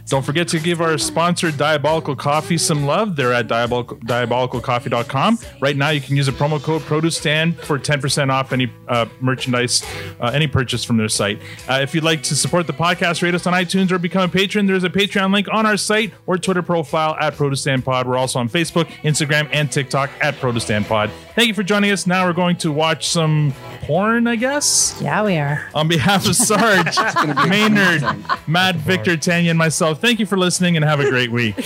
Speaker 7: Don't forget to give our sponsor, Diabolical Coffee, some love. They're at diabolical, diabolicalcoffee.com. Right now, you can use a promo code ProduceStand for 10% off any uh, merchandise, uh, any purchase from their site. Uh, if you'd like to support the podcast, rate us on iTunes or become a patron, there's a Patreon link on our site or Twitter profile at ProduceStand Pod. We're also on Facebook, Instagram, and TikTok at ProduceStand Pod. Thank you for joining us. Now we're going to watch some porn, I guess.
Speaker 8: Yeah, we are.
Speaker 7: On behalf of Sarge, Maynard, Matt, Victor, Tanya, and myself, thank you for listening and have a great week.